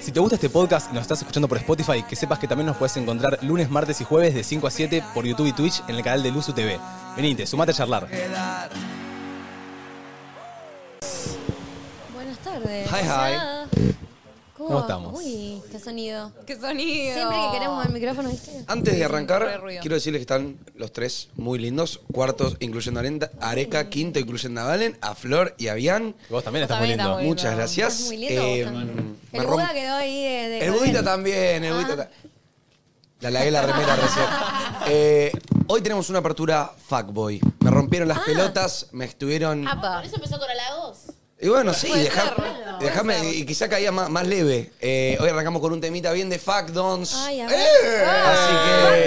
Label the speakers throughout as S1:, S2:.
S1: Si te gusta este podcast y nos estás escuchando por Spotify, que sepas que también nos puedes encontrar lunes, martes y jueves de 5 a 7 por YouTube y Twitch en el canal de Luzu TV. Venite, sumate a charlar.
S2: Buenas tardes.
S1: Hi, hi.
S2: Hola. ¿Cómo,
S1: ¿Cómo estamos?
S2: Uy, qué sonido.
S3: ¡Qué sonido!
S2: Siempre que queremos el micrófono, ¿viste?
S4: Antes de arrancar,
S3: ruido.
S4: quiero decirles que están los tres muy lindos. Cuartos, incluyendo a Arenda- Areca. Quinto, incluyendo a Valen, a Flor y a Bian.
S1: Vos también estás muy
S3: También
S1: lindo.
S3: estamos.
S4: Muchas
S3: lindo.
S4: gracias.
S2: Estás muy lindo vos también.
S4: me
S2: El
S4: romp-
S2: Buda quedó ahí de. de
S4: El budita también, el budita ta- La lagué la remera recién. Eh, hoy tenemos una apertura fuckboy. Me rompieron las pelotas, me estuvieron...
S3: Apa.
S5: eso empezó con halagos?
S4: Y bueno, sí,
S3: Puede
S4: dejar-
S3: ser, ¿no?
S4: dejame-
S3: Puede ser.
S4: y quizá caía más, más leve. Eh, hoy arrancamos con un temita bien de fuck dons.
S2: Ay, a
S4: ¡Eh!
S2: ver.
S4: Así que...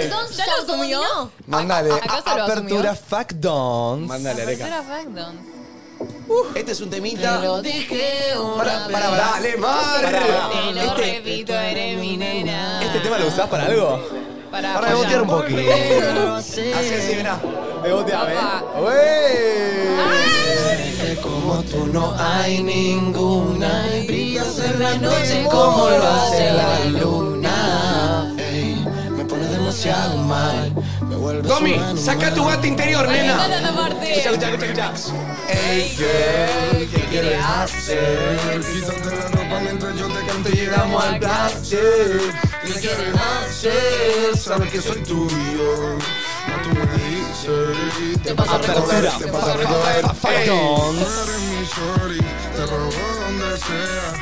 S2: Ah. Entonces,
S3: ¿Ya lo asumió?
S4: Mandale,
S3: ¿Acaso lo asumió?
S6: Apertura Fuck Dons.
S4: mandale, Areca.
S3: Apertura Backdown.
S4: Este es un temita...
S3: dije
S4: Para, para, para, dale, Mar.
S3: Te lo repito, eres mi nena.
S6: ¿Este tema lo usás para algo?
S3: Para,
S4: Para botear un poquito. Así, así, mirá. ¿eh?
S6: Beboteame.
S3: Papá.
S4: Como tú no hay ninguna Brillas en la noche
S3: como lo hace
S4: la luna Me pones demasiado mal Tommy, saca tu bata interior,
S3: Me
S4: nena
S3: encanta esta parte.
S4: Escucha, escucha, escucha, escucha. Ey, girl, ¿qué quieres hacer? Quítate la ropa mientras yo te canto y llegamos al placer ¿Qué quieres hacer? Sabes que soy tuyo No tú me dices Te pasa a
S6: Apertura
S4: recoger, te pasa a recoger
S6: Fuck
S4: Ey.
S6: Dons.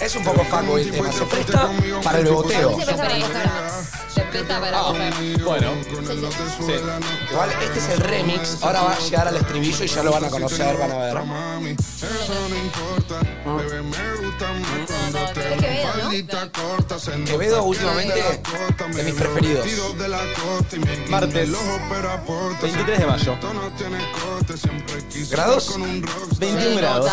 S4: Es un poco fango el tema, se presta para el beboteo.
S3: Respeta para coger.
S1: Bueno,
S4: Igual este es el remix, ahora va a llegar al estribillo y ya lo van a conocer, van a ver.
S2: Es que veo, ¿no?
S4: Quevedo últimamente de mis preferidos.
S1: martes 23 de mayo.
S4: ¿Grados?
S6: 21 grados.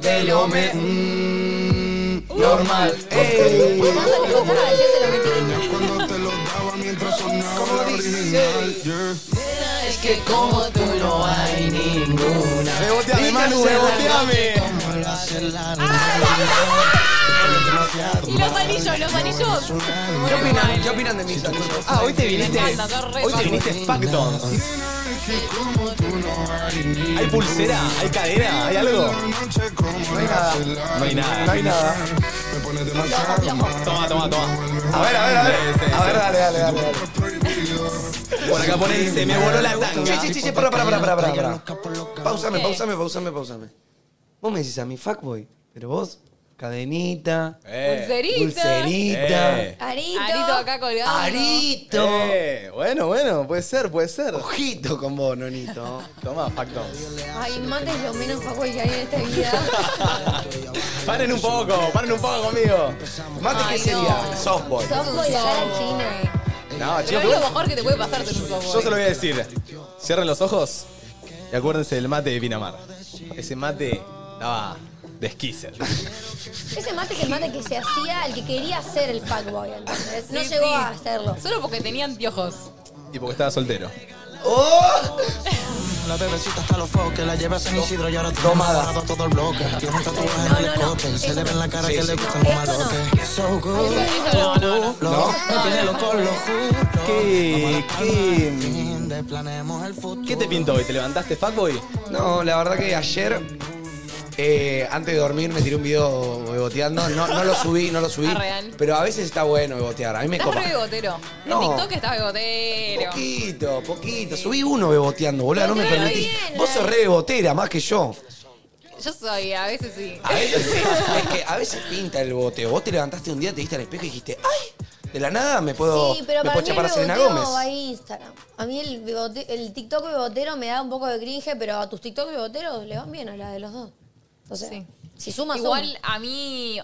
S4: Te lo me... Normal. Ey. Como dice, es que como tú no hay ninguna.
S6: Beboteame, Manu,
S4: Díganse la
S6: beboteame.
S3: Y los anillos, los anillos.
S4: ¿Qué opinan? ¿Qué opinan de mis amigos?
S6: Ah, hoy te viniste.
S3: Me encanta, sos re
S6: Hoy te
S3: fuck.
S6: viniste Fuck Dons. ¿Hay pulsera? ¿Hay cadena? ¿Hay algo?
S4: No hay nada.
S6: No hay nada.
S4: No hay nada.
S6: Toma, toma, toma.
S4: A ver, a ver, a ver. A ver, dale, dale, dale. dale.
S6: Por acá ponen, se me voló la tanga.
S4: Che, che, che, che, pará, pará, pará, pará, pará. Pausame, pausame, pausame, pausame. Vos me decís a mi fuckboy, pero vos, cadenita,
S1: Eh,
S3: Pulserita.
S4: dulcerita,
S1: Eh.
S2: Arito.
S3: Arito acá colgado.
S4: arito,
S6: Eh, bueno, bueno, puede ser, puede ser.
S4: ojito con vos, nonito.
S6: Toma, Fuck Dons.
S2: Ay, mates lo menos Paco que hay en esta vida.
S6: Paren un poco, paren un poco conmigo.
S4: Mate, ¿qué sería? Softball.
S2: Softball y acá la china.
S6: No,
S3: Pero
S6: chicos,
S3: es lo mejor que te puede pasar tener un softball.
S6: Yo se lo voy a decir. Cierren los ojos y acuérdense del mate de Pinamar. Ese mate daba de esquícer.
S2: Ese mate que el mate que se hacía, el que quería ser el fuckboy, ¿entendés? No
S3: Sí,
S2: llegó
S3: sí.
S2: a hacerlo.
S3: Solo porque tenía anteojos.
S1: y porque estaba soltero.
S4: ¡Oh!
S7: La bebecita hasta los focos, la lleva a San Isidro y ahora tiene
S4: Tomada.
S7: enamorado todo el bloque. Tiene un tatuaje en el escote, se le ve en la cara que le gustan los malotes. So good,
S3: Eso no, no, no.
S7: lo me tiene loco, lo juro.
S6: ¿Qué, qué,
S7: Fin de planemos el futuro.
S6: qué te pintó hoy? ¿Te levantaste fuckboy?
S4: No, la verdad que ayer, eh, antes de dormir, me tiré un video beboteando. No, no lo subí, no lo subí.
S3: Ah, real.
S4: Pero a veces está bueno bebotear. A mí me
S3: Estás
S4: copa.
S3: re bigotero.
S4: No.
S3: En TikTok estás bigotero.
S4: Poquito, poquito. Subí uno beboteando, boludo. No me
S3: Pero
S4: permitís.
S2: bien,
S4: Vos sos re bebotera, más que yo.
S3: Yo soy, a veces sí.
S4: A veces, es que a veces pinta el boteo. Vos te levantaste un día, te diste al espejo y dijiste, ¡ay! De la nada me puedo,
S2: Sí, pero
S4: me
S2: para
S4: puedo
S2: mí
S4: chapar a
S2: el
S4: Selena
S2: beboteo
S4: Gómez.
S2: va a Instagram. A mí el, bigote- el TikTok bebotero me da un poco de cringe, pero a tus TikTok beboteros le van bien a la de los dos. O sea,
S3: Sí.
S2: si sumas
S3: Igual a mí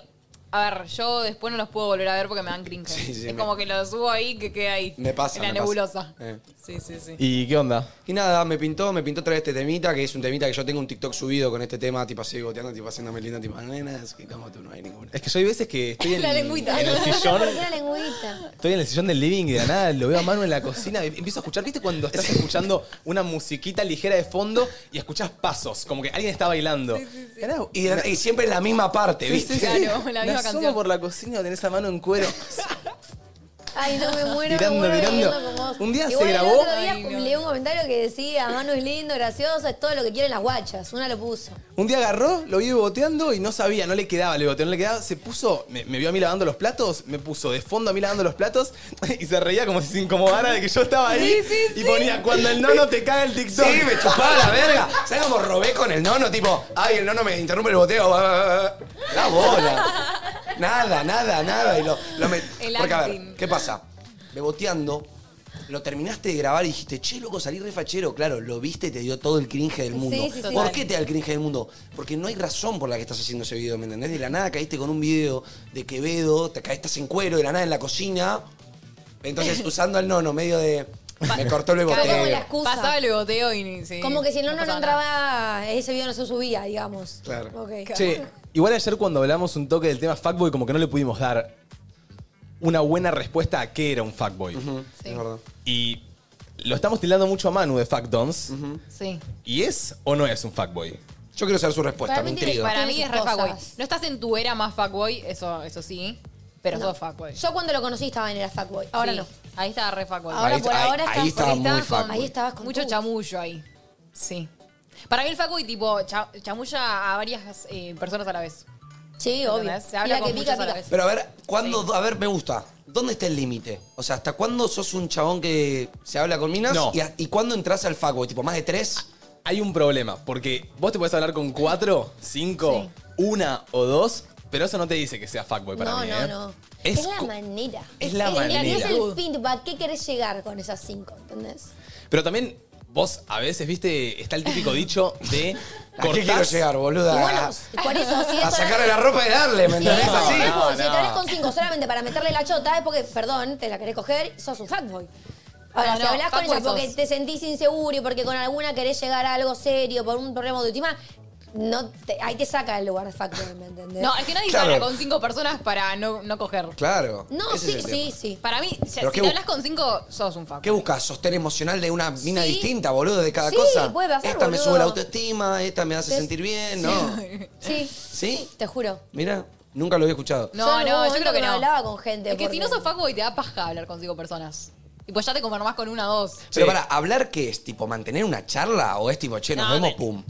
S3: A ver, yo después no los puedo volver a ver porque me dan cringe.
S4: Sí, sí,
S3: es
S4: me-
S3: como que los subo ahí que queda ahí.
S4: Me pasa.
S3: En la
S4: me pasa.
S3: nebulosa.
S4: Eh.
S3: Sí, sí, sí.
S6: ¿Y qué onda?
S4: Y nada, me pintó, me pintó traer este temita, que es un temita que yo tengo un TikTok subido con este tema, tipo así goteando, tipo haciéndome linda, tipo, nenas, que como tú no hay ninguna.
S6: Es que yo hay veces que estoy en,
S3: La lengüita.
S6: en el sillón,
S2: ¿Por qué la lengüita?
S6: estoy en el sillón del living y de la nada lo veo a mano en la cocina y empiezo a escuchar, ¿viste cuando estás escuchando una musiquita ligera de fondo y escuchás pasos, como que alguien está bailando? Y de la nada,
S4: Y, de- y siempre es la misma parte, ¿viste?
S3: sí. Claro, la
S6: Me
S3: misma
S6: asomo
S3: canción.
S6: por la cocina, tenés la mano en cuero.
S2: Ay, no me muero.
S6: Tirando,
S2: me muero
S6: tirando.
S2: viendo como vos.
S6: Un día se
S2: Igual
S6: grabó.
S2: El otro día
S3: Ay, no.
S2: leí un comentario que decía: Manu es lindo, gracioso, es todo lo que quieren las guachas. Una lo puso.
S6: Un día agarró, lo vi boteando y no sabía, no le quedaba el boteo, no le quedaba. Se puso, me, me vio a mí lavando los platos, me puso de fondo a mí lavando los platos y se reía como si se incomodara de que yo estaba ahí. y ponía, cuando el nono te caga el TikTok.
S4: Sí, me chupaba la verga. ¿Sabes cómo robé con el nono? Tipo, ay, el nono me interrumpe el boteo. Ah, La bola. Nada, nada, nada. Y lo, lo me-
S3: El
S4: Porque, a ver,
S3: acting.
S4: ¿qué pasa? Me boteando, lo terminaste de grabar y dijiste, che, loco, salí refachero. Claro, lo viste y te dio todo el cringe del mundo.
S2: sí, sí.
S4: ¿Por qué te da el cringe del mundo? Porque no hay razón por la que estás haciendo ese video, ¿me entendés? De la nada caíste con un video de Quevedo, te caíste en cuero, de la nada en la cocina. Entonces, usando al nono, medio de. Me cortó el
S2: Claro, como la
S4: boteo.
S2: excusa.
S3: Pasaba el boteo y ni- sí,
S2: Como que si el nono no
S3: pasaba nada.
S2: entraba, ese video no se subía, digamos.
S4: Claro.
S2: Ok.
S6: Che, igual ayer cuando hablamos un toque del tema fuckboy, como que no le pudimos dar una buena respuesta a qué era un fuckboy.
S4: Es verdad.
S6: Y lo estamos tildando mucho a Manu de fuckdons.
S3: Sí.
S6: ¿Y es o no es un fuckboy?
S4: Yo quiero saber su respuesta,
S2: Para
S4: me
S2: mí tiene-
S4: intriga.
S3: Para mí
S2: Tiene
S3: es
S2: sus
S3: re
S2: cosas.
S3: fuckboy. No estás en tu era más fuckboy, eso, eso sí, pero sos fuckboy.
S2: Yo cuando lo conocí estaba en el fuckboy. Ahora
S3: Sí,
S2: no.
S3: Ahí estaba re fuckboy.
S2: Ahora
S4: Ahí-
S2: por
S4: ahí-
S2: ahora estás-
S4: ahí estaba
S2: porque
S4: muy
S2: estás con-
S4: fuckboy.
S2: Ahí estabas con
S3: Mucho
S2: tu-
S3: chamullo ahí. Sí. Para mí el fuckboy, tipo, cha- chamulla a varias eh, personas a la vez.
S2: Sí, obvez.
S3: ¿Entendés? Se habla
S2: Y la
S3: con
S2: que pica,
S3: muchas a la
S2: pica.
S3: vez.
S4: Pero a ver, ¿cuándo? A ver, me gusta. ¿Dónde está el límite? O sea, ¿hasta cuándo sos un chabón que se habla con minas?
S6: No.
S4: ¿Y, a- y cuándo entras al fuckboy? ¿Tipo más de tres?
S6: Hay un problema, porque vos te podés hablar con cuatro, cinco, una o dos, pero eso no te dice que sea fuckboy para
S2: no,
S6: mí,
S2: no,
S6: ¿eh?
S2: no.
S6: Es
S2: Es, la
S6: co-
S2: manera.
S6: es la manera.
S2: Es el feedback. ¿Qué querés llegar con esas cinco? ¿Entendés?
S6: Pero también vos a veces, viste, está el típico dicho de...
S4: ¿A qué quiero llegar, boluda?
S2: Y bueno, por eso, si es
S4: a
S2: solamente-
S4: sacarle la ropa y darle, ¿me
S2: si
S4: entendés?
S2: es
S4: Así.
S2: solamente- si te tenés con cinco solamente para meterle la chota es porque, perdón, te la querés coger, sos un fuckboy. Ahora,
S3: No,
S2: si
S3: no,
S2: hablas con
S3: fuckboy
S2: ella porque
S3: sos.
S2: te sentís inseguro y porque con alguna querés llegar a algo serio por un problema de última, no te- ahí te saca el lugar de fuckboy, ¿me entendés?
S3: No, es que nadie
S4: Claro.
S3: habla con cinco personas para no, no coger.
S4: Claro.
S2: No,
S4: Ese es
S2: sí,
S4: el
S2: sí,
S4: tema.
S2: sí.
S3: Para mí, ya-
S4: Pero
S3: si
S4: qué
S3: te
S4: bu-
S3: hablas con cinco, sos un fuckboy.
S4: ¿Qué buscas? ¿Sostener emocional de una mina
S2: Sí.
S4: distinta, boludo, de cada
S2: Sí,
S4: cosa?
S2: puede pasar,
S4: esta me
S2: boludo.
S4: sube la autoestima, esta me hace
S2: Te-
S4: sentir bien, ¿no?
S2: Sí,
S4: ¿Sí?
S2: te juro.
S4: Mira, nunca lo había escuchado.
S2: Yo
S3: No,
S2: en
S3: no,
S2: algún
S3: yo creo
S2: momento
S3: que
S2: me
S3: no.
S2: hablaba con gente
S3: Es que si no
S2: porque-
S3: sos fuckboy, te da paja hablar con cinco personas. Y pues ya te conformás con una o dos.
S4: Pero
S6: Sí.
S4: para, ¿hablar qué es? ¿Tipo mantener una charla o es tipo, che, nos
S3: No,
S4: vemos,
S3: me-
S4: pum?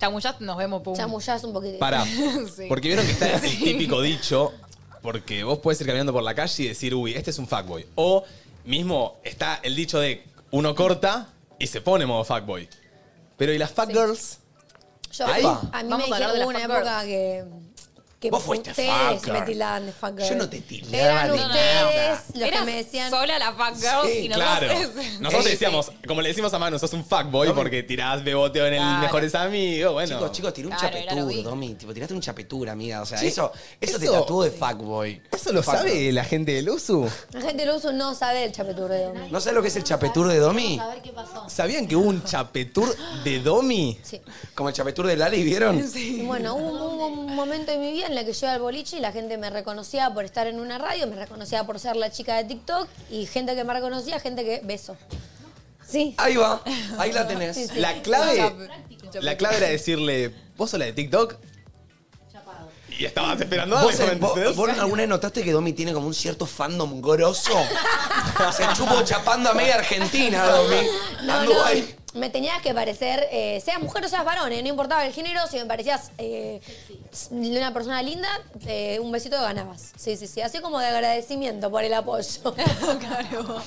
S3: Chamullás, nos vemos, pum.
S2: Chamullás un poquitito.
S6: Pará,
S3: Sí.
S6: porque vieron que está el típico dicho, porque vos puedes ir caminando por la calle y decir, uy, este es un fuckboy. O mismo está el dicho de uno corta y se pone modo fuckboy. Pero ¿y las fuckgirls?
S2: Yo,
S6: Ahí.
S2: a mí me
S3: Vamos a hablar
S2: dijeron
S3: de
S2: hubo
S3: las
S2: una
S3: fuckgirls.
S2: época que, que
S4: Vos fuiste
S2: ustedes
S4: fucker.
S2: me tildaban de fuckgirl.
S4: Yo no te tildaba
S2: Eran
S4: de nada.
S2: ustedes los que
S3: Eras
S2: me decían...
S3: sola la fuckgirl
S4: Sí,
S3: y
S6: claro.
S3: nosotros...
S6: Nosotros
S4: Sí,
S6: decíamos, como le decimos a Manu, sos un fuckboy porque tirás beboteo en el
S3: Claro.
S6: Mejores Amigos. Bueno,
S4: Chicos, chicos, tiré un
S3: Claro, era lo
S4: chapetur,
S3: mismo.
S4: Domi. Tipo, tiraste un chapetur, amiga. O sea,
S6: Sí,
S4: eso, eso, te
S6: eso-
S4: tatuó de fuckboy.
S6: ¿eso lo
S4: Fuckboy.
S6: sabe la gente del USU?
S2: La gente del uso no sabe el chapeturro de Domi.
S4: ¿No sabes lo que es el chapetur de Domi?
S5: A ver qué pasó.
S6: ¿Sabían que hubo un chapetur de Domi?
S2: Sí.
S4: Como el chapetur de Lali, ¿vieron?
S2: Y Bueno, hubo, hubo un momento en mi vida en la que yo iba al boliche y la gente me reconocía por estar en una radio, me reconocía por ser la chica de TikTok y gente que me reconocía, gente que beso. Sí.
S4: Ahí va, ahí la tenés.
S2: Sí, sí.
S6: La clave, la clave era decirle, ¿vos sos la de TikTok? Y estabas esperando algo,
S4: ¿Vos, en- vos-
S6: ¿entendés?
S4: vos alguna vez notaste que Domi tiene como un cierto fandom grosso? Se chupo chapando a media Argentina, Domi.
S2: No,
S4: Anduvo
S2: no.
S4: ahí.
S2: Me tenías que parecer, eh, seas mujer o seas varón, eh, no importaba el género, si me parecías eh, una persona linda, eh, un besito ganabas. Sí, sí, sí. Así como de agradecimiento por el apoyo.
S3: claro.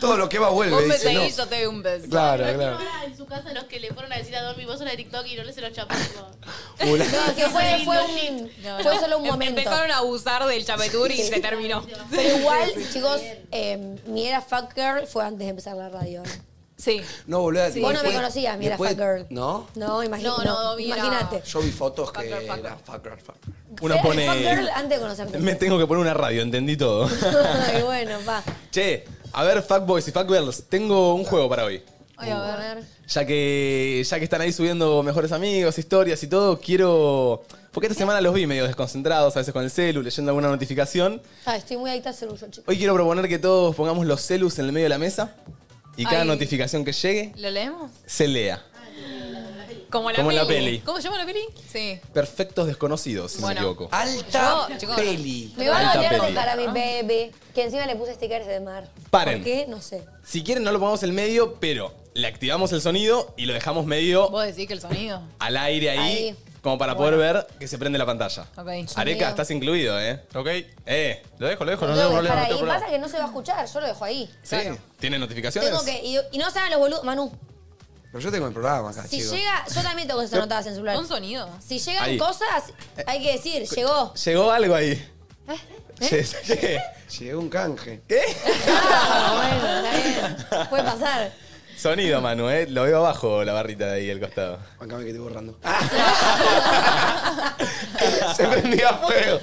S4: Todo lo que va vuelve,
S3: Vos me
S4: dice,
S3: seguís,
S4: ¿no?
S3: yo te doy un beso.
S4: Claro,
S5: Pero
S4: claro.
S5: ahora en su casa los que le fueron a decir a Domi, vos sos la de TikTok y no le se los chapó.
S4: Uh, la-
S3: Ah,
S2: No, que fue, fue, un- fue solo un
S3: Em-
S2: momento.
S3: Empezaron a abusar del chapetur y se terminó.
S2: em, Pero igual, chicos, eh, mi era fucker fue antes de empezar la radio. ¿eh?
S3: Sí.
S4: No, boludo.
S2: Vos no me conocías, mira,
S4: después-
S2: fat girl.
S4: ¿No?
S2: No, imagi-
S3: No, no,
S2: no,
S3: mira.
S2: imagínate.
S4: Yo vi fotos que
S3: Fucker, fucker.
S4: era fuck girl, fuck girl.
S6: Uno
S2: Ser
S6: pone-
S2: fat girl antes de conocerte.
S6: Eh, Me tengo que poner una radio, entendí todo.
S2: Ay, bueno, va.
S6: che, a ver, fuckboys y fuckgirls, tengo un juego para hoy.
S3: Ay, a ver.
S6: Ya que, ya que están ahí subiendo mejores amigos, historias y todo, quiero... Porque esta semana los vi medio desconcentrados, a veces con el celu, leyendo alguna notificación.
S2: Ah, estoy muy adicta al celular, chicos.
S6: Hoy quiero proponer que todos pongamos los celus en el medio de la mesa y cada
S3: Ay.
S6: notificación que llegue
S3: ¿Lo leemos?
S6: se lea.
S3: Como la
S6: Como
S3: peli.
S6: la peli.
S3: ¿Cómo se llama la peli? Sí.
S6: Perfectos desconocidos, si no
S3: Bueno.
S6: me equivoco.
S4: Alta
S3: Yo- chicos.
S4: peli.
S2: Me van a
S6: Alta
S2: volver a
S6: peli.
S2: tocar a mi bebé, que encima le puse stickers de mar.
S6: Paren.
S2: ¿Por qué? No sé.
S6: Si quieren no lo pongamos en medio, pero le activamos el sonido y lo dejamos medio
S3: ¿Vos decís que el sonido?
S6: al aire ahí,
S2: Ahí.
S6: como para poder ver que se prende la pantalla.
S2: Ah,
S3: Ok.
S6: Areca, estás incluido, ¿eh?
S8: Ok.
S6: Eh,
S8: Lo dejo, lo dejo, no
S2: Lo
S8: tengo
S2: voy a
S8: problema.
S2: dejar
S8: no
S2: ahí.
S8: tengo problema.
S2: Pasa que no se va a escuchar, yo lo dejo ahí.
S6: ¿sí? ¿Tiene notificaciones?
S2: Tengo que. Y, y no saben los boludos. Manu,
S4: Pero yo tengo el programa
S6: Ah,
S4: acá,
S2: si
S4: chicos.
S2: llega. Yo también tengo que ser anotadas en celular.
S3: ¿Con sonido?
S2: Si llegan
S6: Ahí.
S2: cosas, hay que decir, llegó.
S6: Llegó algo ahí.
S2: ¿Eh?
S6: ¿Qué?
S4: Llegó un canje.
S2: Ah, bueno, está bien. Puede pasar.
S6: Sonido, Manu, ¿eh? Lo veo abajo la barrita de ahí, el costado.
S4: Bancame que estoy borrando.
S6: se prendía fuego.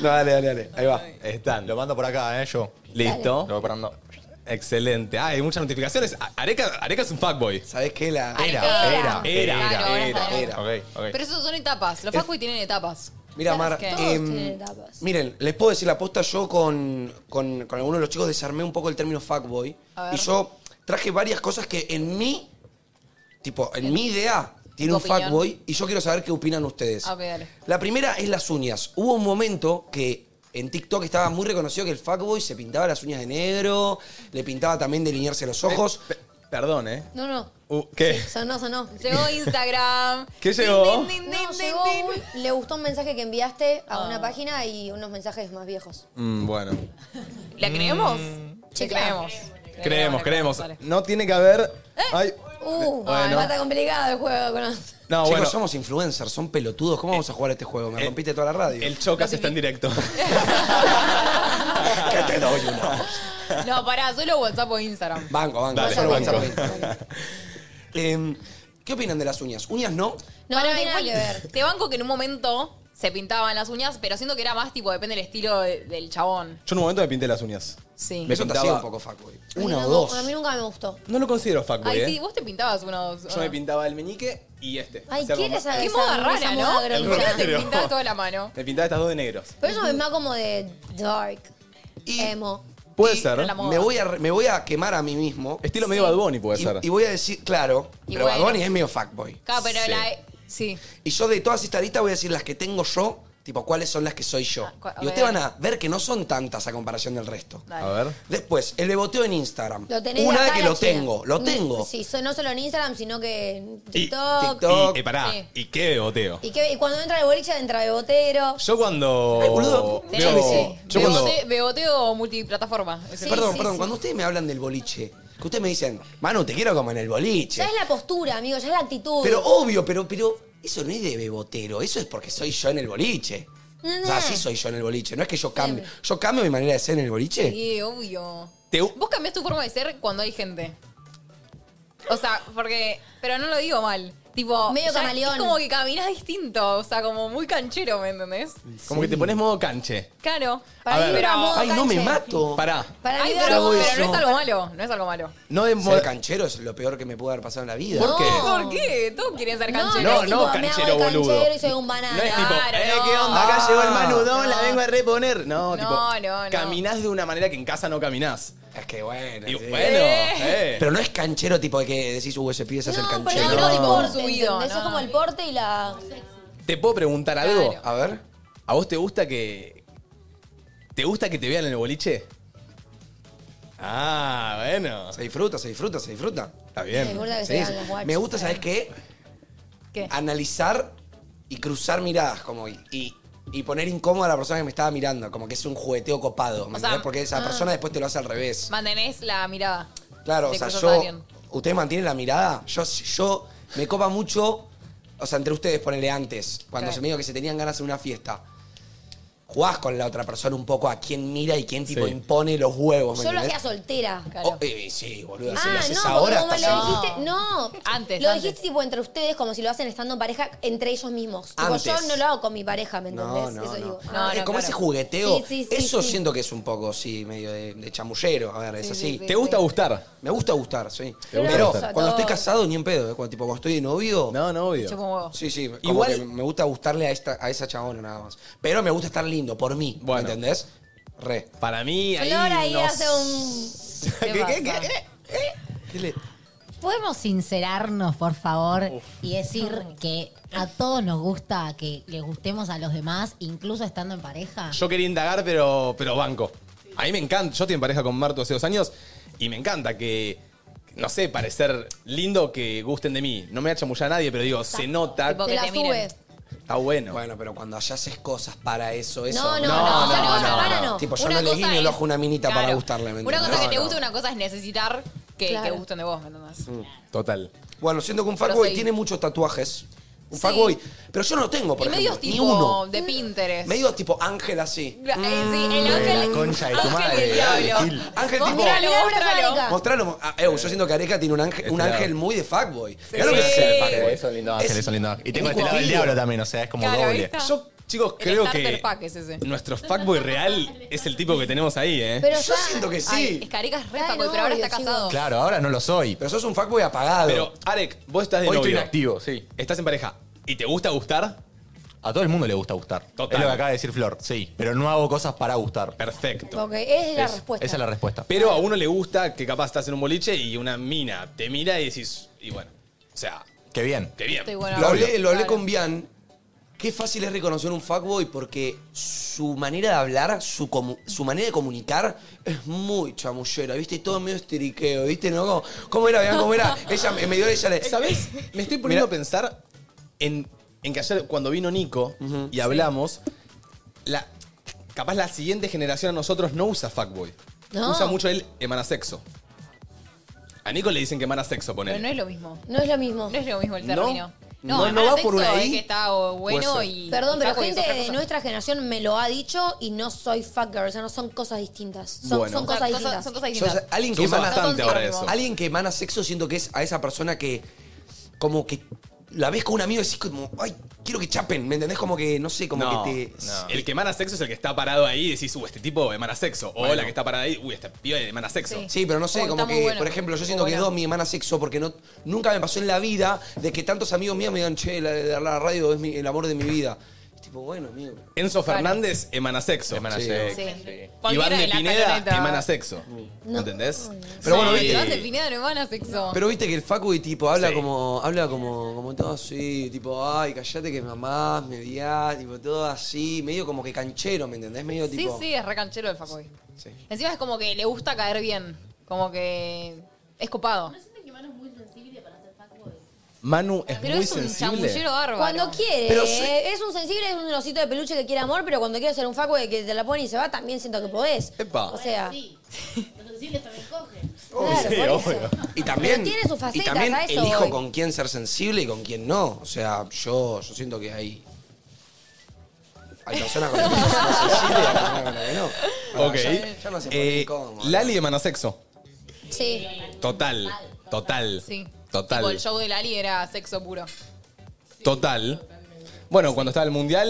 S4: No, dale, dale, dale. Ahí va.
S6: Están.
S8: Lo mando por acá, eh, yo.
S6: Listo.
S8: Lo voy parando.
S6: Excelente. Ah, hay muchas notificaciones. A- Areca, Areca es un fuckboy.
S4: ¿Sabés qué? La...
S3: Era.
S6: Era, era,
S3: Claro,
S6: era.
S4: era.
S8: Ok, ok.
S3: Pero eso son etapas. Los Facui tienen etapas.
S4: Mira, Mar,
S3: ¿Qué?
S2: Todos
S4: em,
S2: tienen etapas.
S4: miren, les puedo decir la aposta, yo con, con, con algunos de los chicos desarmé un poco el término fuckboy.
S3: A ver.
S4: Y yo traje varias cosas que en mí, tipo, en mi idea, tiene
S3: Tu
S4: un
S3: opinión.
S4: fuckboy y yo quiero saber qué opinan ustedes.
S3: Ah, ok, dale.
S4: La primera es las uñas. Hubo un momento que en TikTok estaba muy reconocido que el fuckboy se pintaba las uñas de negro, le pintaba también delinearse los ojos.
S6: Pe- Perdón, ¿eh?
S2: No, no.
S6: Uh, ¿Qué?
S2: Sonó, sonó.
S3: Llegó Instagram.
S6: ¿Qué llegó?
S3: Din, din, din,
S2: No,
S3: din,
S2: llegó
S3: din. Ah.
S2: un- le gustó un mensaje que enviaste a una página y unos mensajes más viejos. Mm.
S6: Mm, bueno.
S3: ¿La creemos? Sí,
S2: Sí,
S3: creemos.
S6: Creemos, creemos.
S3: Dale.
S6: No tiene que haber. Ay.
S2: Uh,
S6: Bueno.
S2: ay, está complicado el juego. con los-
S6: No,
S4: Chicos,
S6: bueno.
S4: somos influencers, son pelotudos. ¿Cómo vamos a jugar a este juego? Me
S6: eh,
S4: rompiste toda la radio.
S6: El Chocas está en directo.
S4: ¿Qué te doy una?
S3: No, pará, solo WhatsApp o Instagram.
S4: Banco, banco.
S6: Dale,
S4: solo
S6: banco.
S4: WhatsApp. Em, ¿Qué opinan de las uñas? ¿Uñas no?
S2: No,
S3: Pará,
S2: no tiene nada
S3: igual
S2: que ver.
S3: Te banco que en un momento se pintaban las uñas, pero siento que era más tipo, depende del estilo de- del chabón.
S6: Yo en un momento me pinté las uñas.
S3: Sí.
S6: Me
S4: Eso te
S6: pintaba-
S4: hacía un poco fuckboy. Una
S2: No,
S4: o
S2: no,
S4: dos.
S2: A mí nunca me gustó.
S6: No lo considero fuckboy,
S3: Ay,
S6: ¿eh?
S3: sí, vos te pintabas uno o dos.
S6: Yo me pintaba el meñique y este.
S2: Ay,
S6: O sea,
S2: ¿quién
S6: como-
S2: es esa
S3: Qué
S2: esa-
S3: moda
S2: esa
S3: rara, ¿no?
S2: moda groncha?
S6: rock.
S3: Yo te
S6: Pero-
S3: pintaba toda la mano.
S6: Me pintaba estas dos de negros.
S2: Pero eso es más como de dark,
S4: Y-
S2: emo.
S6: Puede
S4: Y
S6: ser.
S3: la moda.
S4: Me voy, a, re- me voy a quemar a mí mismo.
S6: Estilo medio Bad Bunny puede
S4: Y,
S6: ser.
S4: y voy a decir, claro,
S3: Y
S4: pero
S3: bueno.
S4: Bad Bunny es medio fuckboy.
S3: Claro, Ah, pero
S6: Sí.
S3: la. e- Sí.
S4: Y yo de todas estas listas voy a decir las que tengo yo, tipo cuáles son las que soy yo.
S3: Ah, cua-
S4: y
S3: a
S4: ustedes
S3: ver.
S4: van a ver que no son tantas a comparación del resto.
S3: Dale.
S6: A ver.
S4: Después, el beboteo en Instagram.
S2: Lo tenés
S4: Una
S2: de
S4: vez
S2: acá
S4: que
S2: a la
S4: lo
S2: China.
S4: tengo, lo
S2: No,
S4: tengo.
S2: Sí, so- no solo en Instagram, sino que en
S6: Y-
S2: TikTok. Y,
S4: TikTok.
S6: Y eh, pará,
S3: Sí.
S6: ¿y qué boteo?
S2: que- y cuando entra de boliche, entra de botero.
S6: Yo cuando.
S4: Ay, boludo,
S6: veo-
S4: muchas veces.
S6: Yo
S3: Bebote-
S6: cuando.
S3: Beboteo multiplataforma. Es el-
S4: perdón,
S2: sí,
S4: perdón,
S2: sí.
S4: cuando ustedes me hablan del boliche, que ustedes me dicen, Manu, te quiero como en el boliche.
S2: Ya es la postura, amigo, ya es la actitud.
S4: Pero
S6: oh,
S4: obvio, pero, pero eso no es de bebotero, eso es porque soy yo en el boliche.
S2: Mm.
S4: O
S6: Ah,
S4: sea, así soy yo en el boliche, no es que yo cambie. ¿Yo cambio mi manera de ser en el boliche?
S3: Sí, obvio.
S6: Te-
S3: Vos cambiás tu forma de ser cuando hay gente. O sea, porque. Pero no lo digo mal. Tipo.
S2: Medio
S3: ya
S2: camaleón.
S3: Es como que caminás distinto. O sea, como muy canchero, ¿me entendés?
S6: Como que te pones modo canche.
S3: Claro.
S2: Para
S6: A
S2: mí
S6: ver.
S2: era modo
S4: Ay, no me
S2: canche.
S4: mato.
S6: Pará.
S2: Para mí
S3: Ay,
S2: era
S3: pero,
S2: modo-
S3: pero no es algo malo. No es algo malo.
S6: No de modo.
S4: Ser canchero es lo peor que me pudo haber pasado en la vida.
S6: ¿Por qué?
S3: ¿Por qué? Todos quieren ser
S2: No,
S3: cancheros.
S6: No,
S2: es
S6: no,
S2: tipo,
S6: canchero,
S2: me hago el
S6: boludo.
S2: canchero y soy un banana.
S6: No es tipo,
S3: Claro,
S6: eh,
S3: no.
S6: ¿qué onda? Acá
S4: Ah,
S6: llegó el manudón, la vengo a reponer. No,
S3: No,
S6: tipo,
S3: no, no.
S6: caminás de una manera que en casa no caminás.
S4: Es que bueno.
S6: Y
S4: sí.
S6: bueno, eh.
S4: Pero no es canchero tipo de que decís, uh, ese pibe se hace el
S2: No,
S4: canchero.
S2: pero no,
S3: No.
S2: tipo porte,
S3: Subido,
S2: ¿entendés? Es
S3: no.
S2: como el porte y la...
S6: ¿Te puedo preguntar algo?
S3: Claro.
S4: A ver.
S6: ¿A vos te gusta que. ¿Te gusta que te vean en el boliche? Ah, bueno.
S4: Se disfruta, se disfruta, se disfruta.
S6: Está
S2: Me
S6: bien.
S2: gusta que
S4: Sí,
S2: se vean
S4: sí.
S2: las guachas.
S4: Me gusta, ¿sabes qué?
S3: ¿Qué?
S4: Analizar y cruzar miradas, como y, y- y poner incómoda a la persona que me estaba mirando, como que es un jugueteo copado, ¿me
S3: O sea, ah.
S4: entendés? Porque esa persona después te lo hace al revés.
S3: Mantenés la mirada.
S4: Claro, o
S3: de
S4: sea,
S3: cruzas
S4: yo.
S3: a alguien.
S4: ¿Ustedes mantienen la mirada? Yo, yo me copa mucho. O sea, entre ustedes, ponele antes, cuando
S3: Claro.
S4: se me dijo que se tenían ganas en una fiesta. jugás con la otra persona un poco a quién mira y quién tipo
S6: Sí.
S4: impone los huevos. ¿me
S2: Yo lo hacía
S4: entendés?
S2: soltera.
S4: Oh, eh, sí, boludo, si lo
S2: Ah,
S4: haces
S2: no, porque
S4: ahora
S2: como
S4: estás
S2: lo
S4: en-
S2: dijiste, no.
S3: Antes,
S2: Lo
S3: antes.
S2: dijiste tipo entre ustedes, como si lo hacen estando en pareja, entre ellos mismos. Tipo, yo
S4: Antes.
S2: no lo hago con mi pareja, ¿me
S4: No,
S2: entendés?
S4: no,
S2: Eso
S4: no.
S2: digo.
S3: No,
S2: Ah,
S4: es
S3: no,
S4: como
S3: claro.
S4: ese jugueteo.
S2: Sí, sí, sí,
S4: Eso
S2: sí.
S4: siento que es un poco, sí, medio de, de chamullero. A ver, es así.
S6: ¿Te gusta gustar?
S4: Me gusta gustar, sí.
S6: Te gusta
S4: Pero
S6: gustar.
S4: cuando estoy casado, ni en pedo. ¿eh? Cuando, tipo, cuando estoy de novio.
S6: No, no, obvio.
S3: Chupo un huevo.
S4: Sí, sí.
S6: Igual-
S4: Igual. me gusta gustarle a, esta, a esa chabona nada más. Pero me gusta estar lindo, por mí. ¿me
S6: Bueno.
S4: ¿Entendés? Re.
S6: Para mí, ahí.
S2: Flor ahí
S6: no
S2: hace un.
S3: ¿Qué pasa?
S7: ¿Podemos sincerarnos, por favor, y decir que a todos nos gusta que le gustemos a los demás, incluso estando en pareja?
S6: Yo quería indagar, pero, pero banco. A mí me encanta. Yo estoy en pareja con Marto hace dos años y me encanta que, no sé, parecer lindo que gusten de mí. No me ha chamullar a nadie, pero digo, se nota.
S3: Tipo
S2: Te
S3: que
S2: la
S3: te miren.
S2: sube.
S6: Está bueno.
S4: Bueno, pero cuando allá haces cosas para eso, eso.
S2: No, no, no,
S3: no, no, no,
S2: no.
S4: Tipo, yo
S3: Una
S4: no le
S3: cosa
S4: guiño
S3: es-
S4: el ojo a una minita para
S3: Claro.
S4: gustarle.
S3: Una
S4: ¿me entendés?
S3: cosa que
S4: No,
S3: te
S4: no.
S3: gusta, una cosa es necesitar que,
S2: Claro.
S3: que gusten de vos, ¿me entendés?
S6: Total.
S4: Mm. Bueno, siento que un
S3: Pero
S4: fuckboy
S3: sí.
S4: tiene muchos tatuajes. Un
S3: Sí.
S4: fuckboy. Pero yo no lo tengo, por
S3: y medios
S4: ejemplo. Ni
S3: tipo
S4: uno.
S2: Mm.
S3: de Pinterest.
S4: Medios tipo Ángel así.
S3: Eh, sí, el ángel.
S9: concha de tu
S3: ángel
S9: madre,
S3: del
S9: dale,
S3: diablo.
S9: Gil.
S4: Ángel
S3: Vos
S4: tipo.
S3: miralo,
S2: Mirá,
S3: vos
S2: mirá,
S3: miralo.
S2: mirá,
S4: Mostralo. Ah, eh, yo siento que Areca tiene un ángel, un
S6: Este
S4: ángel
S6: lado.
S4: muy de fuckboy.
S6: Claro que
S3: Sí.
S6: sí, el fuckboy.
S8: Son lindos
S9: Ah,
S8: ángeles, son lindos ángeles.
S9: Y tengo este lado del diablo también, o sea, es como
S3: Claro,
S9: doble.
S3: ¿viste?
S6: Yo, chicos,
S3: El
S6: creo
S3: starter
S6: que
S3: pack es
S2: Eh,
S3: ese.
S6: nuestro fuckboy real es el tipo que tenemos ahí, ¿eh?
S2: Pero
S4: Yo
S2: ya.
S4: siento que sí.
S3: Ay, es Carica es re
S2: Ay,
S3: fuckboy,
S2: no,
S3: pero ahora está
S2: obvio, chicos.
S3: casado.
S9: Claro, ahora no lo soy.
S4: Pero sos un fuckboy apagado.
S6: Pero, Arek, vos estás de
S9: Hoy estoy
S6: novio.
S9: inactivo, sí.
S6: Estás en pareja. ¿Y te gusta gustar?
S9: A todo el mundo le gusta gustar.
S6: Total.
S9: Es lo que acaba de decir Flor, sí. Pero no hago cosas para gustar.
S6: Perfecto.
S2: Ok, esa es la
S9: Es-
S2: respuesta.
S9: Esa es la respuesta.
S6: Pero a uno le gusta que capaz estás en un boliche y una mina te mira y decís, y bueno, o sea,
S9: Qué bien.
S6: qué bien.
S3: Estoy buena.
S4: Lo hablé,
S3: Obvio.
S4: lo hablé
S3: Claro.
S4: con Bian. Qué fácil es reconocer un fuckboy porque su manera de hablar, su, comu- su manera de comunicar es muy chamullera, ¿viste? Y todo medio esteriqueo, ¿viste? ¿No? Como- ¿Cómo era, Bian? ¿Cómo era? Ella me me dio ella le...
S6: ¿Sabes? Me estoy poniendo a pensar en, en que ayer cuando vino Nico y hablamos, la, capaz la siguiente generación a nosotros no usa fuckboy.
S2: No.
S6: Usa mucho el emana sexo. A Nico le dicen que emana sexo,
S3: Pero no
S6: ponele.
S3: es lo mismo.
S2: No es lo mismo.
S3: No es lo mismo el
S6: ¿No?
S3: término.
S4: No, no
S3: además
S4: va por
S3: sexo
S4: ahí.
S3: Es que está o, bueno
S6: Puede ser.
S3: y.
S2: Perdón, pero
S3: saco y
S2: gente
S3: otra
S2: de
S3: cosa.
S2: nuestra generación me lo ha dicho y no soy fucker, o sea, no son cosas distintas. Son,
S6: Bueno.
S2: son
S3: O sea,
S2: cosas
S3: cosas-
S2: distintas.
S3: Son cosas
S4: Yo, o
S3: distintas.
S4: sea, alguien
S6: Se
S4: que
S6: usa
S4: emana-
S6: bastante ahora
S3: sinónimos.
S6: eso.
S4: Alguien que emana sexo siento que es a esa persona que como que la ves con un amigo y decís como, ay, quiero que chapen, ¿me entendés? Como que, no sé, como
S6: No,
S4: que te...
S6: no. El que emana sexo es el que está parado ahí y decís, uy, este tipo emana sexo. O la que está parada ahí, "Uh, uy, esta piba emana sexo.
S3: Sí.
S4: Sí, pero no sé,
S3: Como que
S4: como
S3: está
S4: que,
S3: muy bueno.
S4: por ejemplo, yo
S3: Muy
S4: siento que
S3: bueno.
S4: dos mi hermana sexo, porque no, nunca me pasó en la vida de que tantos amigos míos me digan, che, la, la- la radio es mi- el amor de mi vida. Es tipo, bueno, amigo.
S6: Enzo Fernández emana sexo.
S9: Emana
S6: Sí.
S9: sexo.
S3: Sí.
S6: Iván
S3: Cualquiera
S6: de
S3: la
S6: Pineda
S3: taloneta.
S6: emana sexo. ¿Entendés?
S4: Pero bueno,
S3: Sí,
S4: viste.
S3: Iván de Pineda no emana sexo.
S4: Pero viste que el Facu y tipo habla
S6: Sí.
S4: como, habla como, como todo así, tipo, ay, callate que mamás, me odiás, tipo, todo así, medio como que canchero, ¿me entendés? Medio
S3: sí,
S4: tipo.
S3: sí, es recanchero el Facoy.
S4: sí.
S3: Encima es como que le gusta caer bien. Como que. Es copado.
S5: ¿No sienten que Manu es muy sensible para hacer fuckboy?
S6: Manu es
S3: Pero
S6: muy
S3: es un
S6: sensible.
S3: chamullero ah. bárbaro.
S2: Cuando quiere,
S4: Pero
S2: eh,
S4: soy-
S2: es un sensible, es un osito de peluche que quiere amor, pero cuando quiere ser un faco de que te la pone y se va, también siento que podés.
S6: Epa.
S2: O sea,
S5: Sí. Los sensibles también cogen.
S4: Oh,
S2: claro, por eso.
S4: Y también,
S2: Pero tiene sus facetas,
S4: y también
S2: a eso
S4: elijo
S2: voy.
S4: con quién ser sensible y con quién no. O sea, yo, yo siento que hay. Hay personas con las que yo soy más sensible y hay personas con las que no.
S6: Ok.
S4: Ya, ya no se pone
S6: Eh,
S4: incómodo.
S6: Lali emana sexo.
S2: Sí.
S6: Total. Total.
S3: Sí. Tipo,
S6: Total.
S3: el show de Lali era sexo puro.
S6: Total. Bueno, cuando estaba el mundial,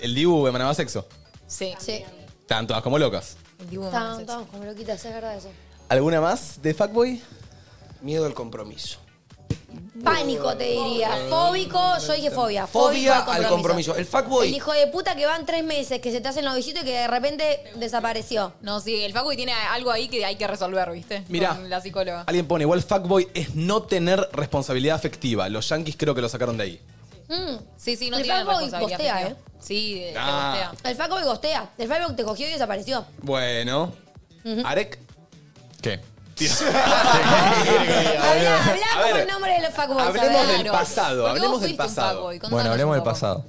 S6: el Dibu emanaba sexo.
S3: Sí.
S2: Sí.
S6: Estaban todas como locas.
S3: El dibujo emana
S2: Estamos,
S3: sexo.
S2: estamos como loquitas, es verdad eso.
S6: ¿Alguna más de Fuckboy?
S4: Miedo al compromiso.
S2: Pánico, te diría. Fóbico, yo dije fobia. Fóbico
S4: Fobia al compromiso. El fuckboy.
S2: El hijo de puta que van tres meses, que se te hace el novicito y que de repente desapareció.
S3: No, sí, el Facu tiene algo ahí que hay que resolver, ¿viste?
S6: Mirá.
S3: Con la psicóloga.
S6: Alguien pone, igual Fuckboy es no tener responsabilidad afectiva. Los yankees creo que lo sacaron de ahí.
S2: Mm.
S3: Sí, sí, no
S2: El
S3: tiene
S2: Facu
S3: responsabilidad.
S2: postea,
S3: afectiva. Sí, eh, de- que
S6: Ah.
S3: postea.
S2: ¿eh? El Faco me gostea. El Faco te cogió y desapareció.
S6: Bueno. Arek.
S9: ¿Qué?
S2: Habla, habla
S6: A
S2: como
S6: ver,
S2: el nombre de los Faco
S6: hablemos del pasado,
S3: ¿Por qué
S6: hablemos
S3: vos
S6: del
S3: fuiste un
S6: pasado.
S3: fuckboy? Contanos
S9: Bueno, hablemos
S3: un
S9: del
S3: poco.
S9: pasado.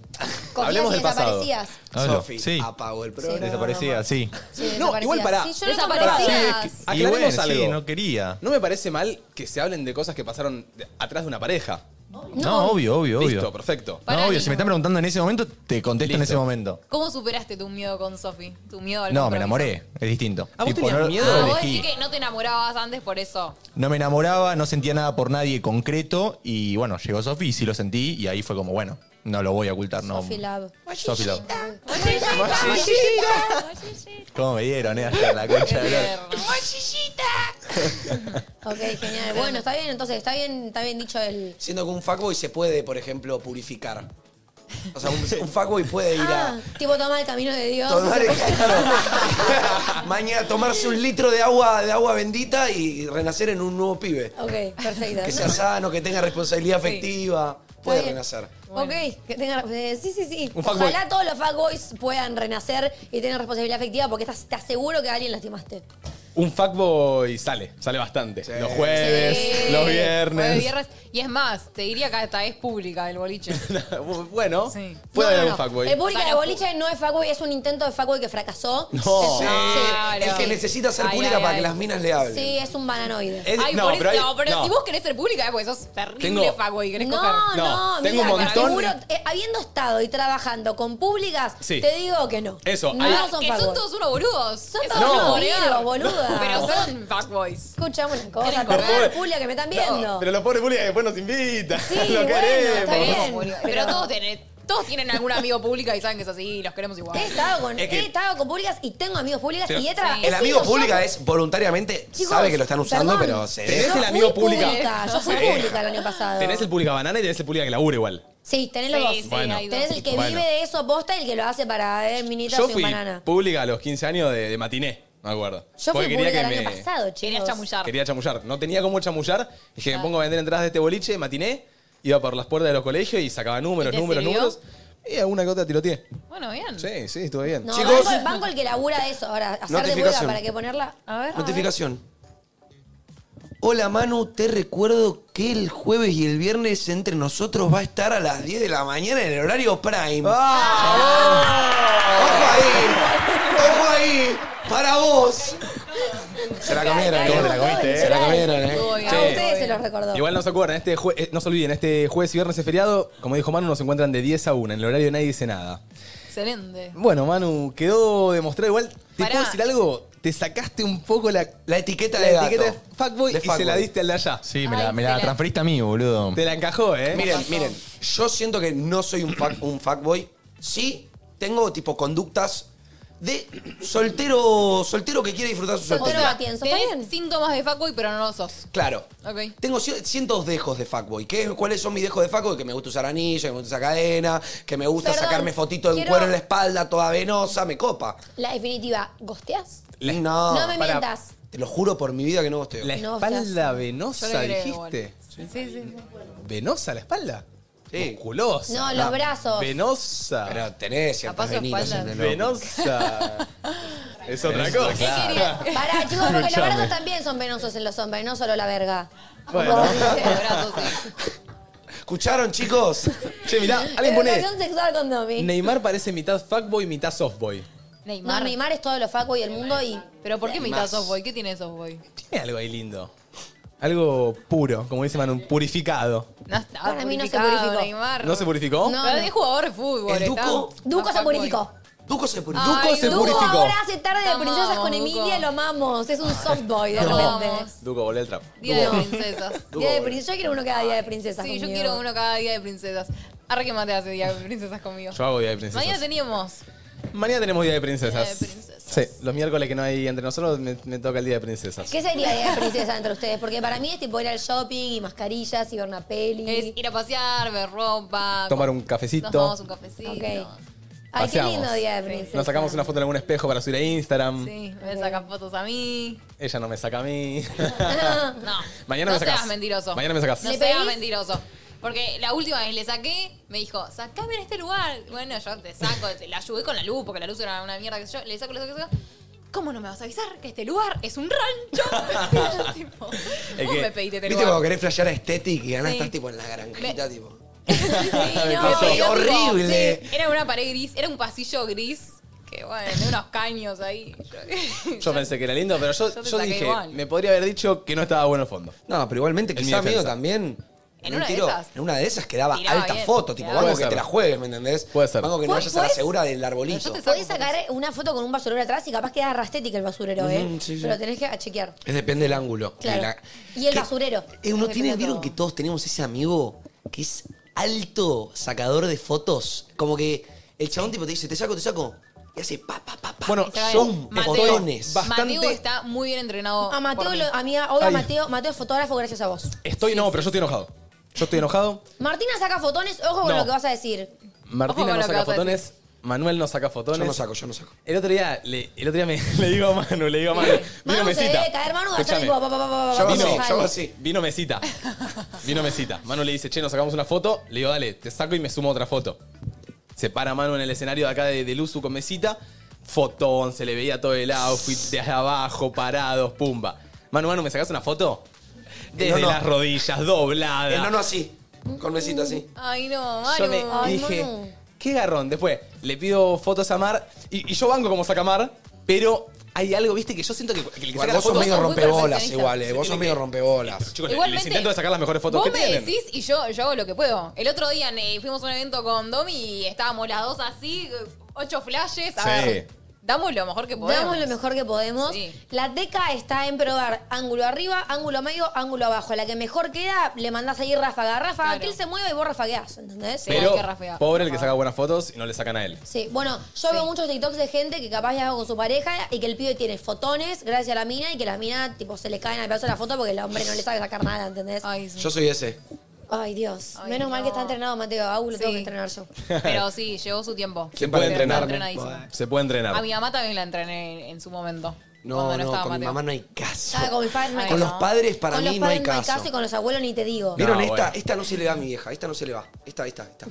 S2: Cogías
S6: hablemos
S2: y
S6: del pasado.
S2: desaparecías.
S9: Hablo,
S4: Sofi,
S9: sí.
S4: apagó el
S2: Sí.
S4: programa.
S9: Desaparecía, sí.
S2: Sí,
S6: No, igual
S2: desaparecías.
S6: pará.
S2: Sí, yo lo
S3: Desaparecías.
S2: compartía.
S6: Aclaremos
S9: Y bueno,
S6: algo.
S9: sí, no quería.
S6: No me parece mal que se hablen de cosas que pasaron de- atrás de una pareja.
S10: No, obvio, obvio, obvio.
S6: Listo, perfecto.
S3: Pará,
S10: no, obvio,
S3: Nico.
S10: si me están preguntando en ese momento, te contesto en
S6: Listo.
S10: ese momento.
S3: ¿Cómo superaste tu miedo con Sofi? Tu miedo al
S10: No, me
S3: compromiso.
S10: enamoré, es distinto.
S6: Ah, ¿vos
S10: Tipo,
S6: tenías
S10: no-
S6: miedo?
S10: no
S3: Ah, vos
S10: elegí.
S3: decís que no te enamorabas antes por eso.
S10: No me enamoraba, no sentía nada por nadie concreto y bueno, llegó Sofi y sí lo sentí y ahí fue como, bueno, no lo voy a ocultar, no.
S2: Sofi Love.
S10: Sofi Love. ¿Cómo me dieron, eh? Hasta la concha de la-
S2: Ok, genial. Bueno, está bien, entonces, está bien, está bien dicho el.
S4: Siendo que un fuckboy se puede, por ejemplo, purificar. O sea, un, un fuckboy puede ir
S2: Ah,
S4: a
S2: tipo tomar el camino de Dios.
S4: tomar claro. mañana tomarse un litro de agua, de agua bendita y renacer en un nuevo pibe.
S2: Ok, perfecto.
S4: Que
S2: No,
S4: sea sano, que tenga responsabilidad
S3: Sí.
S4: afectiva. Puede
S2: bien.
S4: renacer.
S2: Ok, que tengan. eh, sí, sí, sí.
S6: Un fuckboy.
S2: Ojalá todos los fuckboys puedan renacer y tengan responsabilidad afectiva porque estás, te aseguro que a alguien lastimaste.
S6: Un fuckboy sale, sale bastante. Los jueves,
S3: Sí.
S6: los
S3: Jueves,
S6: viernes.
S3: Eh, viernes. Y es más, te diría que hasta es pública el boliche.
S6: bueno,
S3: Sí.
S6: puede
S2: No, no,
S6: haber
S2: no.
S6: un fuckboy.
S2: El público de
S3: Para-
S2: boliche no es fuckboy, es un intento de fuckboy que fracasó.
S6: No.
S2: Es-
S6: Sí.
S2: sí.
S4: El que necesita ser
S3: Ay,
S4: pública
S3: ay,
S4: para
S3: ay.
S4: que las minas le hablen.
S2: Sí, es un bananoide.
S6: Es-
S3: Ay,
S6: no,
S3: por eso-
S6: pero hay-
S3: no, pero
S6: no.
S3: si vos querés ser pública, es porque sos terrible
S6: Tengo-
S3: fuckboy y querés coger.
S2: No, no,
S6: No, tengo
S2: mira,
S6: un montón.
S2: te aseguro, eh, habiendo estado y trabajando con públicas,
S6: Sí.
S2: te digo que no.
S6: Eso,
S2: no
S6: hay-
S2: son
S3: que son
S2: fuckboys.
S3: todos unos boludos. Son
S2: todos unos boludos, boluda.
S3: Pero son fuckboys.
S2: Escuchame una cosa,
S3: Quieren
S2: perdón,
S6: correr.
S2: Julia, que me están viendo.
S6: Pero los pobres públicos después nos invitan.
S2: Sí,
S6: lo
S2: bueno,
S6: queremos.
S2: está bien.
S3: Pero,
S2: Pero-
S3: todos, tienen, todos tienen algún amigo pública y saben que es así y los queremos igual.
S2: He estado con,
S6: Es que-
S2: he estado con públicas y tengo amigos públicas y he trabajado.
S4: El amigo pública es voluntariamente, sabe que lo están usando, pero se
S6: Tenés
S4: deja.
S6: el amigo pública.
S2: Yo fui
S6: Sí.
S2: pública el año pasado.
S6: Tenés el pública banana y tenés el pública que labura igual.
S2: Sí, tenés
S3: Sí,
S2: los dos.
S3: sí, Bueno. hay dos.
S2: Tenés el que
S6: Bueno.
S2: vive de eso posta y el que lo hace para ver minitas
S6: Yo
S2: y
S6: fui
S2: un banana.
S6: pública a los 15 años de, de matiné, me acuerdo.
S2: Yo fui
S6: Porque
S2: pública el año pasado, chicos.
S3: Querías chamullar.
S6: Quería chamullar. No tenía cómo chamullar.
S2: Ah.
S6: Dije, me pongo a vender entradas de este boliche, matiné. Iba por las puertas de los colegios y sacaba números,
S3: ¿Y te
S6: números,
S3: sirvió?
S6: números. Y alguna que otra tiroteé.
S3: Bueno, bien.
S6: Sí, sí, estuvo bien.
S2: No,
S4: Chicos.
S2: banco, banco el que labura de eso. Ahora, hacer de huelga
S4: Notificación.
S2: para que ponerla.
S3: A ver. a ver.
S4: Notificación. Hola Manu, te recuerdo que el jueves y el viernes entre nosotros va a estar a las 10 de la mañana en el horario prime. ¡Ojo ahí! ¡Ojo ahí! ¡Para vos! Se la comieron,
S2: Cayó
S4: ¿eh?
S2: todo el
S4: Se la
S2: chat.
S4: comieron, ¿eh?
S3: Estuvo bien.
S2: A
S3: Estuvo
S2: ustedes
S3: bien.
S2: se los recordó.
S6: Igual no se acuerdan, este jue- eh, no se olviden, este jueves y viernes es feriado. Como dijo Manu, nos encuentran de 10 a 1. En el horario nadie dice nada.
S3: Excelente.
S6: Bueno, Manu, quedó demostrado igual. ¿Te
S3: Pará.
S6: puedo decir algo? Te sacaste un poco la,
S4: La etiqueta
S6: la
S4: de gato.
S6: etiqueta de fuckboy
S4: De
S6: y se la diste al de allá.
S10: Sí, me
S3: Ay,
S10: la, me
S3: se
S10: la
S3: la-
S10: transferiste a mí, boludo.
S6: Te la encajó, ¿eh?
S4: Miren, miren, yo siento que no soy un, fuck- un fuckboy. Sí, tengo tipo conductas de soltero soltero que quiere disfrutar su
S2: Soltero
S4: soltería.
S2: batienzo, ¿está
S3: Tenés
S2: bien?
S3: síntomas de fuckboy, pero no lo sos.
S4: Claro.
S3: Ok.
S4: Tengo ci- cientos dejos de fuckboy. ¿Qué, ¿Cuáles son mis dejos de fuckboy? Que me gusta usar anillo, que me gusta usar cadena, que me gusta
S2: Perdón,
S4: sacarme fotito de un
S2: quiero-
S4: cuero en la espalda toda venosa, me copa.
S2: La definitiva, ¿gosteas?
S4: No,
S2: no me
S6: para-
S2: mientas.
S4: te lo juro por mi vida que no gosteo.
S6: La
S2: No,
S6: espalda
S3: Yo
S6: venosa,
S3: le creo,
S6: dijiste.
S3: Sí, sí, sí.
S6: ¿Venosa la espalda?
S4: Sí.
S6: Musculosa.
S2: No, los brazos.
S6: Venosa.
S4: Pero tenés ciertas
S3: Capaz su
S4: venidas
S3: espalda.
S4: en el ojo.
S6: Venosa. es otra cosa.
S2: Pará, chicos, porque los brazos también son venosos en los hombres, no solo la verga.
S6: Bueno.
S3: Los brazos, sí.
S4: ¿Escucharon, chicos?
S6: Che, mirá, alguien pone.
S2: Educación sexual con Domi.
S6: Neymar parece mitad fuckboy, mitad softboy.
S2: No,
S3: Neymar.
S2: Neymar es todos los facos y el mundo y...
S3: Pero ¿por qué mitad
S4: Más.
S3: sos boy? ¿Qué tiene sos boy?
S6: Tiene algo ahí lindo. Algo puro, como dice Manu, purificado.
S2: Para mí no se purificó.
S3: Neymar.
S6: ¿No se purificó?
S2: No.
S3: Pero es jugador de fútbol.
S4: El
S3: está-
S4: Duco-
S3: está
S2: Duco se
S3: fuckboy.
S2: purificó.
S4: Duco se puri-
S3: Ay,
S6: Duco se
S3: Duco.
S2: Duco
S6: purificó.
S2: ahora hace tarde de
S3: Te
S2: princesas
S3: amamos,
S2: con Emilia,
S3: Duco.
S2: lo amamos. Es un softboy de
S3: Te
S2: repente.
S3: amamos.
S6: Duco, volé el trap.
S3: Día de princesas.
S2: Día de princesas. Yo quiero uno cada día de princesas.
S3: Sí, yo
S2: conmigo.
S3: quiero uno cada día de princesas. Ahora que mate hace día de princesas conmigo.
S6: Yo hago día de
S3: Mañana
S6: princesas.
S3: teníamos.
S6: Mañana tenemos día de princesas.
S3: Día de princesas.
S6: Sí, los miércoles que no hay entre nosotros me, me toca el día de princesas.
S2: ¿Qué sería día de princesa entre ustedes? Porque para mí es tipo ir al shopping y mascarillas y ver una peli.
S3: Es ir a pasear, ver ropa.
S6: Tomar un
S3: Nos
S6: cafecito.
S3: tomamos un cafecito.
S2: Ok. Ay, qué
S6: Paseamos.
S2: lindo día de princesa.
S6: Nos sacamos una foto en algún espejo para subir a Instagram.
S3: Sí, me sacan fotos a mí.
S6: Ella no me saca a mí.
S3: No.
S6: Mañana me
S3: no
S6: sacás.
S3: seas mentiroso.
S6: Mañana me sacás.
S3: No
S2: ¿Le
S3: seas
S2: pedís?
S3: mentiroso. Porque la última vez le saqué, me dijo, sacame en este lugar. Bueno, yo te saco, te- la ayudé con la luz, porque la luz era una mierda que yo. Le saco, le saco, le saco. ¿Cómo no me vas a avisar que este lugar es un rancho? tipo, vos
S6: que-
S3: me pediste este
S4: ¿Viste cuando
S3: lugar.
S4: querés flashear a Aesthetic y ganas
S3: Sí.
S4: estás tipo en la granjita,
S3: Me-
S4: tipo?
S3: Sí, no,
S4: pasó.
S3: pero tipo,
S4: Horrible.
S3: sí, era una pared gris, era un pasillo gris, que bueno, unos caños ahí. Yo,
S6: Yo pensé que era lindo, pero yo,
S3: Yo te
S6: yo
S3: saqué
S6: dije,
S3: igual.
S6: me podría haber dicho que no estaba bueno el fondo.
S4: No, pero igualmente
S6: En mi
S4: quizás
S6: defensa.
S4: mío también.
S3: En
S4: un
S3: una de
S4: tiro,
S3: esas.
S4: En una de esas quedaba
S3: Tiraba
S4: alta
S3: bien,
S4: foto, tipo,
S3: tiraba.
S4: banco
S3: Puede
S4: que te
S3: ser.
S4: la juegues, ¿me entendés? Puede ser. Banco que no
S2: Puedes-
S4: vayas a la
S2: puedes-
S4: segura del arbolito.
S2: Podés sacar una foto con un basurero atrás y capaz queda rastética el basurero, ¿eh?
S4: Ujú, sí, sí.
S2: Pero tenés que a chequear.
S4: Es depende del ángulo.
S2: Claro.
S4: De la-
S2: Y el
S4: ¿Qué?
S2: basurero.
S4: Eh, uno
S2: Depende
S4: tiene,
S2: de
S4: vieron
S2: todo.
S4: que todos tenemos ese amigo que es alto sacador de fotos. Como que el chabón tipo te dice, te saco, te saco. Y hace pa, pa, pa, pa. Bueno, son
S3: Mateo,
S4: botones.
S3: Mateo está muy bien entrenado.
S2: A Mateo,
S3: por mí.
S2: lo- amiga, hola
S6: Ay.
S2: Mateo, Mateo es fotógrafo gracias a vos.
S6: Estoy, no, pero yo estoy enojado. Yo estoy enojado.
S2: Martina saca fotones, ojo con
S6: No.
S2: lo que vas a decir.
S6: Martina
S2: Ojo con
S6: no
S2: lo que
S6: saca
S2: vas a
S6: fotones. Manuel no saca fotones.
S4: Yo no saco, yo no saco.
S6: El otro día, le, el otro día me, le digo a Manu, le digo a Manu. Vino
S2: Manu se
S6: mesita.
S2: debe caer, Manu va a hacer
S6: Escuchame.
S2: tipo, pa, pa, pa, pa, pa,
S6: Vino-
S2: pa, pa, sale.
S6: Vino mesita. Vino mesita. Manu le dice, che, nos sacamos una foto. Le digo, dale, te saco y me sumo otra foto. Se para Manu en el escenario de acá de, de Luzu con mesita. Fotón, se le veía todo el outfit desde abajo, parados, pumba. Manu, Manu, ¿me sacas una foto? Desde
S4: No, no.
S6: las rodillas, doblada.
S4: El nono así, con mesita así.
S3: Ay, no, Manu.
S6: Yo me
S3: Ay,
S6: dije,
S3: Manu.
S6: Mm, qué garrón. Después le pido fotos a Mar y, y yo banco como saca Mar, pero hay algo, viste, que yo siento que, que el que
S4: Igual,
S6: saca las
S4: vos sos
S6: fotos-
S4: medio rompebolas
S3: perfeccionista.
S4: igual, eh. Vos sos medio rompebolas.
S6: Chicos, les- les
S3: Igualmente,
S6: intento de sacar las mejores fotos
S3: Vos
S6: que
S3: me
S6: tienen.
S3: decís y yo, yo hago lo que puedo. El otro día eh, fuimos a un evento con Domi y estábamos las dos así, eh, ocho flashes. A
S6: Sí.
S3: ver, damos lo mejor que podemos.
S2: Damos lo mejor que podemos.
S3: Sí.
S2: La teca está en probar ángulo arriba, ángulo medio, ángulo abajo. La que mejor queda, le mandás ahí ráfaga. Ráfaga,
S3: Claro.
S2: que él se mueva y vos rafagueás, ¿entendés?
S6: Pero
S3: qué rafea.
S6: pobre el que saca buenas fotos y no le sacan a él.
S2: Sí, bueno, yo veo muchos TikToks de gente que capaz viaja con su pareja y que el pibe tiene fotones gracias a la mina y que la mina tipo se le caen al pedazo de la foto porque el hombre no le sabe sacar nada, ¿entendés? Ay,
S3: Ay, sí.
S4: Yo soy ese.
S2: Dios.
S3: Ay,
S2: Menos mal que
S3: no.
S2: está entrenado Mateo. Aú lo
S3: Sí.
S2: tengo que entrenar yo.
S3: Pero sí, llegó su tiempo.
S6: Se puede
S3: Pero
S6: entrenar.
S3: está entrenadísimo.
S6: Se puede
S3: A
S6: entrenar.
S3: mi mamá también la entrené en, en su momento.
S4: No,
S3: cuando
S4: no,
S3: estaba
S4: con mi
S3: Mateo.
S4: mamá no hay
S2: Ah,
S4: caso.
S2: con mis padres no hay
S4: Con
S2: caso.
S4: los padres para
S2: Con los
S4: mí no
S2: padres
S4: hay caso.
S2: y con los abuelos ni te digo.
S4: ¿Vieron
S6: No,
S4: esta?
S6: bueno.
S4: Esta no se le da a mi vieja, esta no se le va. Esta, esta, esta.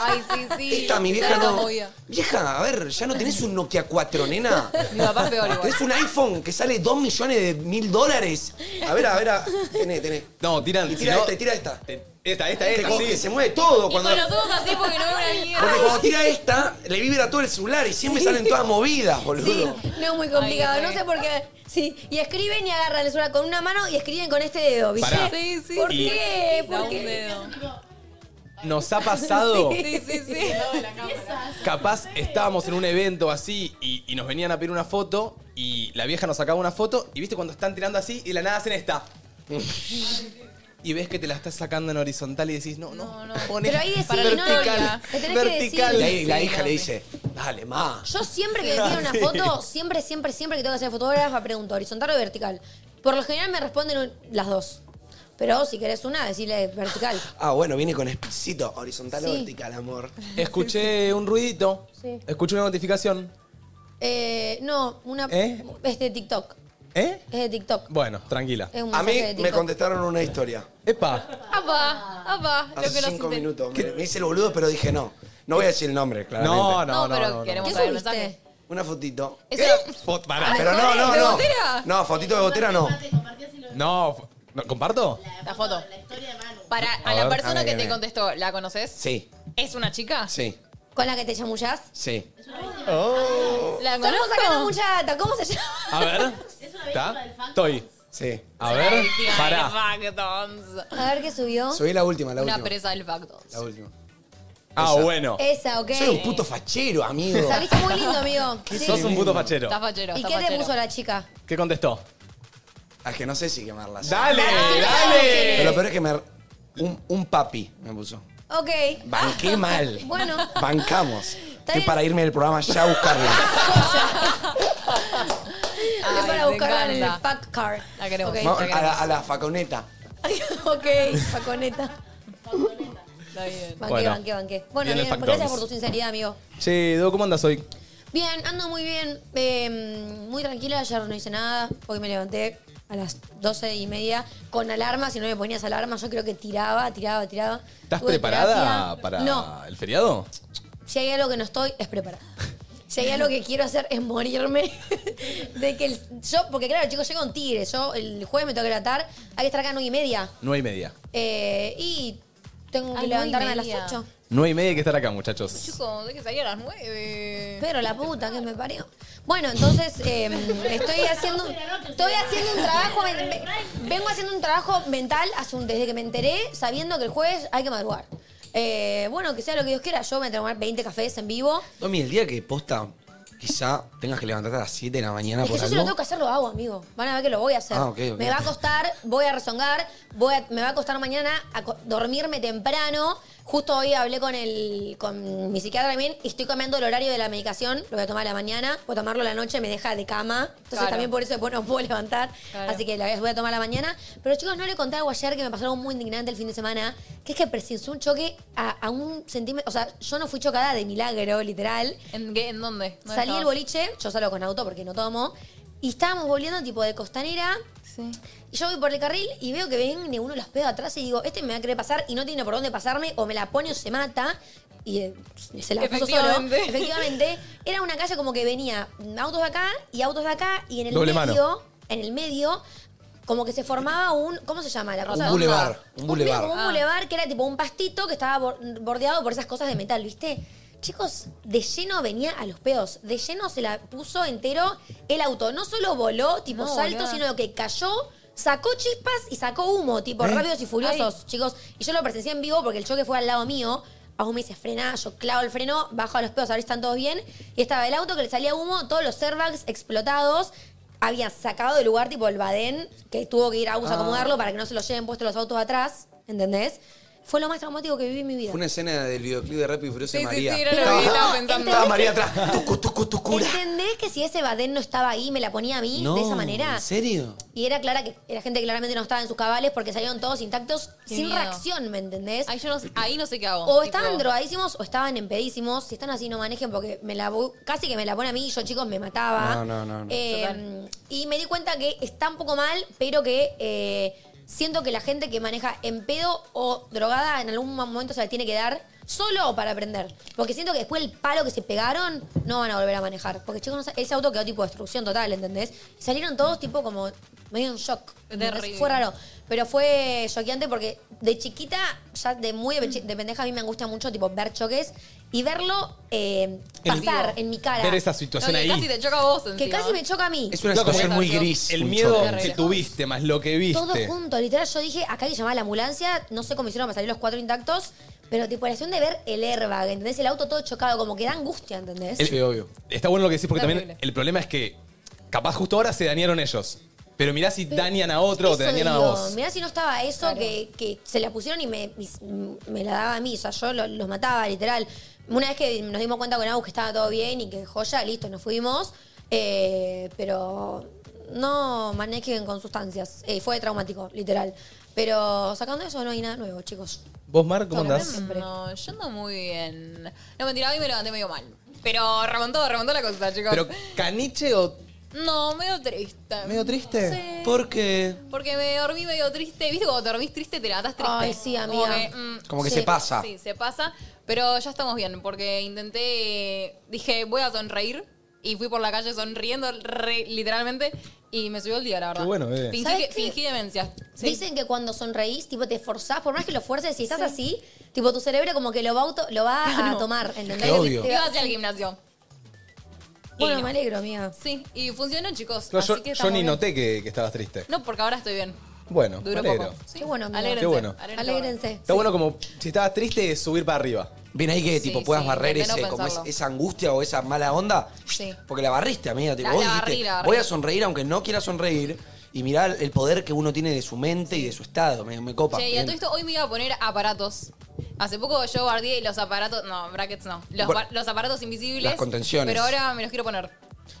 S3: Ay, sí, sí.
S4: Esta, mi vieja
S3: Tanta
S4: no.
S3: movida.
S4: Vieja, a ver, ya no tenés un Nokia 4, nena.
S3: Mi papá es peor igual.
S4: Tenés un iPhone que sale 2 millones de mil dólares. A ver, a ver, a... tené, tené.
S6: No, tiran.
S4: Y
S6: si
S4: tira
S6: no-
S4: esta, y tira esta.
S6: te- Esta, esta,
S4: Este
S6: esta,
S4: como que
S6: sí.
S4: se mueve todo.
S3: Y
S4: Cuando,
S3: con los ojos así porque no veo una mierda.
S4: porque cuando tira esta, le vibra todo el celular y siempre salen todas movidas,
S2: Sí,
S4: boludo.
S2: no es muy complicado.
S3: Ay,
S2: no
S3: re.
S2: sé por qué. Sí, y escriben y agarran el celular con una mano y escriben con este dedo, ¿viste?
S6: Pará.
S3: Sí, sí,
S2: ¿Por
S6: sí.
S2: qué? ¿Por
S3: Da un
S2: qué?
S3: dedo.
S6: Nos ha pasado.
S3: Sí, sí, sí.
S6: Capaz estábamos en un evento así y, y nos venían a pedir una foto y la vieja nos sacaba una foto y viste cuando están tirando así y de la nada hacen esta. Y ves que te la estás sacando en horizontal y decís, no, no,
S3: No, no.
S6: pone
S2: Pero ahí decís,
S3: Para la
S2: no,
S3: historia.
S2: le tenés
S6: Vertical.
S2: que
S4: Y
S2: decir.
S4: ahí la hija le dice, dale, ma.
S2: Yo siempre que me piden una foto, siempre, siempre, siempre que tengo que ser fotógrafa, pregunto, ¿horizontal o vertical? Por lo general me responden un- las dos. Pero si querés una, decirle vertical.
S4: Ah, bueno, viene con espicito, horizontal o
S2: Sí.
S4: vertical, amor.
S6: Escuché un ruidito,
S2: Sí.
S6: escuché una notificación.
S2: Eh, no, una.
S6: ¿Eh?
S2: Es de TikTok.
S6: ¿Eh?
S2: Es de TikTok.
S6: Bueno, tranquila.
S2: Es un
S4: A mí
S2: mensaje de
S4: me
S2: TikTok.
S4: contestaron una historia.
S6: Epa.
S3: Apa, apa. Lo
S4: Hace
S3: que nos
S4: cinco
S3: inter-
S4: minutos. Me, me hice el boludo, pero dije no. No voy a decir el nombre, claramente.
S6: No, no, no.
S3: No, pero
S6: no, no.
S3: queremos
S2: ¿Qué
S3: saber el
S2: subiste?
S3: mensaje.
S4: Una fotito.
S3: Eso era-
S6: Fot- pará.
S4: Pero no, no,
S3: ¿De
S4: no.
S3: gotera?
S4: No, fotito de gotera no.
S6: No, f- ¿no, ¿comparto?
S3: La foto. Para a,
S6: A
S3: la
S6: ver.
S3: persona
S4: A ver,
S3: que
S4: a
S3: te
S4: ver.
S3: contestó, ¿la conoces?
S4: Sí,
S3: ¿Es una chica?
S4: sí,
S2: ¿Con la que te chamullás?
S4: sí. Oh.
S3: ¿La
S2: Estamos
S3: conozco?
S2: sacando mucha data. ¿Cómo se llama?
S6: A ver. ¿Está? Estoy.
S4: Sí.
S6: A ver.
S3: Tío,
S6: Pará.
S3: el Factons.
S2: A ver qué subió.
S4: Soy la última, la
S3: Una
S4: última.
S3: presa del Factons.
S4: La última.
S6: Ah,
S4: Esa.
S6: bueno.
S2: Esa, ok.
S4: Soy un puto fachero, amigo.
S2: Saliste muy lindo, amigo. Sí.
S6: Sos un puto fachero.
S3: Está fachero,
S2: ¿Y
S3: está
S2: qué te
S3: fachero.
S2: puso la chica?
S6: ¿Qué contestó?
S4: Ah, Es que no sé si quemarla.
S6: ¡Dale!
S4: Pero lo
S6: ¡Dale!
S4: peor es que me... Un, un papi me puso.
S2: Ok.
S4: Banqué mal.
S2: Bueno.
S4: Bancamos. Estoy
S2: bien.
S4: para irme del programa ya a buscarla.
S2: Es
S3: Ay,
S2: para
S3: me
S2: buscarla en el
S3: encanta.
S2: fuck car.
S3: La queremos.
S2: Ok.
S4: Vamos a la, a la faconeta.
S2: ok, faconeta.
S3: Está bien.
S2: Banqué,
S6: Bueno.
S2: banqué, banqué. Bueno,
S6: Bien el
S2: bien,
S6: Fuck
S2: gracias
S6: Dogs.
S2: por tu sinceridad, amigo.
S6: Che, Do, ¿cómo andas hoy?
S2: Bien, ando muy bien. eh, muy tranquila, ayer no hice nada. Hoy me levanté a las doce y media con alarma. Si no me ponías alarma, yo creo que tiraba, tiraba, tiraba.
S6: ¿Estás
S2: Tuve
S6: preparada
S2: terapia.
S6: para
S2: No,
S6: el feriado?
S2: si hay algo que no estoy, es preparada. Si hay algo que quiero hacer es morirme. de que el- yo, porque claro, chicos, llego un tigre. Yo el jueves me tengo que tratar. Hay que estar acá a nueve y media.
S6: Nueve y media.
S2: Eh, y Tengo que
S3: Ay, nueve y
S2: levantarme a las
S3: media.
S2: 8.
S6: Nueve y media hay que estar acá, muchachos.
S3: Chicos, hay que salir a las nueve.
S2: Pero la puta que me parió. Bueno, entonces eh, estoy haciendo estoy haciendo un trabajo men- ve- vengo haciendo un trabajo mental hace un- desde que me enteré sabiendo que el jueves hay que madrugar. Eh, bueno, que sea lo que Dios quiera, yo me voy a tomar 20 cafés en vivo.
S4: Domi, el día que posta, quizá tengas que levantarte a las 7 de la mañana
S2: Es que
S4: por
S2: yo si
S4: algo.
S2: lo tengo que hacer, lo hago, amigo. Van a ver que lo voy a hacer.
S4: Ah, ok, ok.
S2: Me va a costar, voy a rezongar, voy a- me va a costar mañana a co- dormirme temprano. Justo hoy hablé con el con mi psiquiatra también y estoy cambiando el horario de la medicación. Lo voy a tomar a la mañana, voy a tomarlo a la noche, me deja de cama. Entonces
S3: Claro.
S2: también por eso después no puedo levantar.
S3: Claro.
S2: Así que la voy a tomar a la mañana. Pero chicos, no le conté algo ayer que me pasó algo muy indignante el fin de semana, que es que presenció un choque a, a un centímetro. O sea, yo no fui chocada de milagro, literal.
S3: ¿En, qué- en dónde? ¿Dónde
S2: Salí
S3: estabas?
S2: el boliche, yo salgo con auto porque no tomo, y estábamos volviendo tipo de costanera.
S3: Sí.
S2: Y yo voy por el carril y veo que viene uno de los pedos atrás y digo, este me va a querer pasar y no tiene por dónde pasarme, o me la pone o se mata. Y eh, se la puso solo.
S3: Efectivamente.
S2: Efectivamente. Era una calle como que venía autos de acá y autos de acá, y en el
S10: Doble mano.
S2: medio, en el medio, como que se formaba un. ¿Cómo se llama la cosa?
S4: Un bulevar. Un
S2: Un bulevar.
S4: bulevar.
S2: Como un bulevar que era tipo un pastito que estaba bor- bordeado por esas cosas de metal, ¿viste? Chicos, de lleno venía a los pedos. De lleno se la puso entero el auto. No solo voló, tipo
S3: No,
S2: salto,
S3: boluda.
S2: sino que cayó, sacó chispas y sacó humo, tipo rápidos y furiosos, chicos. Y yo lo presencié en vivo porque el choque fue al lado mío. Aún me dice frena, yo clavo el freno, bajo a los pedos, a ver si están todos bien. Y estaba el auto que le salía humo, todos los airbags explotados. Había sacado del lugar tipo el Badén, que tuvo que ir a Agus a acomodarlo para que no se lo lleven puestos los autos atrás, ¿entendés? Fue lo más traumático que viví en mi vida.
S4: Fue una escena del videoclip de Rápido y Furioso
S3: Sí,
S4: de
S3: sí,
S4: María.
S3: sí, era lo
S2: Pero
S3: que estaba
S2: no,
S3: pensando.
S4: Estaba María atrás. Tucu, tucu, tucura.
S2: ¿Entendés que si ese Badén no estaba ahí, me la ponía a mí de esa manera?
S4: ¿En serio?
S2: Y era clara que la gente que claramente no estaba en sus cabales porque salieron todos intactos
S3: Qué
S2: sin
S3: miedo.
S2: reacción, ¿me entendés?
S3: Ahí, yo no, sé- ahí no sé qué hago.
S2: o
S3: Tipo,
S2: estaban drogadísimos o estaban empedísimos. Si están así, no manejen porque me la voy- casi que me la pone a mí. Yo, chicos, me mataba.
S4: No, no, no, no.
S2: Eh, y me di cuenta que está un poco mal, pero que eh, siento que la gente que maneja en pedo o drogada en algún momento se la tiene que dar solo para aprender. Porque siento que después el palo que se pegaron no van a volver a manejar. Porque, chicos, no sa- ese auto quedó tipo destrucción total, ¿entendés? Y salieron todos tipo como medio en shock. ¿entendés?
S3: Terrible.
S2: Fue raro. Pero fue choqueante porque de chiquita, ya de muy de, pe- de pendeja, a mí me gusta mucho tipo ver choques y verlo eh,
S6: En
S2: pasar
S6: vivo.
S2: en mi cara.
S6: Ver esa
S3: No,
S6: situación
S3: que
S6: ahí.
S3: casi te choca a vos encima.
S2: Que casi me choca a mí.
S4: Es una
S6: Loco,
S4: situación
S6: me
S4: muy
S3: pasó.
S4: gris.
S6: El
S4: un
S6: miedo
S4: choque.
S6: que tuviste más lo que viste.
S2: Todo junto, literal. Yo dije, acá hay que llamar a la ambulancia. No sé cómo hicieron para salir los cuatro intactos. Pero tipo, la acción de ver el airbag, ¿entendés? El auto todo chocado, como que da angustia, ¿entendés?
S6: El-
S4: Sí, obvio.
S6: Está bueno lo que decís porque también
S3: Terrible.
S6: el problema es que capaz justo ahora se dañaron ellos. Pero mirá si dañan a otro o te
S2: Eso
S6: dañan a
S2: digo,
S6: vos.
S2: Mirá si no estaba eso que, que se la pusieron y me, y me la daba a mí. O sea, yo lo- los mataba, literal. Una vez que nos dimos cuenta con Agus que estaba todo bien y que joya, listo, nos fuimos. Eh, pero no manejen con sustancias. Eh, fue traumático, literal. Pero sacando eso no hay nada nuevo, chicos.
S6: ¿Vos, Mar, cómo
S2: Hola.
S6: andás?
S3: No, yo ando muy bien. No, mentira, hoy me levanté medio mal. Pero remontó, remontó la cosa, chicos.
S6: ¿Pero caniche o
S3: No, medio triste.
S6: medio triste?
S3: Sí.
S4: ¿Por qué?
S3: Porque me dormí medio triste. ¿Viste cuando te dormís triste te levantás triste?
S2: Ay, sí,
S3: Como
S2: amiga.
S3: que, mm,
S4: Como que
S2: Sí.
S4: se pasa.
S3: Sí, se pasa. Pero ya estamos bien, porque intenté. Dije, voy a sonreír. Y fui por la calle sonriendo, re- literalmente. Y me subió el día, la verdad.
S6: Qué bueno, bebé.
S3: Fingí,
S2: ¿Sabes
S3: que-
S2: qué?
S3: fingí demencia. Sí.
S2: Dicen que cuando sonreís, tipo, te esforzás, por más que lo fuerces, si estás así, tipo, tu cerebro como que lo va, auto- lo va a
S3: Claro.
S2: tomar, ¿entendés?
S4: Qué obvio.
S2: Te
S3: Iba
S2: va-
S3: hacia el gimnasio.
S2: Bueno,
S3: Y no.
S2: me alegro, amiga.
S3: Sí, y funcionó, chicos.
S6: Yo,
S3: así
S6: yo-
S3: que
S6: yo
S3: estamos
S6: ni
S3: bien.
S6: noté que, que estabas triste.
S3: No, porque ahora estoy bien.
S6: Bueno,
S3: Duró
S6: me alegro.
S3: poco. Sí.
S2: Qué bueno, amigo.
S3: Alégrense,
S6: Qué bueno.
S2: Alégrense.
S6: Está bueno como si estabas triste subir para arriba.
S4: Ven ahí que tipo
S3: Sí,
S4: puedas
S3: sí,
S4: barrer
S3: intenté no
S4: ese, como es-
S3: pensarlo.
S4: esa angustia o esa mala onda.
S3: Sí.
S4: Porque la barriste, amiga. Tipo,
S3: La-
S4: vos
S3: la
S4: dijiste,
S3: barrí, la barrí.
S4: voy a sonreír aunque no quiera sonreír. Y mirá el poder que uno tiene de su mente y de su estado. Me, me copa.
S3: Che, y a
S4: Bien.
S3: todo esto hoy me iba a poner aparatos. Hace poco yo guardé los aparatos, no, brackets no, los,
S4: Bueno,
S3: ba- los aparatos invisibles.
S4: las contenciones.
S3: Pero ahora me los quiero poner.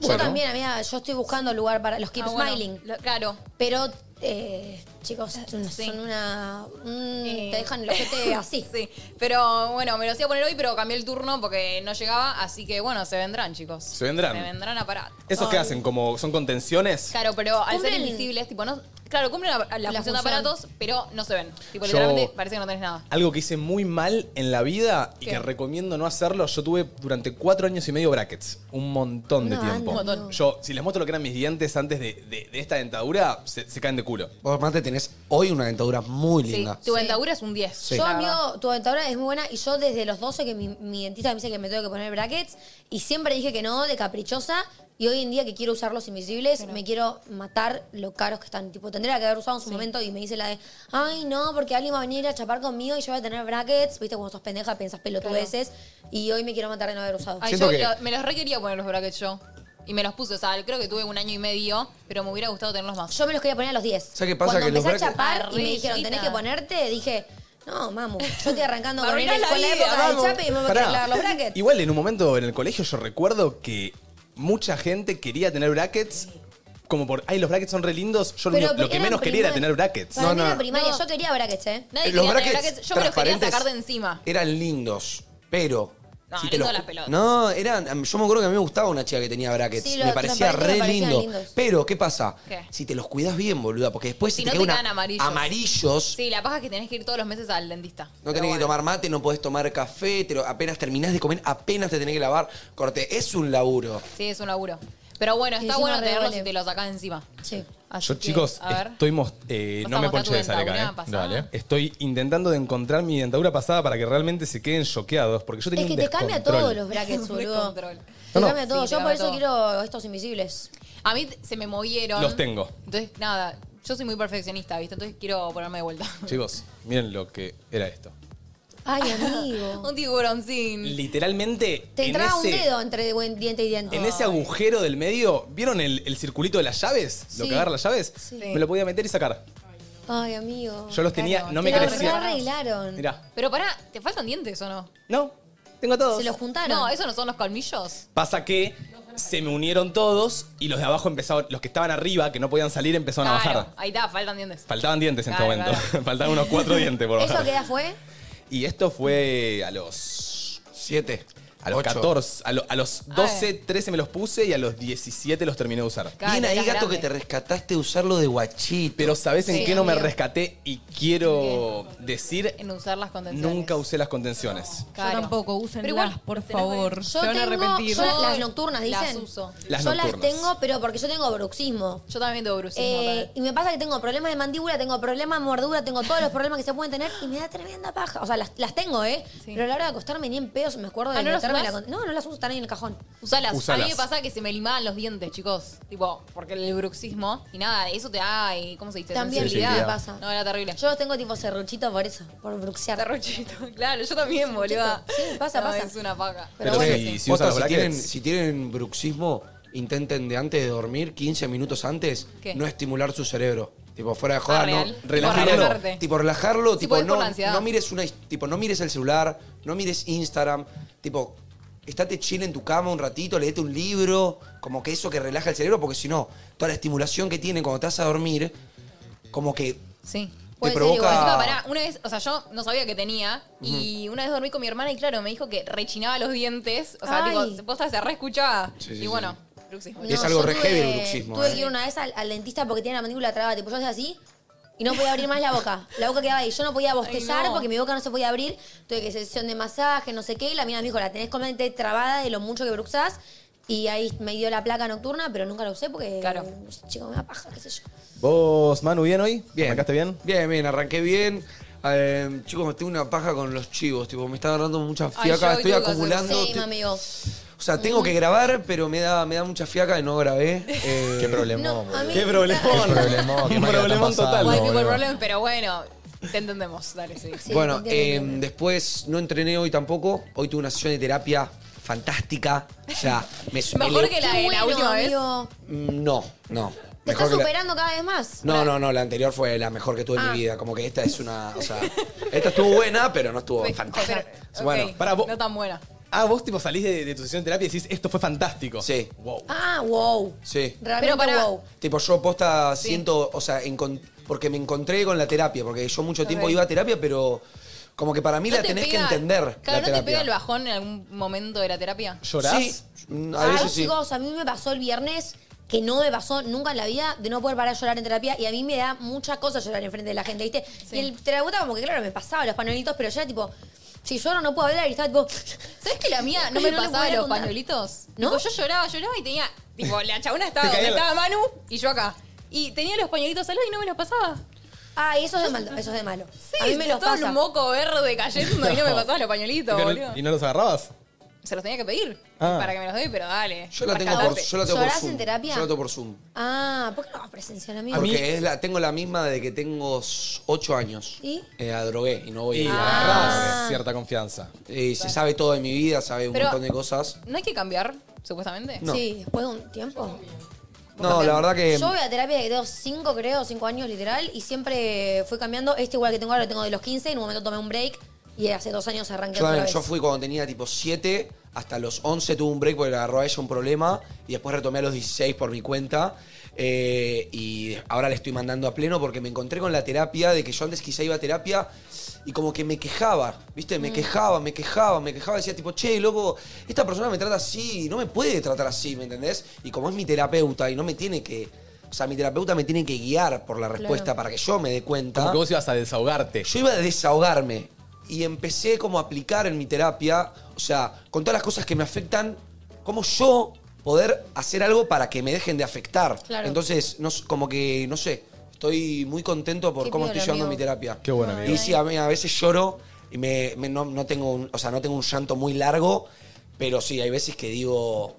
S2: Yo
S4: Bueno.
S2: también, amiga, yo estoy buscando lugar para los Keep
S3: Ah, bueno,
S2: Smiling.
S3: lo- claro.
S2: Pero, eh, chicos,
S3: Sí.
S2: son una. un-
S3: Eh.
S2: Te dejan el ojete así.
S3: Sí, pero bueno, me los iba a poner hoy, pero cambié el turno porque no llegaba, así que bueno, se vendrán, chicos.
S6: Se vendrán.
S3: Se vendrán aparatos.
S6: ¿Esos qué hacen? Como ¿Son contenciones?
S3: Claro, pero al ser
S2: Cumplen-
S3: invisibles, tipo, no. Claro, cumplen la, la función
S2: función.
S3: de aparatos, pero no se ven. Tipo,
S6: Yo-
S3: literalmente parece que no tenés nada.
S6: Algo que hice muy mal en la vida y
S3: ¿Qué?
S6: que recomiendo no hacerlo. Yo tuve durante cuatro años y medio brackets. Un montón de
S2: Una
S6: tiempo.
S2: banda, amigo.
S6: Yo, si les muestro lo que eran mis dientes antes de, de- de esta dentadura, se, se caen de culo.
S4: Vos más te tenés tenés hoy una dentadura muy linda.
S3: tu dentadura es un 10.
S4: Ah. Sí.
S2: yo,
S4: La
S2: amigo, tu dentadura es muy buena y yo desde los 12 que mi, mi dentista me dice que me tengo que poner brackets y siempre dije que no, de caprichosa. Y hoy en día que quiero usar los invisibles, me quiero matar lo caros que están. Tipo, tendría que haber usado en su momento y me dice la de, ay, no, porque alguien va a venir a chapar conmigo y yo voy a tener brackets. Viste, cuando sos pendeja, pensás pelotudeces. Y hoy me quiero matar de no haber usado.
S3: Ay, yo lo- me los re quería poner los brackets yo. Y me los puse, o sea, creo que tuve un año y medio, pero me hubiera gustado tenerlos más.
S2: Yo me los quería poner a los 10.
S4: ¿Sabes qué pasa?
S2: Cuando
S4: Que los
S2: empecé a
S4: brackets-
S2: chapar y me
S3: Parrillita.
S2: dijeron, tenés que ponerte, dije, no, mamu, yo estoy arrancando
S3: Me
S2: con, el-
S3: arruinás la
S2: con la
S3: vida,
S2: época del
S3: mamu.
S2: chape y me voy a
S6: Pará.
S2: clavar los brackets.
S6: Igual en un momento en el colegio yo recuerdo que mucha gente quería tener brackets como por, ay, los brackets son re lindos. Yo lo,
S2: Pero
S6: único- lo
S2: porque
S6: que
S2: era
S6: menos quería era
S2: primaria.
S6: tener brackets.
S2: Para
S4: No,
S2: mí
S4: no.
S2: era primaria,
S3: No.
S2: yo quería brackets, ¿eh?
S3: Nadie
S4: Los
S3: quería tener
S4: brackets
S3: brackets, yo me los quería
S4: transparentes
S3: sacar de encima.
S4: Eran lindos, pero...
S3: No,
S4: te
S3: lindo
S4: los-
S3: las pelotas.
S4: No, eran, em, yo me acuerdo que a mí me gustaba una chica que tenía brackets.
S2: Sí, los
S4: me parecía
S2: transparentes
S4: re
S2: me parecían
S4: lindo.
S2: lindos.
S4: Pero, ¿qué pasa?
S3: ¿Qué?
S4: Si te los cuidas bien, boluda, porque después
S3: Si
S4: si
S3: no
S4: te
S3: te
S4: queda una-
S3: quedan amarillos.
S4: amarillos,
S3: Sí, la paja es que tenés que ir todos los meses al dentista.
S4: No tenés que tomar mate, no podés tomar café, te lo- apenas terminás de comer, apenas te tenés que lavar. Corte, es un laburo.
S3: Sí, es un laburo. Pero bueno, está
S2: encima
S3: bueno
S2: re
S3: tenerlos
S2: duele.
S3: y te los sacás encima.
S2: Sí.
S3: Así
S6: Yo,
S3: que,
S6: chicos,
S3: a ver.
S6: estoy mos- eh,
S3: Vas
S6: no
S3: a
S6: me
S3: mostrar tu
S6: ponché de esa acá,
S3: dentadura
S6: eh.
S3: pasada.
S11: Dale.
S6: Estoy intentando de encontrar mi dentadura pasada para que realmente se queden choqueados, porque yo tenía
S2: Es que
S6: un
S2: te cambia
S6: descontrol.
S2: todos los brackets, boludo.
S3: Descontrol.
S2: Te
S6: no.
S2: cambia todo.
S3: Sí, te
S2: yo por
S3: cambia
S2: eso
S3: todo.
S2: quiero estos invisibles.
S3: A mí t- se me movieron.
S6: Los tengo.
S3: Entonces, nada, yo soy muy perfeccionista, ¿viste? Entonces quiero ponerme de vuelta.
S6: Chicos, miren lo que era esto.
S2: Ay, amigo.
S3: Un tiburoncín.
S6: Literalmente,
S2: Mm. Te
S6: en
S2: entraba un
S6: ese-
S2: dedo entre buen- diente y diente.
S6: En ese agujero del medio, ¿vieron el, el circulito de las llaves? Lo
S2: Sí.
S6: que agarra las llaves.
S2: Sí.
S6: Me lo podía meter y sacar.
S2: Ay, amigo.
S6: Yo los tenía,
S3: Claro,
S6: no me
S2: Te lo
S6: crecían.
S2: arreglaron.
S3: Mm.
S6: Mirá,
S3: Pero pará, ¿te faltan dientes o no?
S6: no, tengo todos.
S2: Se los juntaron.
S3: No, ¿eso no son los colmillos?
S6: Pasa que se me unieron todos y los de abajo empezaron, los que estaban arriba, que no podían salir, empezaron a
S3: Claro,
S6: bajar.
S3: Ahí está, faltan dientes.
S6: Faltaban dientes en
S3: Claro,
S6: este momento. Faltaban unos cuatro dientes por
S2: ¿Eso
S6: bajar.
S2: qué edad fue?
S6: Y esto fue a los.
S4: Siete.
S6: A los
S4: ocho.
S6: 14. A, lo- a los 12, 13 me los puse y a los 17 los terminé de usar.
S3: Claro,
S4: Bien ahí,
S3: estás
S4: gato,
S3: grande.
S4: que te rescataste de usarlo de guachito.
S6: Pero ¿sabes en
S3: Sí,
S6: qué no me
S3: amigo.
S6: rescaté? Y quiero decir,
S3: En usar las contenciones.
S6: nunca usé las contenciones.
S3: Claro.
S12: usen
S3: Pero igual,
S12: por
S3: tenés
S12: favor.
S2: Yo tengo, yo la- las nocturnas,
S3: Las
S2: dicen.
S3: uso.
S6: Las
S2: yo las
S6: nocturnas.
S2: tengo, pero porque yo tengo bruxismo.
S3: Yo también tengo brucismo.
S2: Eh,
S3: también.
S2: y me pasa que tengo problemas de mandíbula, tengo problemas de mordedura, tengo todos los problemas que se pueden tener y me da tremenda paja. O sea, las, las tengo, ¿eh?
S3: Sí.
S2: Pero a la hora de acostarme ni en pedos me acuerdo de
S3: Ah, ¿no las
S2: meterme
S3: usás?
S2: la con- No, no las uso, están ahí en el cajón.
S3: Usalas. A mí
S6: Usalas.
S3: me pasa que se me limaban los dientes, chicos. Tipo, porque el bruxismo. Y nada, eso te da, eh, ¿cómo se dice?
S2: También
S3: Sensibilidad.
S2: me pasa.
S3: No, era terrible.
S2: Yo los tengo tipo serruchito por eso, por bruxear.
S3: Cerrochito. Claro, yo también, boludo.
S2: Sí, pasa,
S3: No,
S2: pasa.
S3: Es una paja.
S2: Pero
S6: Pero
S2: bueno,
S6: sí.
S2: sí.
S6: si usan
S4: Posta,
S6: los
S4: si,
S6: brackets.
S4: tienen, si tienen bruxismo, intenten de antes de dormir, 15 minutos antes,
S3: ¿Qué? Ah,
S4: no estimular su cerebro. Tipo, fuera de joda, no.
S3: real. Tipo, relajarte.
S4: Relajarlo. Tipo, relajarlo. tipo,
S3: podés por
S4: no,
S3: la ansiedad.
S4: no mires una, tipo, no mires el celular, no mires Instagram. Tipo, estate chill en tu cama un ratito, leete un libro. Como que eso que relaja el cerebro, porque si no, toda la estimulación que tiene cuando te vas a dormir, como que
S3: Sí.
S4: te
S2: Puede ser
S4: provoca.
S2: igual.
S3: Encima, pará, una vez, o sea, yo no sabía que tenía. Y una vez dormí con mi hermana y, claro, me dijo que rechinaba los dientes. O sea,
S2: Ay.
S3: tipo, posta se re escuchaba. y bueno, bruxismo.
S4: Y es algo
S2: yo
S4: re
S2: tuve-
S4: heavy el bruxismo,
S2: Tuve
S4: eh.
S2: que ir una vez al, al dentista porque tenía la mandíbula trabada. Tipo, yo hacía así y no podía abrir más la boca. La boca quedaba ahí. Yo no podía bostezar
S3: no.
S2: porque mi boca no se podía abrir. Tuve que sesión de masaje, no sé qué. Y la mina me dijo, la tenés completamente trabada de lo mucho que bruxás. Y ahí me dio la placa nocturna, pero nunca la usé porque...
S3: Claro.
S2: Chico, me da paja, qué sé yo.
S6: ¿Vos, Manu, bien hoy?
S4: Bien.
S6: ¿Arrancaste bien?
S4: Bien, bien, arranqué bien. Eh, chicos, me tengo una paja con los chivos, tipo, me está agarrando mucha
S3: Ay, yo
S4: fiaca,
S3: hoy
S4: estoy
S3: tengo que
S4: acumulando.
S2: Sí,
S4: te-
S2: mami, amigo.
S4: o sea, tengo que grabar, pero me da, me da mucha fiaca y no grabé. Eh,
S11: Qué problemón,
S2: No,
S11: boludo.
S2: a mí-
S6: ¡Qué problemón!
S11: Qué problemón, qué
S6: Un
S11: mal que la
S6: problemón
S11: están
S6: total.
S11: pasando,
S3: White people
S11: boludo.
S3: problem, pero bueno, te entendemos. Dale, sí.
S2: Sí,
S4: bueno,
S2: te entiendo,
S4: eh,
S2: te entiendo.
S4: después no entrené hoy tampoco. Hoy tuve una sesión de terapia fantástica. O sea, me me
S3: Mejor
S4: le-
S3: que la
S2: Qué
S3: de la
S2: bueno,
S3: última vez.
S2: amigo.
S4: Mm, No, no.
S2: Te
S4: Mejor
S2: estás
S4: que la-
S2: superando cada vez más.
S4: No, no, no, la anterior fue la mejor que tuve en
S2: Ah.
S4: mi vida. Como que esta es una. O sea, esta estuvo buena, pero no estuvo fantástica.
S3: Pero,
S4: Bueno,
S3: ok,
S6: pará, vos-
S3: no tan buena.
S6: Ah, vos tipo salís de, de tu sesión de terapia y decís, esto fue fantástico.
S4: Sí.
S6: Wow.
S2: Ah, wow.
S4: sí.
S2: Realmente
S3: pará.
S2: wow.
S4: Tipo, yo posta siento, o sea, encon- porque me encontré con la terapia, porque yo mucho tiempo
S3: Ok.
S4: iba a terapia, pero como que para mí la
S3: ¿No te
S4: tenés
S3: pega-
S4: que entender.
S3: Claro,
S4: la
S3: ¿no te
S4: terapia.
S3: pega el bajón en algún momento de la terapia?
S6: ¿Llorás?
S4: Sí, mm, a
S2: Ay,
S3: Ah,
S4: veces sí.
S2: chicos, a mí me pasó el viernes que no me pasó nunca en la vida de no poder parar de llorar en terapia y a mí me da mucha cosa llorar enfrente de la gente, ¿viste? Y el terapeuta como que, claro, me pasaba los pañuelitos, pero yo era tipo, si lloro no puedo hablar y estaba tipo...
S3: ¿Sabes que la mía no
S2: Y
S3: me
S2: no le
S3: pasaba
S2: podía
S3: los
S2: contar.
S3: pañuelitos?
S2: ¿No?
S3: Tipo, yo lloraba, lloraba y tenía. Tipo, la chabona estaba
S6: Te
S3: donde
S6: caía la-
S3: estaba Manu y yo acá. Y tenía los pañuelitos al lado y no me los pasaba.
S2: Ah, eso es de malo. Eso es de malo.
S3: Sí,
S2: a mí me los
S3: todo
S2: pasa.
S3: un moco verde cayendo y no me pasabas los pañuelitos,
S6: ¿Y no-
S3: boludo.
S6: ¿Y no los agarrabas?
S3: Se los tenía que pedir
S6: Ah.
S3: para que me los doy, pero dale.
S4: Yo la tengo por, yo la tengo por
S2: ¿Llorás
S4: Zoom.
S2: en terapia?
S4: Yo la tengo por Zoom.
S2: Ah, ¿por qué no vas presencial, amigo?
S4: Porque es la, tengo la misma de que tengo 8 años.
S2: ¿Y?
S4: Eh, la drogué y no voy
S6: Y
S4: a
S6: agarrabas cierta confianza.
S4: Eh, se sabe todo de mi vida, sabe un
S3: Pero-
S4: montón de cosas.
S3: ¿No hay que cambiar, supuestamente?
S4: No.
S2: Sí, después de un tiempo.
S4: No, la verdad que.
S2: Yo voy a terapia que tengo 5, creo, 5 años literal, y siempre fui cambiando. Este igual que tengo ahora, lo tengo de los 15, en un momento tomé un break y hace dos años arranqué
S4: Yo,
S2: otra
S4: también,
S2: vez.
S4: yo fui cuando tenía tipo 7, hasta los 11 tuve un break porque le agarró a ella un problema y después retomé a los 16 por mi cuenta. eh, y ahora le estoy mandando a pleno porque me encontré con la terapia de que yo antes quizá iba a terapia y como que me quejaba, ¿viste?
S2: Mm.
S4: Me quejaba, me quejaba, me quejaba. Decía tipo, che, loco, esta persona me trata así, no me puede tratar así, ¿me entendés? Y como es mi terapeuta y no me tiene que. O sea, mi terapeuta me tiene que guiar por la respuesta para que yo me dé cuenta.
S6: Como que vos ibas a desahogarte.
S4: Yo iba a desahogarme y empecé como a aplicar en mi terapia, o sea, con todas las cosas que me afectan, cómo yo poder hacer algo para que me dejen de afectar.
S2: Claro.
S4: Entonces, no, s- como que, no sé, estoy muy contento por
S2: Qué
S4: cómo
S2: piola,
S4: estoy llevando mi
S2: amigo.
S4: terapia.
S6: Qué bueno, amigo.
S4: Y sí, a, mí a veces lloro y me, me- no, no tengo un, o sea, no tengo un llanto muy largo, pero sí, hay veces que digo,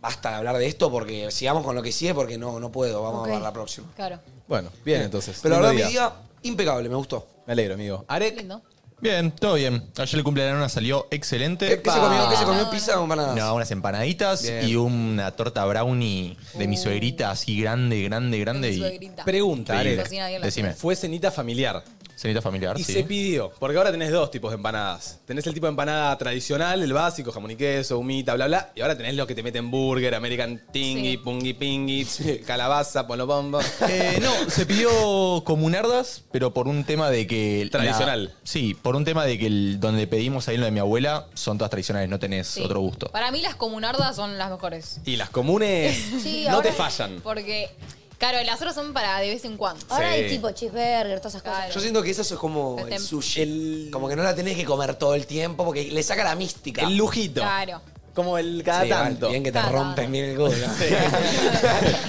S4: basta de hablar de esto porque sigamos con lo que sigue porque no, no puedo, vamos
S2: Ok.
S4: a ver la próxima.
S3: Claro.
S6: Bueno, bien entonces.
S4: Pero la
S6: Lindo
S4: verdad, mi día impecable, me gustó.
S6: Me alegro, amigo. Arek,
S3: Lindo.
S10: Bien, todo bien. Ayer el cumpleaños de Ana salió excelente.
S4: ¿Qué, qué se
S10: Pa.
S4: comió? ¿Qué se
S3: Ah,
S4: comió? ¿Pizza o empanadas?
S10: No, unas empanaditas
S4: Bien.
S10: y una torta brownie de mi suegrita, así grande, grande, grande.
S3: Con su
S10: Y
S3: suegrita.
S6: pregunta,
S10: Increíble.
S6: Arek.
S3: Cocina bien la
S10: Decime,
S6: Fue cenita familiar.
S10: cenita familiar,
S6: Y
S10: sí.
S6: se pidió, porque ahora tenés dos tipos de empanadas. Tenés el tipo de empanada tradicional, el básico, jamón y queso, humita, bla, bla. Y ahora tenés los que te meten burger, American tingy,
S3: Sí.
S6: pungi pingy, calabaza, polo bombo.
S10: Eh, no, se pidió comunardas, pero por un tema de que... la-
S6: Tradicional.
S10: sí, por un tema de que el- donde pedimos ahí lo de mi abuela son todas tradicionales, no tenés
S3: Sí.
S10: otro gusto.
S3: Para mí las comunardas son las mejores.
S6: Y las comunes
S2: Sí,
S6: no
S2: ahora-
S6: te fallan.
S3: Porque, claro, las otras son para de vez en cuando.
S2: Ahora
S6: Sí.
S2: hay tipo cheeseburger, todas esas cosas.
S3: Claro.
S4: Yo siento que eso es como
S3: El
S4: el
S3: tem-
S4: sushi. Como que no la tenés que comer todo el tiempo porque le saca la mística.
S6: El lujito.
S3: Claro.
S6: Como el cada
S4: Sí,
S6: tanto.
S4: Bien que te
S3: Cada
S4: rompen
S3: tanto.
S4: bien el codo.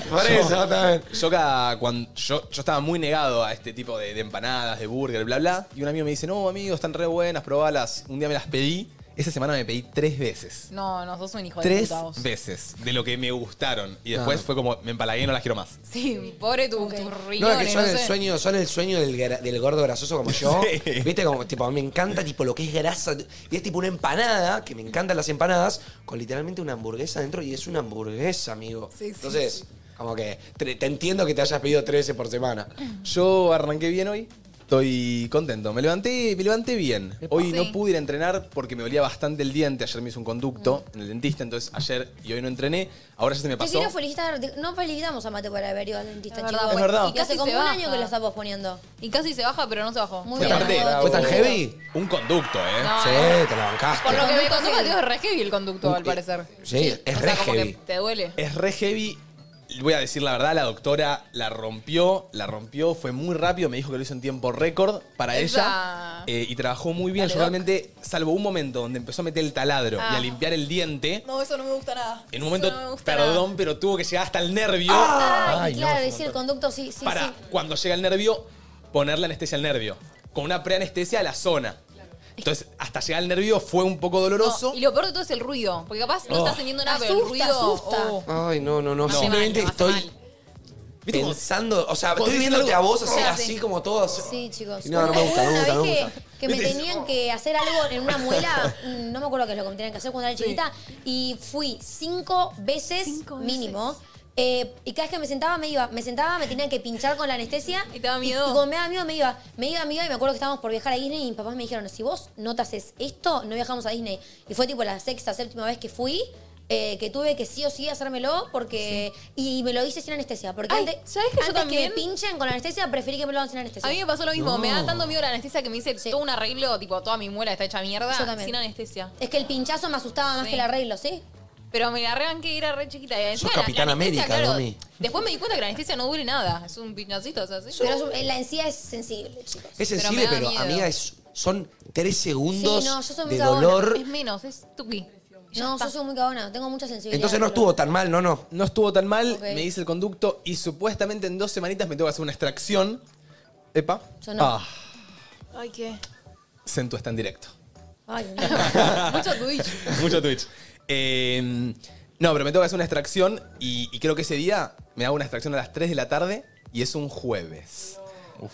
S4: Por
S6: Yo-
S4: eso, también.
S6: Yo, cada- cuando, yo, yo estaba muy negado a este tipo de, de empanadas, de burger, bla, bla. Y un amigo me dice, no, amigo, están re buenas, probalas. Un día me las pedí. Esa semana me pedí tres veces.
S3: No, no, sos un hijo de
S6: Tres
S3: puta vos.
S6: veces de lo que me gustaron. Y después fue como, me empalagué y no las quiero más.
S3: Sí, pobre tu, tus
S4: No,
S3: riñones,
S4: es que son
S3: no
S4: el
S3: sé.
S4: sueño, son el sueño del, gra- del gordo grasoso como yo.
S6: Sí.
S4: Viste, como tipo, me encanta tipo lo que es grasa. Y es tipo una empanada, que me encantan las empanadas, con literalmente una hamburguesa dentro y es una hamburguesa, amigo. Entonces, como que te, te entiendo que te hayas pedido tres veces por semana.
S6: Yo arranqué bien hoy. Estoy contento. Me levanté, me levanté bien. Hoy
S3: Sí.
S6: no pude ir a entrenar porque me dolía bastante el diente. Ayer me hice un conducto en el dentista, entonces ayer y hoy no entrené. Ahora ya se me
S2: Te
S6: pasó.
S2: quiero felicitar, te- no felicitamos a Mate por haber ido al dentista,
S3: Es
S2: chicos.
S3: verdad, Es bueno, verdad. y
S2: Y hace
S3: casi
S2: como
S3: se
S2: un
S3: baja.
S2: año que lo está posponiendo.
S3: Y casi se baja, pero no se bajó.
S2: Muy
S6: Y
S2: bien.
S6: aparte,
S2: bravo.
S4: ¿Fue tan heavy?
S6: Un conducto, ¿eh?
S3: Ah, No,
S4: Sí,
S3: eh.
S4: te la bancaste.
S3: Por lo que me
S2: Conducto
S3: contó
S2: heavy.
S3: Mateo, es re heavy el conducto, al
S4: Eh,
S3: parecer.
S4: sí, es
S3: o
S4: re
S3: sea, como
S4: heavy.
S3: que te duele.
S6: Es re heavy. Voy a decir la verdad, la doctora la rompió, la rompió, fue muy rápido, me dijo que lo hizo en tiempo récord para ella
S3: Esa.
S6: eh, y trabajó muy bien.
S3: Dale,
S6: Yo
S3: doc.
S6: realmente, salvo un momento donde empezó a meter el taladro y a
S3: Ah.
S6: limpiar el
S2: eh,
S6: diente,
S3: No, eso no me gusta nada.
S6: en un momento, perdón, pero tuvo que llegar hasta el nervio
S2: Ay,
S3: Ah,
S10: Ay, no,
S2: claro,
S10: es un
S2: decir el conducto, sí, sí,
S6: para
S2: sí.
S6: cuando llega el nervio poner la anestesia al nervio, con una preanestesia a la zona. Entonces, hasta llegar al nervio fue un poco doloroso.
S3: y lo peor de todo es el ruido. Porque capaz no
S6: Oh.
S3: estás sintiendo nada, pero el
S2: Asusta,
S3: ruido.
S2: asusta.
S3: oh.
S4: Ay, no, no, no.
S3: Hace
S4: Simplemente
S3: mal, hace
S4: estoy
S3: mal.
S6: ¿Viste cómo-
S4: pensando, o sea,
S6: Cuando
S4: estoy
S6: dicen
S4: viéndote a
S6: algo-
S4: vos así,
S3: Sí.
S4: así como todos.
S2: Sí, chicos.
S4: No, no me gusta, no me
S2: Una
S4: gusta, no me
S2: vez
S4: gusta.
S2: que, que me tenían que hacer algo en una muela, mm, no me acuerdo qué es lo que me tenían que hacer cuando era chiquita, y fui cinco veces mínimo. eh, y cada vez que me sentaba, me iba. Me sentaba, me tenían que pinchar con la anestesia.
S3: Y te daba miedo.
S2: Y, como me daba miedo, me iba. Me iba, me iba. Y me acuerdo que estábamos por viajar a Disney y mis papás me dijeron, si vos no te haces esto, no viajamos a Disney. Y fue tipo la sexta, séptima vez que fui, eh, que tuve que sí o sí hacérmelo porque... Y, me lo hice sin anestesia. Porque
S3: Ay,
S2: antes,
S3: ¿sabés que yo
S2: antes que me
S3: también?
S2: pinchen con la anestesia, preferí que me lo hagan sin anestesia.
S3: A mí me pasó lo mismo. Me da tanto miedo la anestesia que me hice
S2: Sí.
S3: todo un arreglo, tipo, toda mi muela está hecha mierda.
S2: Yo también.
S3: Sin anestesia.
S2: Es que el pinchazo me asustaba más
S3: Sí.
S2: que el arreglo, ¿sí?
S3: Pero me la arranqué era re chiquita. Y encima
S4: Sos
S3: la- la
S4: Capitán
S3: anestesia,
S4: América, Domi.
S3: Después me di cuenta que la anestesia no duele nada. Es un piñacito, o sea, sí.
S2: Pero es un- la encía es sensible, chicos.
S4: Es
S3: Pero
S4: sensible,
S3: me da
S4: pero,
S3: miedo.
S4: amiga, es- son tres segundos
S2: Sí, no, yo soy muy
S4: de
S2: cagona,
S4: dolor.
S3: Es menos, es tuqui. Ya
S2: No,
S3: está.
S2: yo soy muy cagona, tengo mucha sensibilidad.
S4: Entonces no
S2: al
S4: estuvo
S2: dolor.
S4: tan mal, no, no.
S6: No estuvo tan mal,
S2: Ok.
S6: me hice el conducto y supuestamente en dos semanitas me tengo que hacer una extracción Epa.
S2: Sonó.
S6: Ah,
S3: Ay, qué.
S6: Sentú está en directo.
S2: Ay,
S3: Mucho Twitch.
S6: Mucho Twitch. Eh, no, pero me tengo que hacer una extracción y, y creo que ese día me hago una extracción a las 3 de la tarde y es un jueves.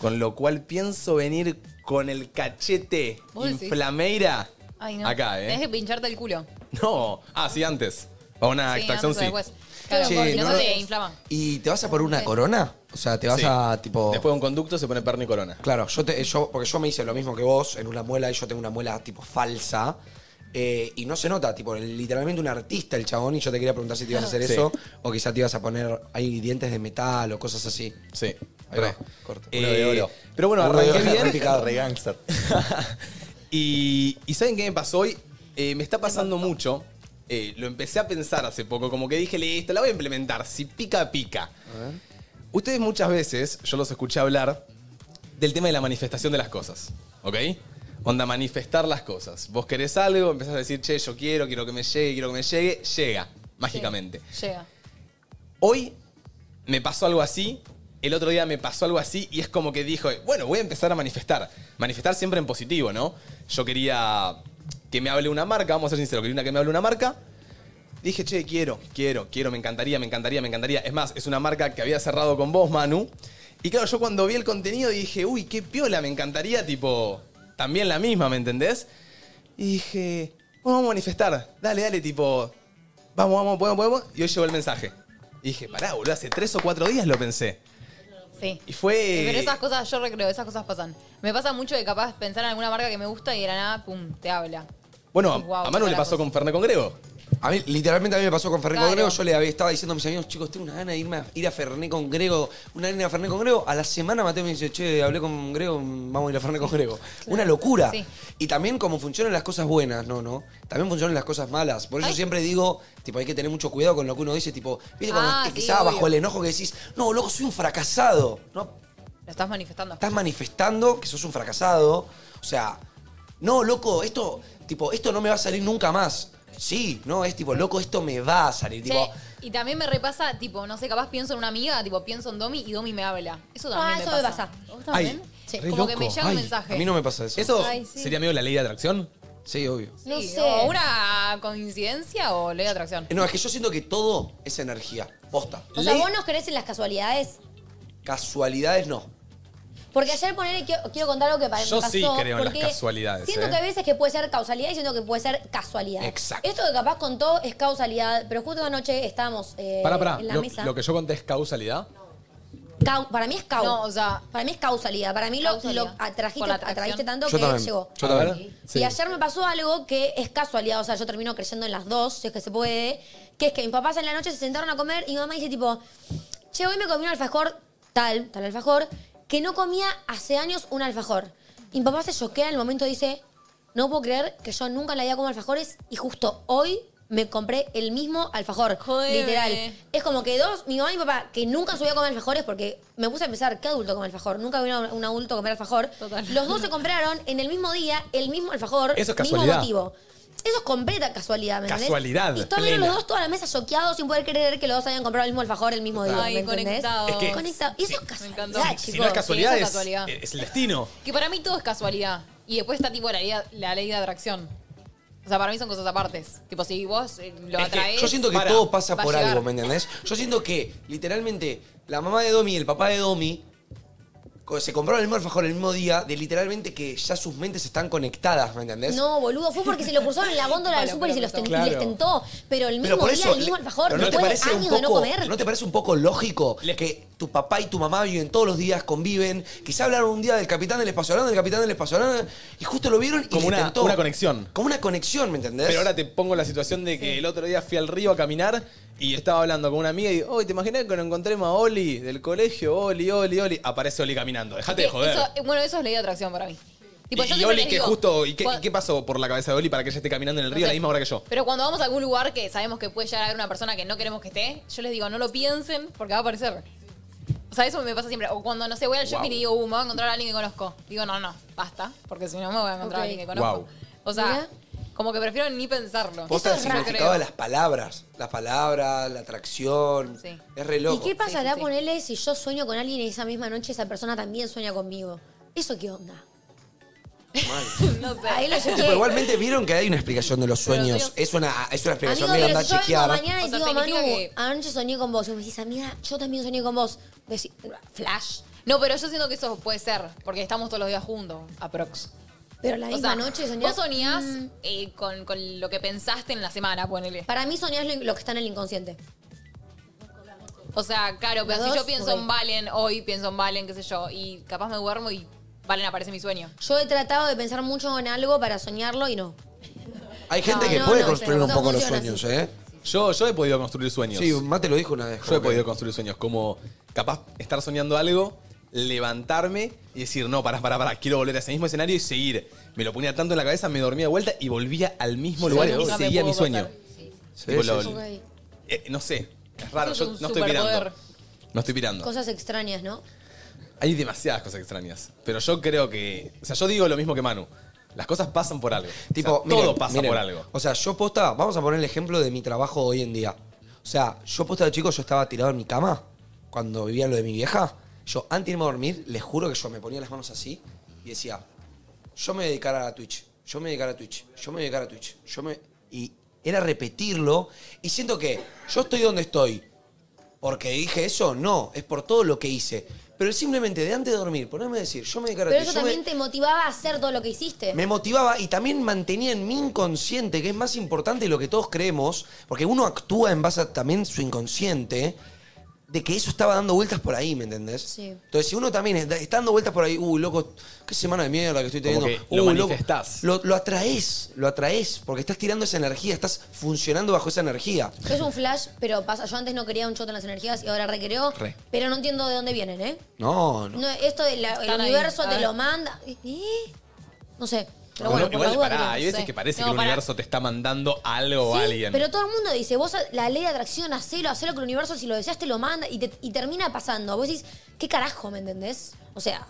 S6: Con lo cual pienso venir con el cachete
S3: ¿Vos decís?
S6: inflameira
S3: Ay, no.
S6: acá,
S3: Tenés
S6: ¿eh?
S3: que pincharte el culo.
S6: No. Ah, sí, antes. O
S4: Ah,
S6: una
S3: Sí,
S6: extracción
S3: antes
S6: sí.
S3: o después. pues, Claro,
S4: Che,
S3: porque si no,
S4: no-
S3: se te inflaman.
S4: ¿Y te vas a por una corona? O sea, te vas
S6: Sí.
S4: a tipo.
S6: Después de un conducto se pone perno y corona.
S4: Claro, yo te, yo, porque yo me hice lo mismo que vos en una muela y yo tengo una muela tipo falsa. eh, y no se nota, tipo, literalmente un artista el chabón. Y yo te quería preguntar si te ibas a hacer
S6: Sí.
S4: eso o quizá te ibas a poner ahí dientes de metal o cosas así.
S6: Sí.
S4: Ahí va,
S6: re.
S4: corto.
S6: Eh,
S10: Uno de oro.
S6: Pero bueno, arranqué bien.
S10: Re gangster.
S6: Y, y ¿saben qué me pasó hoy? Eh, me está pasando mucho. Eh, lo empecé a pensar hace poco, como que dije, listo, la voy a implementar. Si pica, pica. Ustedes muchas veces, yo los escuché hablar del tema de la manifestación de las cosas, ¿ok? Onda, manifestar las cosas. Vos querés algo, empezás a decir, che, yo quiero, quiero que me llegue, quiero que me llegue, llega, mágicamente.
S3: Llega.
S6: Hoy me pasó algo así, el otro día me pasó algo así y es como que dijo, bueno, voy a empezar a manifestar. Manifestar siempre en positivo, ¿no? Yo quería que me hable una marca, vamos a ser sinceros, quería una que me hable una marca. Dije, che, quiero, quiero, quiero, me encantaría, me encantaría, me encantaría. Es más, es una marca que había cerrado con vos, Manu. Y claro, yo cuando vi el contenido dije, uy, qué piola, me encantaría, tipo, también la misma, ¿me entendés? Y dije, bueno, vamos a manifestar. Dale, dale, tipo, vamos, vamos, podemos, podemos. Y hoy llegó el mensaje. Y dije, pará, boludo, hace tres o cuatro días lo pensé.
S3: Sí.
S6: Y
S4: Eh.
S6: fue.
S3: Pero esas cosas, yo recreo, esas cosas pasan. Me pasa mucho de capaz pensar en alguna marca que me gusta y de la nada, pum, te habla.
S6: Bueno, a-
S3: Guau,
S6: a Manu
S3: qué
S6: le pasó
S3: barato.
S6: con Ferné con Grego.
S4: A mí, literalmente a mí me pasó con Ferné con
S3: Claro.
S4: Grego. Yo le había- estaba diciendo a mis amigos, chicos, tengo una gana de irme a, ir a Ferné con Grego. Una gana de ir a Ferné con Grego. A la semana Mateo me dice, che, hablé con Grego, vamos a ir a Ferné con Grego. Una locura.
S3: Sí.
S4: Y también como funcionan las cosas buenas, ¿no? no También funcionan las cosas malas. Por eso siempre digo, tipo, hay que tener mucho cuidado con lo que uno dice. Tipo, viste, cuando
S3: Ah,
S4: te-
S3: sí,
S4: quizá
S3: obvio.
S4: bajo el enojo que decís, no, loco, soy un fracasado. No,
S3: Lo estás manifestando.
S4: estás manifestando que sos un fracasado. O sea, no, loco, esto, tipo, esto no me va a salir nunca más. Sí, no, es tipo, loco, esto me va a salir.
S3: Che,
S4: Tipo,
S3: y también me repasa, tipo, no sé, capaz pienso en una amiga, tipo, pienso en Domi y Domi me habla. Eso también
S2: Ah,
S3: me
S2: eso me
S3: pasa.
S2: pasa.
S3: ¿Vos
S4: Ay,
S3: también?
S4: Sí.
S3: Como
S4: re
S3: que me
S4: loco.
S3: llega un
S4: Ay,
S3: mensaje.
S4: a mí no me pasa eso.
S6: ¿Eso
S3: Ay, sí.
S6: sería amigo de la ley de atracción?
S4: Sí, obvio.
S3: Sí,
S2: No sé.
S3: O una coincidencia o ley de atracción.
S4: No, es que yo siento que todo es energía. Posta.
S2: O sea,
S6: Ley-
S2: vos nos crees en las casualidades.
S4: Casualidades no.
S2: Porque ayer poner quiero, quiero contar algo que pa- me
S6: Yo
S2: pasó.
S6: sí creo en las
S2: porque
S6: casualidades,
S2: Siento
S6: ¿eh?
S2: que hay veces que puede ser causalidad y siento que puede ser casualidad.
S4: Exacto.
S2: Esto que capaz contó es causalidad, pero justo anoche estábamos eh,
S6: Pará, pará.
S2: en la
S6: Lo,
S2: mesa.
S6: lo que yo conté es causalidad.
S2: Cau- para mí es cau.
S3: No, o sea,
S2: para mí es causalidad. Para mí lo,
S3: Causalidad.
S2: lo atrajiste,
S3: Por la atracción.
S2: atrajiste tanto
S4: Yo
S2: que
S4: también.
S2: llegó.
S4: Yo
S6: A ver,
S4: también.
S6: sí.
S2: Y ayer me pasó algo que es casualidad, o sea, yo termino creyendo en las dos, si es que se puede, que es que mis papás en la noche se sentaron a comer y mi mamá dice tipo, che, hoy me comí un alfajor tal, tal alfajor, que no comía hace años un alfajor. Y mi papá se choquea en el momento y dice, no puedo creer que yo nunca en la vida como alfajores y justo hoy me compré el mismo alfajor,
S3: Jodeme.
S2: literal. Es como que dos, mi mamá y mi papá, que nunca subía a comer alfajores porque me puse a pensar, ¿qué adulto come alfajor? Nunca vi a un adulto comer alfajor.
S3: Total.
S2: Los dos se compraron en el mismo día el mismo alfajor,
S6: Eso es
S2: mismo
S6: casualidad.
S2: motivo. Eso es completa casualidad, ¿me entendés?
S6: Casualidad,
S2: Y estaban los
S6: plena.
S2: dos toda la mesa choqueados sin poder creer que los dos habían comprado el mismo alfajor el mismo día.
S3: Ay,
S2: ¿me entendés?
S3: conectados. Es que-
S2: Conectados. Y eso es
S3: Me
S2: casualidad,
S3: encantó.
S2: chicos.
S6: Si no es casualidad,
S3: sí,
S6: es, eh,
S3: eso es casualidad.
S6: es el destino.
S3: Que para mí todo es casualidad. Y después está tipo la ley, la ley de atracción. O sea, para mí son cosas apartes. Tipo, si vos eh, lo
S6: Es que
S3: atraes.
S4: Yo siento que
S6: Para,
S4: todo pasa
S3: va a
S4: por
S3: llegar.
S4: algo, ¿me entendés? Yo siento que, literalmente, la mamá de Domi y el papá de Domi co- se compraron el mismo alfajor el mismo día, de literalmente que ya sus mentes están conectadas, ¿me entendés?
S2: No, boludo, fue porque se lo cruzaron en la góndola del
S3: Bueno,
S2: súper y se los ten-
S6: claro.
S2: y les tentó. Pero el
S4: Pero
S2: mismo
S4: por
S2: día,
S4: eso,
S2: el mismo
S4: le-
S2: alfajor,
S4: pero ¿no te
S2: después
S4: parece
S2: de años
S4: un
S2: de no
S4: poco,
S2: comer.
S4: ¿no te parece un poco lógico
S6: Le-
S4: que tu papá y tu mamá viven todos los días, conviven? Quizá hablaron un día del capitán del espacio hablando, del capitán del espacio hablando, y justo lo vieron y
S6: Como
S4: les
S6: una-
S4: tentó.
S6: una conexión.
S4: Como una conexión, ¿me entendés?
S6: Pero ahora te pongo la situación de que el otro día fui al río a caminar y estaba hablando con una amiga y digo, oye, ¿te imaginas que nos encontremos a Oli del colegio? Oli, Oli, Oli. Aparece Oli caminando. Dejate de
S3: Que
S6: joder.
S3: eso- eh, bueno, eso es ley de atracción para mí. Tipo,
S6: Y-
S3: yo
S6: y
S3: siempre
S6: Oli,
S3: les
S6: que
S3: digo,
S6: justo. ¿Y qué,
S3: cua-
S6: y qué pasó por la cabeza de Oli para que ella esté caminando en el
S3: no
S6: río a la
S3: sé.
S6: misma hora que yo?
S3: Pero cuando vamos a algún lugar que sabemos que puede llegar a haber una persona que no queremos que esté, yo les digo, no lo piensen porque va a aparecer. O sea, eso me pasa siempre. O cuando, no sé, voy al shopping y digo, uh, me voy a encontrar a alguien que conozco. Digo, no, no, basta, porque si no me voy a
S2: Ok.
S3: encontrar a alguien que conozco.
S6: Guau.
S3: O sea,
S2: Mira.
S3: Como que prefiero ni pensarlo.
S4: Posta el
S3: Eso es raro,
S4: significado de
S3: creo.
S4: las palabras. Las palabras, la atracción. Es re
S2: ¿Y
S4: loco.
S2: qué pasará, ponele, si yo sueño con alguien y esa misma noche esa persona también sueña conmigo? ¿Eso qué onda?
S3: no sé.
S2: Ahí lo
S4: Tipo,
S2: llegué.
S4: igualmente vieron que hay una explicación de los sueños. Es una, es una explicación medio
S2: pero
S4: anda
S2: si yo vengo
S4: chequeada.
S2: mañana y
S3: O sea,
S2: digo, Manu,
S3: significa que-
S2: anoche soñé con vos. Y vos me decís, amiga, yo también soñé con vos. Decís, flash.
S3: No, pero yo siento que eso puede ser, porque estamos todos los días juntos, aprox.
S2: Pero la
S3: O
S2: misma
S3: sea,
S2: noche soñás...
S3: vos soñás
S2: Mm,
S3: eh, con, con lo que pensaste en la semana, ponele.
S2: Para mí soñás lo, lo que está en el inconsciente.
S3: O sea, claro, pero
S2: Los
S3: si
S2: dos,
S3: yo pienso
S2: ok.
S3: en Valen, hoy pienso en Valen, qué sé yo, y capaz me duermo y Valen aparece en mi sueño.
S2: Yo he tratado de pensar mucho en algo para soñarlo y no.
S4: Hay gente
S2: No,
S4: que
S2: no,
S4: puede
S2: no,
S4: construir
S2: pero
S4: un
S2: no
S4: poco los
S2: funciona
S4: sueños, ¿eh?
S6: Yo, yo he podido construir sueños.
S4: Sí, Mate lo dijo una vez.
S6: Yo he
S4: como que-
S6: podido construir sueños, como capaz estar soñando algo, levantarme y decir, no, pará, pará, pará, quiero volver a ese mismo escenario y seguir. Me lo ponía tanto en la cabeza, me dormía de vuelta y volvía al mismo lugar y
S3: nunca me
S6: seguía mi
S3: pudo
S6: sueño.
S3: pasar.
S4: Sí,
S6: Tipo,
S4: sí,
S6: lo-
S4: sí.
S2: Ok.
S6: eh, no sé, es raro,
S3: Eso es
S6: yo
S3: un
S6: no estoy
S3: superpoder.
S6: pirando. No estoy pirando.
S2: Cosas extrañas, ¿no?
S6: Hay demasiadas cosas extrañas, pero yo creo que, o sea, yo digo lo mismo que Manu. Las cosas pasan por algo. O
S4: Tipo,
S6: sea, todo
S4: miren,
S6: pasa
S4: miren,
S6: por algo.
S4: O sea, yo posta, vamos a poner el ejemplo de mi trabajo hoy en día. O sea, yo posta de chico, yo estaba tirado en mi cama cuando vivía lo de mi vieja. Yo antes de irme a dormir, les juro que yo me ponía las manos así y decía, yo me voy a dedicar a Twitch, yo me voy a dedicar a Twitch, yo me voy a dedicar a Twitch, yo me... Y era repetirlo y siento que yo estoy donde estoy. ¿Porque dije eso? No, es por todo lo que hice. Pero simplemente de antes de dormir, ponerme a decir, yo me voy a dedicar a
S2: Pero
S4: Twitch.
S2: eso
S4: yo me-
S2: también te motivaba a hacer todo lo que hiciste.
S4: me motivaba y también mantenía en mi inconsciente, que es más importante de lo que todos creemos, porque uno actúa en base a también su inconsciente, de que eso estaba dando vueltas por ahí, ¿me entendés?
S2: Sí.
S4: Entonces, si uno también está, está dando vueltas por ahí, uy, loco, qué semana de mierda que estoy
S6: Como
S4: teniendo.
S6: que lo
S4: Uy,
S6: manifestás.
S4: Lo, lo atraes, lo atraes, porque estás tirando esa energía, estás funcionando bajo esa energía.
S2: Es un flash, pero pasa. Yo antes no quería un choto en las energías y ahora requereo.
S4: Re.
S2: Pero no entiendo de dónde vienen, ¿eh?
S4: No, no.
S2: No, esto del el
S3: ahí,
S2: universo
S3: a
S2: te
S3: ver.
S2: lo manda. ¿Eh? No sé. Pero
S6: No,
S2: bueno,
S6: no,
S2: por la
S6: igual, pará,
S2: duda quería-
S6: hay veces
S3: sí.
S6: que parece
S3: No,
S6: que el
S3: pará.
S6: universo te está mandando algo o
S2: Sí,
S6: alguien.
S2: Pero todo el mundo dice, vos la ley de atracción, hacelo, hacelo que el universo si lo deseas te lo manda y, te- y termina pasando. Vos decís, ¿qué carajo, me entendés? O sea,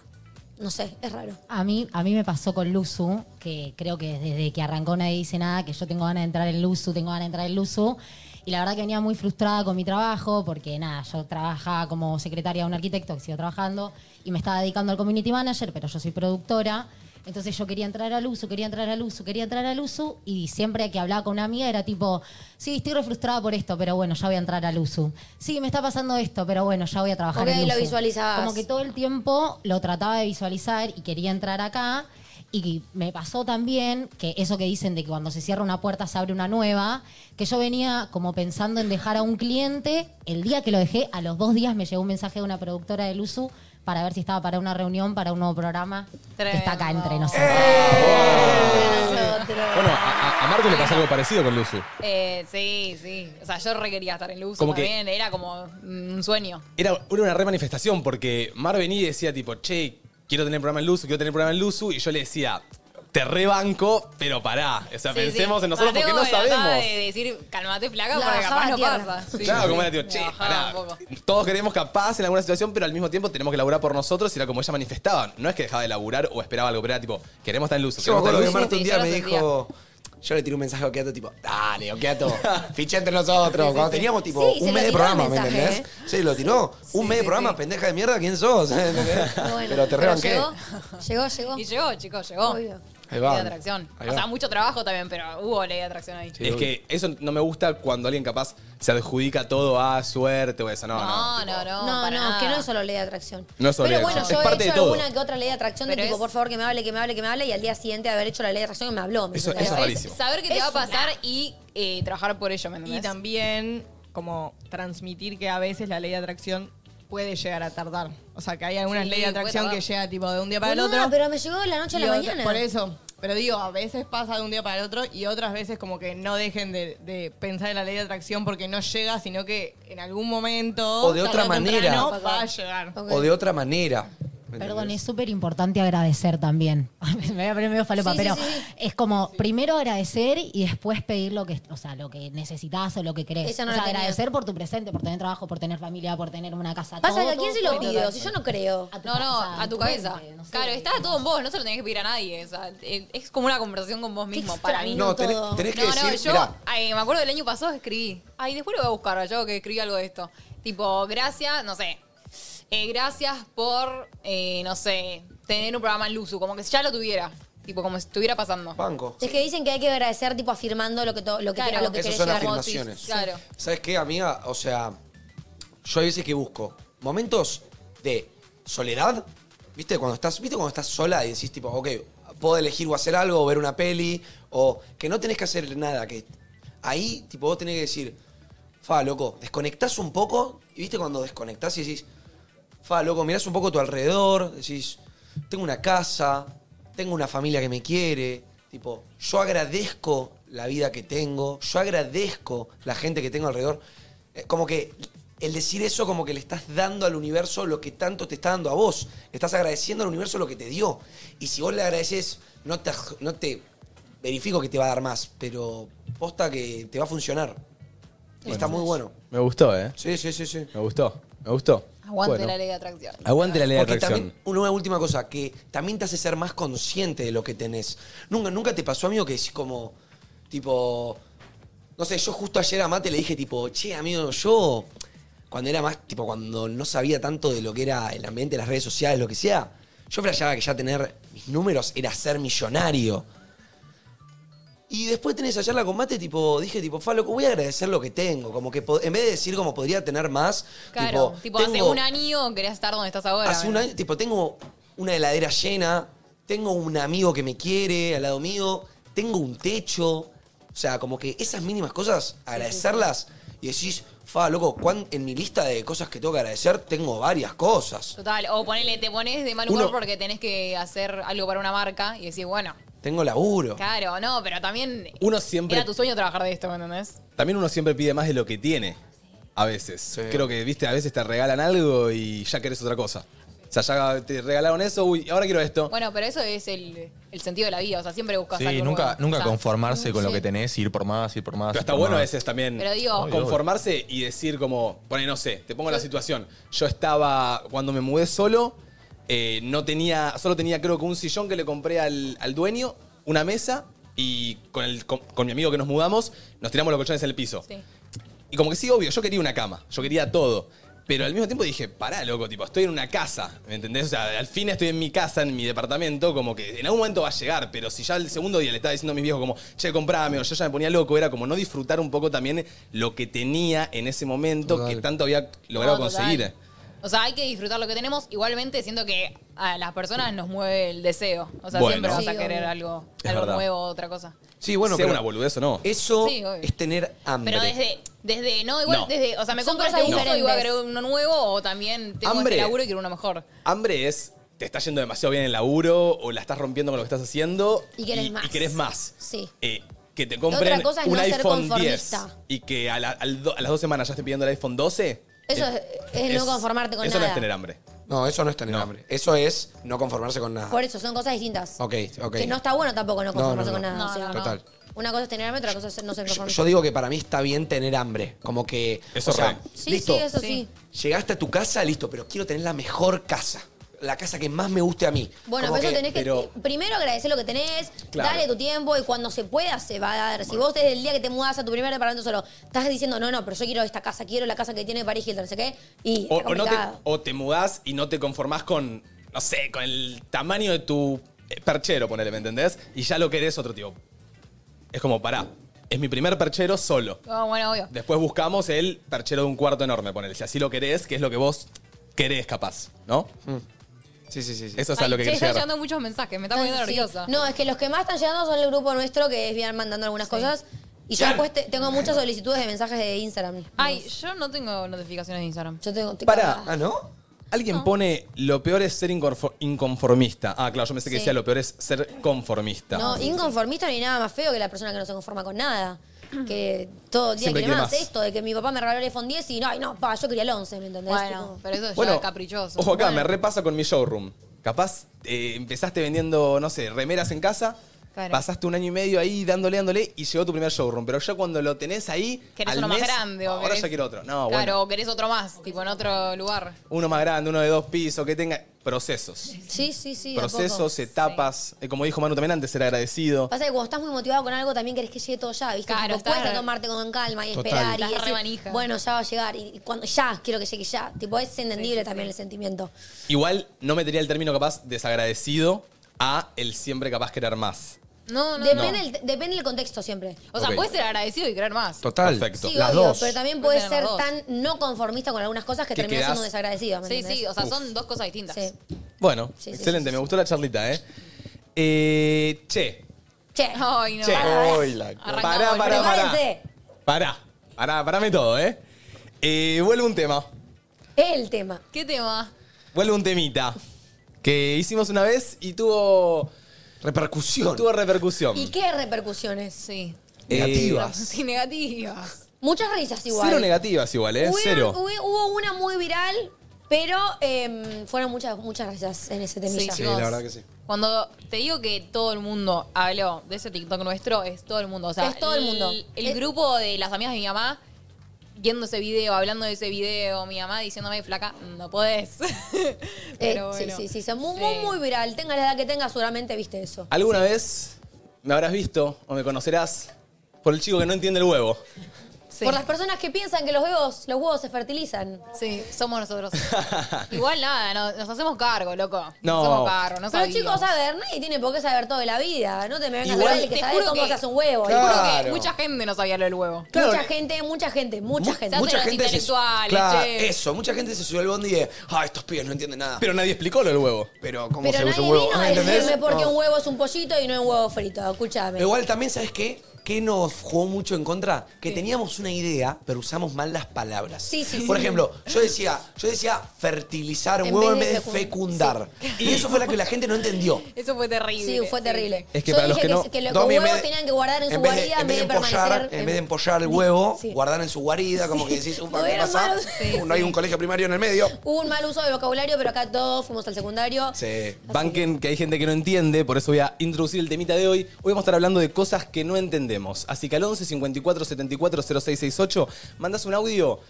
S2: no sé, es raro.
S7: A mí, a mí me pasó con Luzu, que creo que desde que arrancó nadie dice nada, que yo tengo ganas de entrar en Luzu, tengo ganas de entrar en Luzu. Y la verdad que venía muy frustrada con mi trabajo, porque nada, yo trabajaba como secretaria de un arquitecto que sigo trabajando y me estaba dedicando al community manager, pero yo soy productora. Entonces yo quería entrar al uso, quería entrar al uso, quería entrar al uso y siempre que hablaba con una amiga era tipo, sí, estoy re frustrada por esto, pero bueno, ya voy a entrar al uso. Sí, me está pasando esto, pero bueno, ya voy a trabajar
S2: Ok,
S7: en
S2: lo
S7: Luzu".
S2: visualizabas.
S7: Como que todo el tiempo lo trataba de visualizar y quería entrar acá. Y me pasó también que eso que dicen de que cuando se cierra una puerta se abre una nueva, que yo venía como pensando en dejar a un cliente. El día que lo dejé, a los dos días me llegó un mensaje de una productora del USU para ver si estaba para una reunión, para un nuevo programa que está acá
S3: Tremendo.
S7: entre nosotros.
S6: Bueno, a, a- a Martu le pasó algo parecido con Luzu.
S3: Eh, sí, sí. O sea, yo requería estar en luz
S6: Como que-
S3: también. Era como mm, un sueño.
S6: Era, era una remanifestación porque Mar venía y decía tipo, che, quiero tener programa en Luzu, quiero tener programa en Luzu. Y yo le decía, te rebanco, pero pará. O sea,
S3: Sí,
S6: pensemos
S3: sí.
S6: en nosotros porque
S3: Mateo
S6: no
S3: me trataba
S6: sabemos.
S3: de decir, calmate flaca,
S2: La
S3: porque capaz
S2: bajaba
S3: no
S2: tierra.
S3: pasa. Sí,
S6: claro,
S3: sí,
S6: como
S3: sí.
S6: era, tipo, che,
S3: Me bajaba
S6: pará,
S3: un poco.
S6: todos queremos capaz en alguna situación, pero al mismo tiempo tenemos que laburar por nosotros y era como ella manifestaba. No es que dejaba de laburar o esperaba algo, pero era tipo, queremos estar en Luzu.
S4: Yo me
S6: queremos estar
S4: acuerdo
S6: en Luzu.
S3: Sí,
S4: que Marta un
S3: yo
S4: día
S3: lo
S4: me
S3: sentía.
S4: dijo. Yo le tiré un mensaje a Okiato tipo, dale, Okiato, ficha entre nosotros. Cuando teníamos tipo
S2: Sí, se
S4: un
S2: lo
S4: mes
S2: tiró
S4: de
S2: el
S4: programa, ¿me
S2: mensaje,
S4: entendés? Sí, lo tiró. un mes de programa, pendeja de mierda, ¿quién sos? ¿Entendés?
S2: Bueno,
S4: pero te rebanqué.
S2: Llegó, llegó, llegó.
S3: Y llegó, chicos, llegó.
S2: Obvio.
S4: Ahí va.
S3: Ley de atracción.
S4: Ahí
S3: O
S4: va.
S3: sea, mucho trabajo también, pero hubo ley de atracción ahí.
S6: es que eso no me gusta cuando alguien capaz se adjudica todo a suerte o eso. No, no.
S3: No, no, no.
S2: No, no,
S3: para nada.
S2: que no es solo ley de atracción.
S6: No es solo
S2: Pero
S6: ley de
S2: bueno,
S6: atracción.
S2: yo
S6: Es parte
S2: he
S6: de
S2: hecho
S6: todo.
S2: alguna que otra ley de atracción de
S3: Pero
S2: tipo,
S3: es-
S2: por favor, que me hable, que me hable, que me hable, y al día siguiente de haber hecho la ley de atracción que me habló. ¿me
S6: Eso-
S2: entendés?
S6: eso
S3: Pero es
S6: rarísimo.
S3: saber qué te
S2: Es
S3: va a pasar y eh, trabajar por ello, ¿me
S13: Y
S3: entendés?
S13: también como transmitir que a veces la ley de atracción puede llegar a tardar. O sea, que hay algunas
S3: Sí,
S13: leyes de atracción
S3: puede
S13: que
S3: tardar.
S13: llega tipo de un día para el
S2: Boluda,
S13: otro.
S2: pero me llegó de la noche a
S13: y
S2: la
S13: otra-
S2: mañana.
S13: Por eso. Pero digo, a veces pasa de un día para el otro y otras veces como que no dejen de, de pensar en la ley de atracción porque no llega, sino que en algún momento...
S4: O de otra
S13: tarde temprano,
S4: manera.
S13: Va a llegar.
S2: Ok.
S4: O de otra manera.
S6: ¿entendés?
S7: Perdón, es súper importante agradecer también. Me voy a poner medio falopa,
S2: Sí, sí,
S7: pero
S2: sí, sí.
S7: es como primero agradecer y después pedir lo que, o sea, lo que necesitas o lo que querés.
S2: Esa no
S7: o
S2: la
S7: sea,
S2: tenía.
S7: agradecer por tu presente, por tener trabajo, por tener familia, por tener una casa.
S2: Pasa
S7: todo,
S2: que a quién
S7: todo,
S2: se lo
S7: todo,
S2: pido,
S7: todo.
S2: si yo no creo.
S3: No, no, a tu cabeza. Claro, está todo en vos, no se lo tenés que pedir a nadie. o sea, eh, es como una conversación con vos mismo para mí.
S4: No, tenés, tenés que
S3: no, no,
S4: decir,
S3: yo
S4: mirá,
S3: ay, me acuerdo del año pasado escribí. Ay, después lo voy a buscar, yo que escribí algo de esto. Tipo, gracias, no sé. eh, gracias por, eh, no sé, tener un programa en Luzu, como que ya lo tuviera. Tipo, como si estuviera pasando.
S4: banco.
S2: Es que dicen que hay que agradecer tipo afirmando lo que to- lo que,
S3: Claro.
S2: a lo que
S4: Esas
S2: querés
S4: son
S2: llegar.
S4: afirmaciones.
S3: Claro.
S4: ¿Sabes qué, amiga? O sea, yo hay veces que busco momentos de soledad. ¿Viste? Cuando estás, ¿Viste cuando estás sola y decís, tipo, ok, puedo elegir o hacer algo, o ver una peli, o que no tenés que hacer nada? Que ahí, tipo, vos tenés que decir, fa, loco, desconectás un poco. Y viste cuando desconectás y decís, fa, loco, mirás un poco a tu alrededor, decís, tengo una casa, tengo una familia que me quiere, tipo, yo agradezco la vida que tengo, yo agradezco la gente que tengo alrededor. Eh, Como que el decir eso como que le estás dando al universo lo que tanto te está dando a vos, le estás agradeciendo al universo lo que te dio. Y si vos le agradeces, no te, aj- no te verifico que te va a dar más, pero posta que te va a funcionar. Y está muy bueno.
S6: Me gustó, ¿eh?
S4: Sí, sí, sí, sí.
S6: Me gustó, me gustó.
S3: Aguante
S6: Bueno.
S3: la ley de atracción.
S6: Aguante la ley de
S4: Porque
S6: atracción.
S4: también, una última cosa, que también te hace ser más consciente de lo que tenés. Nunca, nunca te pasó, amigo, que es como, tipo, no sé, yo justo ayer a Mate le dije, tipo, che, amigo, yo, cuando era más, tipo, cuando no sabía tanto de lo que era el ambiente, las redes sociales, lo que sea, yo flashaba que ya tener mis números era ser millonario. Y después tenés ayer la combate, tipo, dije, tipo, fa, loco, voy a agradecer lo que tengo. Como que po- en vez de decir como podría tener más,
S3: Claro, tipo, hace
S4: tengo-
S3: un año querías estar donde estás ahora.
S4: Hace un año, tipo, tengo una heladera llena, tengo un amigo que me quiere al lado mío, tengo un techo. O sea, como que esas mínimas cosas, agradecerlas y decís, fa, loco, ¿cuán- en mi lista de cosas que tengo que agradecer tengo varias cosas.
S3: Total, o ponele, te pones de mal humor
S4: Uno-
S3: porque tenés que hacer algo para una marca y decís, bueno,
S4: Tengo laburo.
S3: claro, no, pero también
S6: Uno siempre-
S3: era tu sueño trabajar de esto, ¿me entendés?
S6: También uno siempre pide más de lo que tiene. A veces. Creo que, viste, a veces te regalan algo y ya querés otra cosa. O sea, ya te regalaron eso, uy, ahora quiero esto.
S3: Bueno, pero eso es el, el sentido de la vida, o sea, siempre buscas
S10: Sí,
S3: algo
S10: nunca,
S3: nuevo.
S10: nunca
S3: O sea,
S10: conformarse con lo
S3: sí.
S10: que tenés, ir por más, ir por más.
S6: Pero
S10: ir
S6: está
S10: por
S6: bueno a
S10: más.
S6: veces también
S3: Pero digo- Obvio, obvio.
S6: conformarse y decir como, pone, no sé, te pongo la situación. Yo estaba, cuando me mudé solo, eh, no tenía, solo tenía creo que un sillón que le compré al, al dueño, una mesa y con, el, con, con mi amigo que nos mudamos, nos tiramos los colchones en el piso.
S3: Sí.
S6: Y como que sí, obvio, yo quería una cama, yo quería todo. Pero al mismo tiempo dije, pará, loco, tipo, estoy en una casa, ¿me entendés? O sea, al fin estoy en mi casa, en mi departamento, como que en algún momento va a llegar, pero si ya el segundo día le estaba diciendo a mis viejos como, che, comprame, o yo ya me ponía loco, era como no disfrutar un poco también lo que tenía en ese momento que tanto había logrado
S3: No, total.
S6: conseguir.
S3: O sea, hay que disfrutar lo que tenemos. Igualmente siento que a las personas nos mueve el deseo. O sea,
S6: Bueno.
S3: siempre vas
S6: Sí,
S3: a querer
S6: obvio.
S3: algo,
S6: Es
S3: algo
S6: verdad.
S3: nuevo, otra cosa.
S4: Sí, bueno,
S6: Sea
S4: pero
S6: una boludez o no.
S4: Eso
S3: Sí, obvio.
S4: es tener hambre.
S3: Pero desde, desde, no, igual
S6: No.
S3: desde, o sea, me
S2: Son
S3: compro este
S2: cosas
S3: gusto y voy a
S2: diferentes.
S3: querer uno nuevo o también tengo
S6: Hambre.
S3: este laburo y quiero uno mejor.
S6: Hambre es, te está yendo demasiado bien el laburo o la estás rompiendo con lo que estás haciendo
S2: Y querés más.
S6: Y querés más.
S2: Sí.
S6: Eh, que te
S2: Y
S6: compren
S2: otra cosa es
S6: un
S2: no ser
S6: iPhone 10
S2: conformista.
S6: y que a, la- al do- a las dos semanas ya esté pidiendo el iPhone 12.
S2: Eso
S6: eh,
S2: es- es no conformarte con
S6: eso
S2: nada.
S6: no es tener hambre.
S4: No, eso no es tener hambre. Eso es no conformarse con nada.
S2: Por eso, son cosas distintas.
S4: Ok, ok.
S2: Que no está bueno tampoco no
S4: No,
S2: conformarse
S4: no,
S2: con
S4: no.
S2: nada.
S4: No,
S2: o sea,
S4: no, no. Total.
S2: Una cosa es tener hambre, otra cosa es no ser
S4: Yo,
S2: conformista.
S4: yo digo que para mí está bien tener hambre. Como que.
S6: Eso
S4: o sea,
S6: re.
S2: Sí,
S4: listo,
S2: sí, eso sí.
S4: Llegaste a tu casa, listo, pero quiero tener la mejor casa. La casa que más me guste a mí.
S2: Bueno,
S4: Como
S2: pero eso
S4: que-
S2: tenés que. eh,
S4: pero-
S2: Primero agradecer lo que tenés,
S4: Claro.
S2: dale tu tiempo y cuando se pueda se va a dar. Si vos desde el día que te mudas a tu primer departamento solo estás diciendo, no, no, pero yo quiero esta casa, quiero la casa que tiene Paris Hilton, no sé qué. Y.
S6: O,
S2: está
S6: o no te,
S2: complicado.
S6: o te mudás y no te conformás con, no sé, con el tamaño de tu eh, perchero, ponele, ¿me entendés? Y ya lo querés otro tipo. Es como, pará, es mi primer perchero solo.
S3: No, bueno, obvio.
S6: Después buscamos el perchero de un cuarto enorme, ponele. Si así lo querés, que es lo que vos querés capaz, ¿no?
S4: Mm. Sí, sí, sí.
S6: Eso es a lo que
S3: Che,
S6: querés
S3: están
S6: llegar.
S3: llegando muchos mensajes, me está poniendo
S2: Sí.
S3: nerviosa.
S2: No, es que los que más están llegando son el grupo nuestro que es bien mandando algunas cosas. Y yo después te- tengo muchas solicitudes de mensajes de Instagram.
S3: Ay, yo no tengo notificaciones de Instagram.
S2: Yo tengo.
S6: Pará.
S4: Ah, ¿no?
S6: Alguien pone lo peor es ser inconfo- inconformista. Ah, claro, yo pensé que
S2: Sí.
S6: decía lo peor es ser conformista.
S2: No, inconformista no hay nada más feo que la persona que no se conforma con nada. que todo el día
S6: Siempre
S2: quiere
S6: quiere
S2: más,
S6: más.
S2: esto, de que mi papá me regaló el iPhone 10 y no, ay, no, pa, yo quería el 11, ¿me entendés?
S3: Bueno, pero eso ya
S6: Bueno,
S3: es caprichoso.
S6: Ojo acá,
S3: Bueno.
S6: me repaso con mi showroom. Capaz eh, empezaste vendiendo, no sé, remeras en casa.
S3: Claro.
S6: Pasaste un año y medio ahí dándole, dándole y llegó tu primer showroom. Pero ya cuando lo tenés ahí.
S3: Querés
S6: al
S3: uno más
S6: mes,
S3: grande, o
S6: Ahora
S3: querés-
S6: ya quiero otro. No,
S3: claro,
S6: bueno.
S3: o querés otro más, tipo en otro lugar.
S6: Uno más grande, uno de dos pisos, que tenga. Procesos.
S2: Sí, sí, sí. de a poco.
S6: procesos, etapas. Eh, como dijo Manu también antes, ser agradecido.
S2: Pasa que cuando estás muy motivado con algo también querés que llegue todo ya, ¿viste? Tipo,
S3: Claro, estás-
S2: cuesta tomarte con calma y
S6: Total.
S2: esperar y
S3: Estás re
S2: decir,
S3: manija.
S2: bueno, ya va a llegar y y cuando ya, quiero que llegue ya. Tipo, es entendible también el sentimiento.
S6: Igual no metería el término capaz desagradecido a el siempre capaz querer más.
S3: No, no,
S2: depende,
S6: no.
S2: del- depende del contexto siempre.
S3: O sea,
S6: Ok.
S3: puedes ser agradecido y querer más.
S6: Total. Perfecto.
S2: Sí, obvio, pero también puedes
S3: Pueden
S2: ser
S3: tener
S2: tan no conformista con algunas cosas que
S6: Que
S2: terminas
S6: quedás-
S2: siendo desagradecido. ¿me
S3: Sí,
S2: entendés?
S3: sí, o sea, son dos cosas distintas.
S2: Sí.
S6: Bueno,
S2: Sí, sí,
S6: excelente, me gustó la charlita, ¿eh? Eh, che,
S2: Che.
S3: Ay, no.
S6: Che.
S3: Pará.
S6: Ay, la-
S3: Arrancamos
S6: Pará, pará,
S3: el
S6: pará.
S2: Prepárense.
S6: Pará, pará, parame todo, ¿eh? Eh, Vuelve un tema,
S2: El tema.
S3: ¿Qué tema?
S6: vuelve un temita que hicimos una vez y tuvo...
S4: Repercusión.
S6: Tuvo repercusión.
S2: ¿Y qué repercusiones?
S3: Sí.
S6: Um, Negativas.
S3: Sí, negativas.
S2: Muchas risas igual.
S6: Cero negativas igual, ¿eh?
S2: Hubieron-
S6: Cero.
S2: hubi- Hubo una muy viral, pero em, fueron muchas, muchas risas Eh, en ese temilla.
S3: Sí, la chicos. verdad que
S4: sí.
S3: Cuando te digo que todo el mundo habló de ese TikTok nuestro, es todo el mundo. O sea,
S2: Es todo el mundo.
S3: El,
S2: Es-
S3: grupo de las amigas de mi mamá viendo ese video, hablando de ese video, mi mamá diciéndome, flaca, no podés.
S2: Eh,
S3: Pero
S2: sí,
S3: bueno.
S2: sí, sí, se- muy, muy, muy viral. Tenga la edad que tenga, seguramente viste eso.
S6: ¿Alguna vez me habrás visto o me conocerás por el chico que no entiende el huevo?
S3: Sí.
S2: Por las personas que piensan que los huevos, los huevos se fertilizan.
S3: Sí, somos nosotros. Igual nada, no- nos, hacemos cargo, loco.
S6: No.
S3: Nos hacemos cargo, no
S2: Pero
S3: sabíamos.
S2: chicos, a ver, nadie tiene por qué saber todo de la vida. No te me vengas
S3: Igual
S2: a hablar de que
S3: te
S2: sabes
S3: juro
S2: cómo
S3: que-
S2: se hace un huevo.
S3: Te juro
S4: Claro.
S3: que mucha gente no sabía lo del huevo.
S2: Mucha gente, mucha gente, mucha gente.
S3: Mucha los gente eh, se- intelectuales,
S4: Claro,
S3: che.
S4: eso, mucha gente se subió al bondi y de, ah, estos pibes no entienden nada.
S6: Pero nadie explicó lo del huevo.
S4: Pero, ¿cómo
S2: Pero
S4: se usa
S2: nadie
S4: un huevo?
S2: vino a
S4: ¿Entendés?
S2: decirme por qué
S4: No.
S2: un huevo es un pollito y no es un huevo frito. Escúchame.
S4: Pero Igual también, ¿sabes qué? ¿Qué nos jugó mucho en contra? Que teníamos una idea, pero usamos mal las palabras.
S2: Sí, sí,
S4: Por
S2: sí.
S4: ejemplo, yo decía, yo decía fertilizar un
S2: En
S4: huevo en
S2: vez
S4: vez
S2: de
S4: de fecundar. Y eso fue la que la gente no entendió.
S3: Eso fue terrible.
S2: Sí, fue terrible.
S6: Es que
S2: Yo
S6: para los
S2: dije
S6: que no-
S2: que, los
S4: Domi, en
S2: huevos
S4: vez de-
S2: tenían que guardar en su
S4: en vez de-
S2: guarida en vez de,
S4: empollar, eh,
S2: permanecer.
S4: en
S2: en-
S4: vez de empollar el huevo,
S2: Sí.
S4: guardar en su guarida, como que decís, un
S2: No
S4: ¿qué
S2: eran
S4: pasa?
S2: malos. Sí,
S4: No hay un colegio primario en el medio.
S2: Hubo un mal uso de vocabulario, pero acá todos fuimos al secundario.
S4: Sí.
S6: Banquen que hay gente que no entiende, por eso voy a introducir el temita de hoy. Hoy vamos a estar hablando de cosas que no entendemos. Así que al 11 54 74 0668 mandas un audio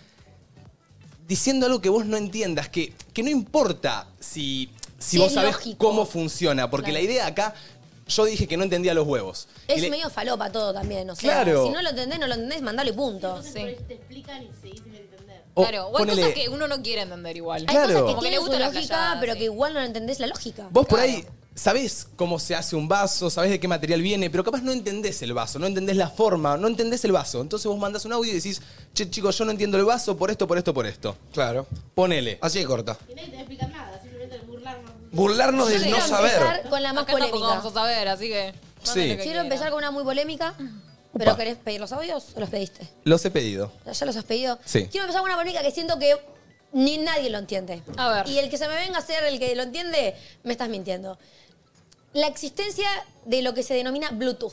S6: diciendo algo que vos no entiendas, que, que no importa si, si
S2: Sí,
S6: vos
S2: es
S6: sabés
S2: lógico.
S6: cómo funciona, porque
S2: Claro.
S6: la idea acá, yo dije que no entendía los huevos. Y
S2: Es
S6: le-
S2: medio falopa todo también, o sea,
S6: Claro.
S2: si no lo entendés, no lo entendés, mandalo y punto.
S5: Entonces, por ahí te explican y seguís sin entender.
S6: o
S3: Claro, o hay
S6: ponele,
S3: cosas que uno no quiere entender igual.
S6: Claro.
S2: Hay cosas
S6: Como
S2: que
S6: que
S2: tienen
S3: le
S2: su
S3: gusta la
S2: lógica,
S3: playada,
S2: pero
S3: sí.
S2: que igual no entendés la lógica.
S6: Vos por ahí sabés cómo se hace un vaso, sabés de qué material viene, pero capaz no entendés el vaso, no entendés la forma, no entendés el vaso. Entonces vos mandás un audio y decís, che, chicos, yo no entiendo el vaso por esto, por esto, por esto.
S4: Claro.
S6: Ponele.
S4: Así de corta.
S5: Y nadie te va a explicar nada, simplemente burlarnos.
S4: Burlarnos
S2: Yo
S4: del
S2: quiero
S4: no saber.
S2: empezar con la más
S3: Acá tampoco
S2: polémica.
S3: vamos a saber, así que.
S6: Sí.
S3: manden lo que
S2: Quiero
S3: quieran.
S2: empezar con una muy polémica, pero
S6: Upa.
S2: ¿querés pedir los audios o los pediste?
S6: Los he pedido.
S2: ¿Ya los has pedido?
S6: Sí.
S2: Quiero empezar con una polémica que siento que ni nadie lo entiende.
S3: A ver.
S2: Y el que se me venga a ser el que lo entiende, me estás mintiendo. La existencia de lo que se denomina Bluetooth.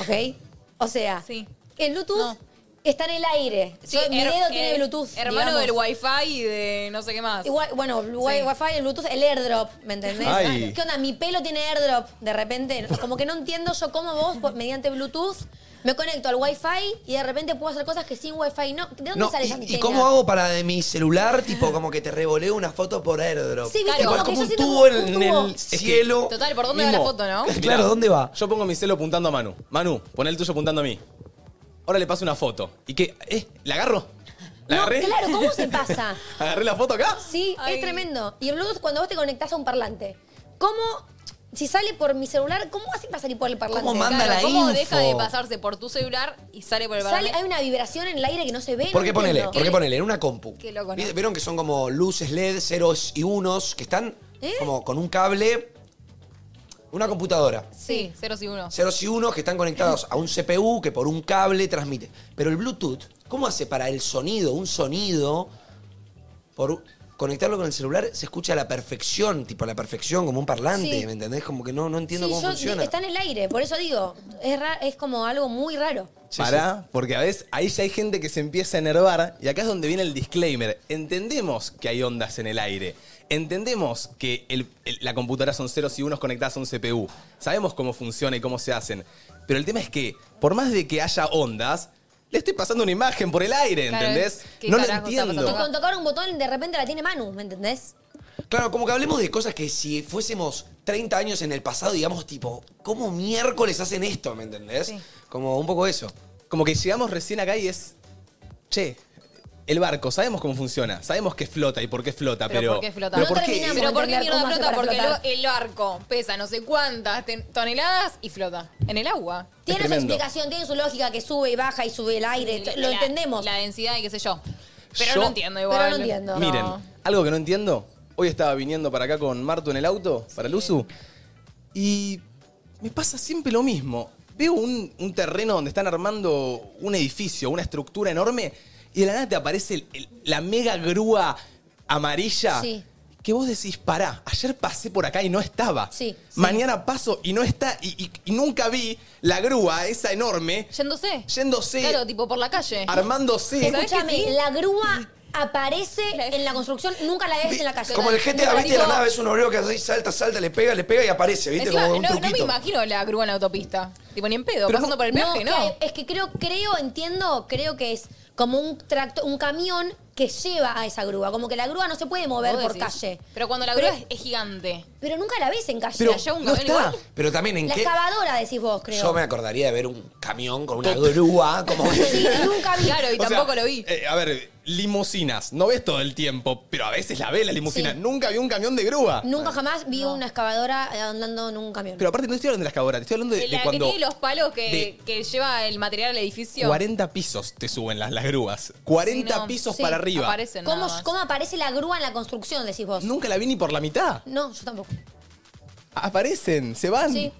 S2: ¿Ok? O sea,
S3: Sí.
S2: el Bluetooth
S3: No.
S2: está en el aire.
S3: Sí,
S2: Yo- mi
S3: her-
S2: dedo tiene
S3: her-
S2: Bluetooth.
S3: Hermano
S2: digamos.
S3: del Wi-Fi y de no sé qué más.
S2: Igual, bueno, el wi-
S3: Sí.
S2: Wi-Fi, el Bluetooth, el airdrop, ¿me entendés?
S6: Ay.
S2: ¿Qué onda? Mi pelo tiene airdrop de repente. Como que no entiendo yo cómo vos, por- mediante Bluetooth, me conecto al Wi-Fi y de repente puedo hacer cosas que sin Wi-Fi no. ¿De dónde
S4: No,
S2: sale esa
S4: y- y,
S2: antena?
S4: cómo hago para de mi celular, tipo, como que te revoleo una foto por airdrop?
S2: Sí, viste,
S4: Tipo,
S2: como
S4: es
S2: que
S4: como
S2: yo
S4: un
S2: siento
S4: tubo
S2: como
S4: en,
S2: un tubo.
S4: el cielo.
S3: Total, ¿por dónde va la
S6: Mismo.
S3: foto, no?
S4: Claro, ¿dónde va?
S6: Yo pongo mi celo apuntando a Manu. Manu, pon el tuyo apuntando a mí. Ahora le paso una foto. ¿Y qué? ¿Eh? ¿La agarro? ¿La
S2: No,
S6: agarré?
S2: claro, ¿cómo se pasa?
S6: ¿Agarré la foto acá?
S2: Sí,
S3: Ay.
S2: es tremendo. Y el Bluetooth, cuando vos te conectás a un parlante, ¿cómo, si sale por mi celular, cómo hace para salir por el parlante?
S4: ¿Cómo manda
S3: Claro,
S4: la
S3: ¿Cómo
S4: info?
S3: deja de pasarse por tu celular y sale por el
S2: Sale,
S3: barrio?
S2: hay una vibración en el aire que no se ve.
S4: ¿Por qué
S2: no
S4: ponele?
S2: entiendo.
S4: ¿Por qué ponele? En una compu.
S3: Qué loco, ¿no?
S4: ¿Viste- ¿Vieron que son como luces LED, ceros y unos, que están
S2: ¿Eh?
S4: como con un cable? Una computadora.
S3: Sí, ceros y unos.
S4: Ceros y unos que están conectados a un CPU que por un cable transmite. Pero el Bluetooth, ¿cómo hace para el sonido? Un sonido, por un- conectarlo con el celular, se escucha a la perfección, tipo a la perfección, como un parlante,
S2: Sí.
S4: ¿me entendés? Como que no, no entiendo
S2: Sí,
S4: cómo
S2: yo-
S4: funciona.
S2: está en el aire, por eso digo, es, ra- es como algo muy raro.
S6: Pará, porque a veces ahí ya hay gente que se empieza a enervar y acá es donde viene el disclaimer. Entendemos que hay ondas en el aire. Entendemos que el- el- la computadora son ceros y unos conectadas a un CPU. Sabemos cómo funciona y cómo se hacen. Pero el tema es que, por más de que haya ondas, le estoy pasando una imagen por el aire,
S2: Claro,
S6: ¿entendés?
S2: ¿qué
S6: No lo
S2: carajo está
S6: entiendo.
S2: pasando? Y con tocar un botón de repente la tiene Manu, ¿me entendés?
S4: Claro, como que hablemos de cosas que si fuésemos 30 años en el pasado, digamos, tipo, ¿cómo miércoles hacen esto? ¿Me entendés? Como un poco eso.
S6: Como que llegamos recién acá y es. Che, el barco, sabemos cómo funciona, sabemos que flota y por qué flota, pero.
S13: Pero ¿por qué flota?
S6: pero
S13: No
S6: ¿por qué?
S13: terminamos
S3: Pero ¿por qué
S13: entender
S3: mierda
S13: cómo hace
S3: flota?
S13: para
S3: Porque
S13: flotar.
S3: lo- el barco pesa no sé cuántas ten- toneladas y flota en el agua.
S2: Tiene su
S6: tremendo.
S2: explicación, tiene su lógica que sube y baja y sube el aire. t- lo
S3: La-
S2: entendemos.
S3: La densidad y qué sé yo. Pero
S6: Yo-
S3: no entiendo igual.
S2: Pero no entiendo.
S6: Miren,
S3: No.
S6: algo que no entiendo. Hoy estaba viniendo para acá con Martu en el auto, para el USU, y me pasa siempre lo mismo. Veo un, un terreno donde están armando un edificio, una estructura enorme, y de la nada te aparece el- el- la mega grúa amarilla.
S2: Sí.
S6: Que vos decís, pará, ayer pasé por acá y no estaba.
S2: Sí, sí.
S6: Mañana paso y no está, y, y- y nunca vi la grúa esa enorme
S3: Yéndose.
S6: Yéndose.
S3: Claro, tipo por la calle.
S6: armándose.
S2: Escúchame, la grúa aparece en la construcción, nunca la ves en la calle.
S4: Como el GTA, ¿viste? De la nave es un obrero que así salta, salta, le pega, le pega y aparece, ¿viste?
S3: Encima,
S4: Como un
S3: no, no me
S4: truquito.
S3: imagino la grúa en la autopista. Tipo, ni en pedo,
S4: Pero
S3: pasando
S4: no-
S3: por el peaje, no.
S2: que- Es que creo, creo, entiendo, creo que es como un tracto, un camión que lleva a esa grúa. Como que la grúa no se puede mover
S3: Vos
S2: por
S3: decís.
S2: calle.
S3: Pero cuando la
S2: Pero-
S3: grúa es, es gigante.
S2: Pero nunca la ves en calle.
S4: Pero
S2: Allá un
S4: no
S2: camión
S4: está.
S2: igual.
S4: Pero también en
S2: La
S4: qué...
S2: excavadora decís vos, creo.
S4: Yo me acordaría de ver un camión con una grúa, como que...
S2: Nunca vi. Claro,
S6: O sea, eh, a ver, limusinas. No ves todo el tiempo, pero a veces la ves la limusina.
S2: Sí.
S6: Nunca vi un camión de grúa.
S2: Nunca jamás vi una excavadora eh, andando en un camión.
S6: Ah. Pero aparte no estoy hablando de la excavadora, te estoy hablando de, de
S3: la que
S6: cuando
S3: tiene los palos que,
S6: de-
S3: que lleva el material al edificio.
S6: 40 pisos te suben las, las grúas. 40
S3: Sí, no.
S6: pisos
S3: Sí,
S6: para arriba.
S3: aparecen nada
S2: ¿Cómo,
S3: más.
S2: cómo aparece la grúa en la construcción, decís vos?
S6: Nunca la vi ni por la mitad.
S2: No, yo tampoco.
S6: Aparecen, se van.
S2: Sí.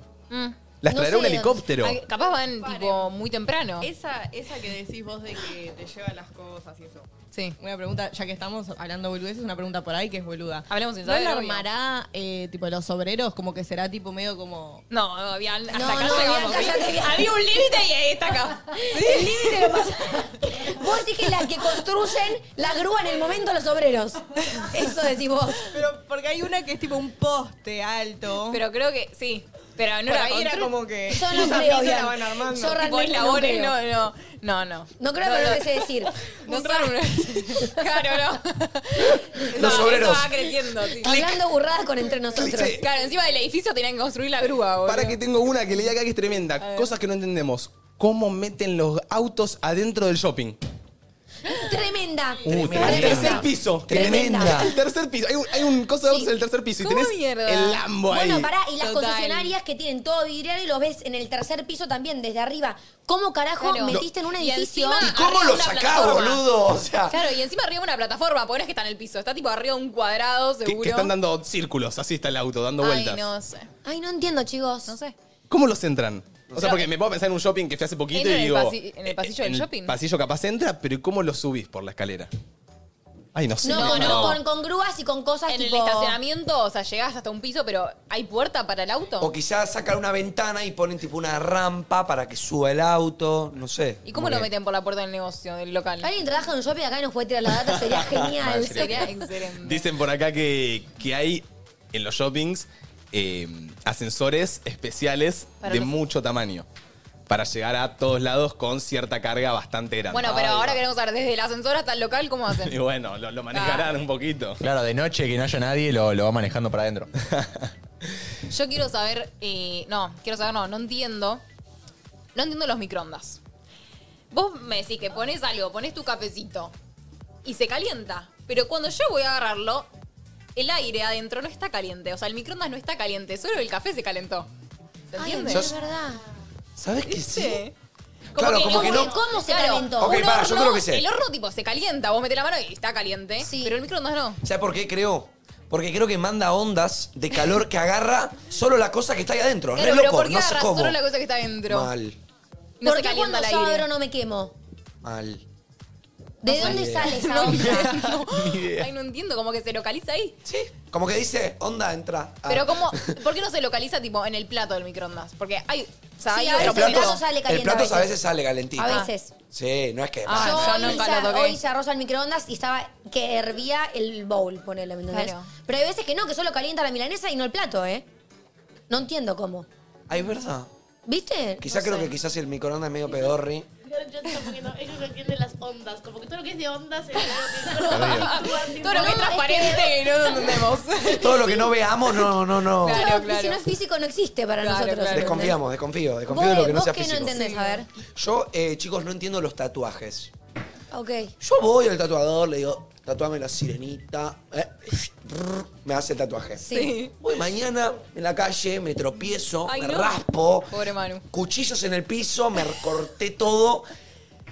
S6: Las traerá un helicóptero.
S3: Mm. Ay, Capaz van tipo muy temprano.
S13: Esa, esa que decís vos de que te lleva las cosas y eso.
S3: Sí.
S13: Una pregunta, ya que estamos hablando boludeces, una pregunta por ahí que es boluda.
S3: Hablemos sin
S13: ¿No
S3: saber,
S13: la
S3: obvio.
S13: armará eh, tipo los obreros? Como que será tipo medio como.
S3: No, había, hasta
S13: No,
S3: acá
S13: no,
S3: llegamos,
S13: Bianca, ya
S3: ¿viste?
S13: te vi.
S3: Había un límite y ahí está acá.
S2: El límite lo pasa. Vos decís que las que construyen la grúa en el momento los obreros. Eso decís vos.
S13: Pero porque hay una que es tipo un poste alto.
S3: Pero creo que sí. Pero no
S13: Por
S3: la
S13: ahí era
S3: constru-
S13: como que.
S2: Yo no
S13: esas
S2: creo,
S13: piezas
S2: Bian.
S13: la van armando.
S2: Yo
S3: Tipo,
S2: realmente no
S3: eslabones,
S2: creo.
S3: no, no, no, no.
S2: No creo que lo que sé decir.
S3: No son una- Claro, no.
S4: Los
S3: Eso-
S4: obreros.
S3: Eso va creciendo. sí.
S2: Hablando burradas con entre nosotros.
S3: Claro, encima del edificio tenían que construir la grúa, boludo.
S6: Para que tengo una que leí acá que es tremenda. Cosas que no entendemos. ¿Cómo meten los autos adentro del shopping?
S2: Tremenda.
S6: Uy, Al tercer piso.
S2: Tremenda.
S6: Al tercer piso. Hay un, hay un coso de autos en el tercer piso. Y
S3: ¿Cómo
S6: tenés
S3: mierda?
S6: el Lambo ahí.
S2: Bueno, pará, y las
S3: Total.
S2: concesionarias que tienen todo vidriado y los ves en el tercer piso también, desde arriba. ¿Cómo carajo
S3: Claro.
S2: metiste en un
S3: Y
S2: edificio?
S3: encima- ah,
S4: ¿Y cómo lo
S3: Arriba una
S4: sacás,
S3: plataforma.
S4: boludo? O sea...
S3: Claro, y encima arriba una plataforma, porque no es que está en el piso, está tipo arriba de un cuadrado,
S6: que,
S3: seguro.
S6: que están dando círculos, así está el auto, dando
S3: Ay,
S6: vueltas.
S3: no sé.
S2: Ay, no entiendo, chicos.
S3: No sé.
S6: ¿Cómo los entran? O sea, porque me puedo pensar en un shopping que fui hace poquito
S3: Entra
S6: y
S3: en el
S6: digo. eh,
S3: pasi- en el pasillo del
S6: en
S3: shopping.
S6: Pasillo capaz entra, pero ¿y ¿cómo lo subís por la escalera? Ay, no sé.
S2: No, no, Con, con grúas y con cosas
S3: En el
S2: tipo...
S3: estacionamiento, o sea, llegás hasta un piso, pero ¿hay puerta para el auto?
S4: O quizás sacan una ventana y ponen tipo una rampa para que suba el auto, no sé.
S3: ¿Y cómo
S4: Muy
S3: lo
S4: bien.
S3: meten por la puerta del negocio, del local?
S2: Alguien trabaja en un shopping acá y nos puede tirar la data, sería genial.
S6: Madre,
S3: Sería excelente.
S6: Dicen por acá que, que hay en los shoppings eh, ascensores especiales
S3: Para
S6: de
S3: los-
S6: mucho tamaño para llegar a todos lados con cierta carga bastante grande.
S3: Bueno, pero ahora queremos saber, desde el ascensor hasta el local, ¿cómo
S6: Y
S3: hacen?
S6: bueno, lo, lo
S3: Ah.
S6: manejarán un poquito.
S10: Claro, de noche que no haya nadie lo, lo va manejando para adentro.
S3: Yo quiero saber, eh, no, quiero saber, no, no entiendo. No entiendo los microondas. Vos me decís que pones algo, pones tu cafecito y se calienta. Pero cuando yo voy a agarrarlo, el aire adentro no está caliente. O sea, el microondas no está caliente, solo el café se calentó. ¿Se
S2: Ay,
S3: entiende?
S2: es verdad.
S4: ¿Sabes qué sí?
S3: Como
S4: Claro,
S3: que
S4: como que
S3: no-
S4: no.
S2: ¿Cómo se
S3: Claro,
S2: calentó?
S4: Ok,
S3: un
S4: para, yo
S3: horno,
S4: creo que sé.
S3: El horno tipo se calienta, vos metés la mano y está caliente, pero el microondas no.
S4: ¿Sabes por qué creo? Porque creo que manda ondas de calor que agarra solo la cosa que está ahí adentro.
S3: Claro,
S4: Re
S3: pero
S4: loco,
S3: ¿por qué
S4: no sé
S3: agarras
S4: cómo.
S3: solo la cosa que está adentro?
S4: Mal,
S3: No
S2: ¿Por
S3: se
S2: qué cuando
S3: calienta el
S2: yo
S3: aire.
S2: abro no me quemo?
S4: mal.
S2: ¿De
S3: No
S2: dónde
S4: sé.
S2: sale esa onda?
S4: Ni idea.
S3: Ay, no entiendo, como que se localiza ahí.
S4: Sí. Como que dice, onda, entra. Ah.
S3: Pero como, ¿por qué no se localiza tipo en el plato del microondas? Porque hay, o sea,
S2: Sí,
S3: hay
S2: a
S3: otro
S2: veces el plato
S3: plato.
S2: sale
S4: El
S2: caliente.
S4: plato a veces sale calentito.
S2: A veces.
S4: Sí, no es que.
S3: Ah,
S2: yo
S3: yo nunca
S2: hice-
S3: lo toqué.
S2: hoy hice arroz al microondas y estaba que hervía el bowl, ponele, ¿me entendés?
S3: Claro.
S2: Pero hay veces que no, que solo calienta la milanesa y no el plato, ¿eh? No entiendo cómo.
S4: Ay, Ah, verdad.
S2: ¿Viste?
S4: Quizá creo que quizás el microondas es medio pedorri.
S5: Yo tampoco no, ellos no entienden las ondas, como que todo lo que es de ondas es lo que
S3: Todo lo que es transparente no lo entendemos.
S4: Todo lo que no veamos, no, no, no.
S2: Claro,
S3: Claro,
S2: que
S3: claro.
S2: si no es físico no existe para
S3: Claro,
S2: nosotros.
S3: claro.
S4: Desconfiamos, desconfío,
S2: ¿Vos,
S4: desconfío de lo que no
S2: vos
S4: sea
S2: qué
S4: físico.
S2: no entendés? A ver.
S4: Yo, eh, chicos, no entiendo los tatuajes.
S2: Ok.
S4: Yo voy al tatuador, le digo, tatuame la sirenita. eh, me hace el tatuaje.
S2: Sí.
S4: Voy mañana en la calle, me tropiezo,
S3: Ay,
S4: me
S3: no.
S4: raspo,
S3: Pobre Manu.
S4: cuchillos en el piso, me corté todo,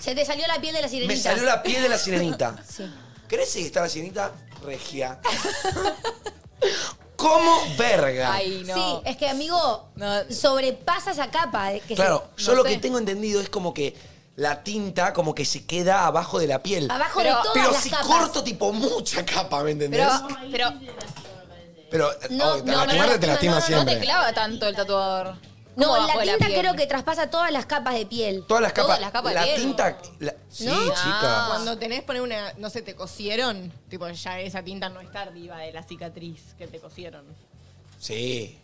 S2: Se te salió la piel de la sirenita.
S4: me salió la piel de la sirenita.
S2: Sí.
S4: ¿Crees que está la sirenita regia? ¿Cómo verga?
S3: Ay, no.
S2: Sí, es que, amigo,
S3: No.
S2: sobrepasa esa capa. de- Que
S4: Claro,
S2: se-
S4: yo
S2: no
S4: lo
S2: sé.
S4: que tengo entendido es como que la tinta como que se queda abajo de la piel.
S2: Abajo
S3: Pero-
S2: de todas
S4: Pero
S2: las
S4: si
S2: capas.
S4: corto tipo mucha capa, ¿me entendés?
S3: Pero, pero
S4: Pero,
S2: No,
S4: oh, te
S2: no,
S4: lastimarte
S2: no,
S4: te
S2: no,
S4: lastima
S2: no, no,
S3: no
S4: siempre.
S3: te clava tanto el tatuador. ¿Cómo
S2: No, la
S3: abajo de
S2: tinta
S3: piel?
S2: creo que traspasa todas las capas de piel.
S4: Todas las capas.
S3: Todas las capas de
S4: la
S3: piel.
S4: tinta. la- sí,
S3: ¿No?
S2: Ah.
S4: chica.
S13: Cuando tenés poner una, no sé, te cosieron, tipo ya esa tinta no está arriba de la cicatriz que te cosieron.
S4: Sí.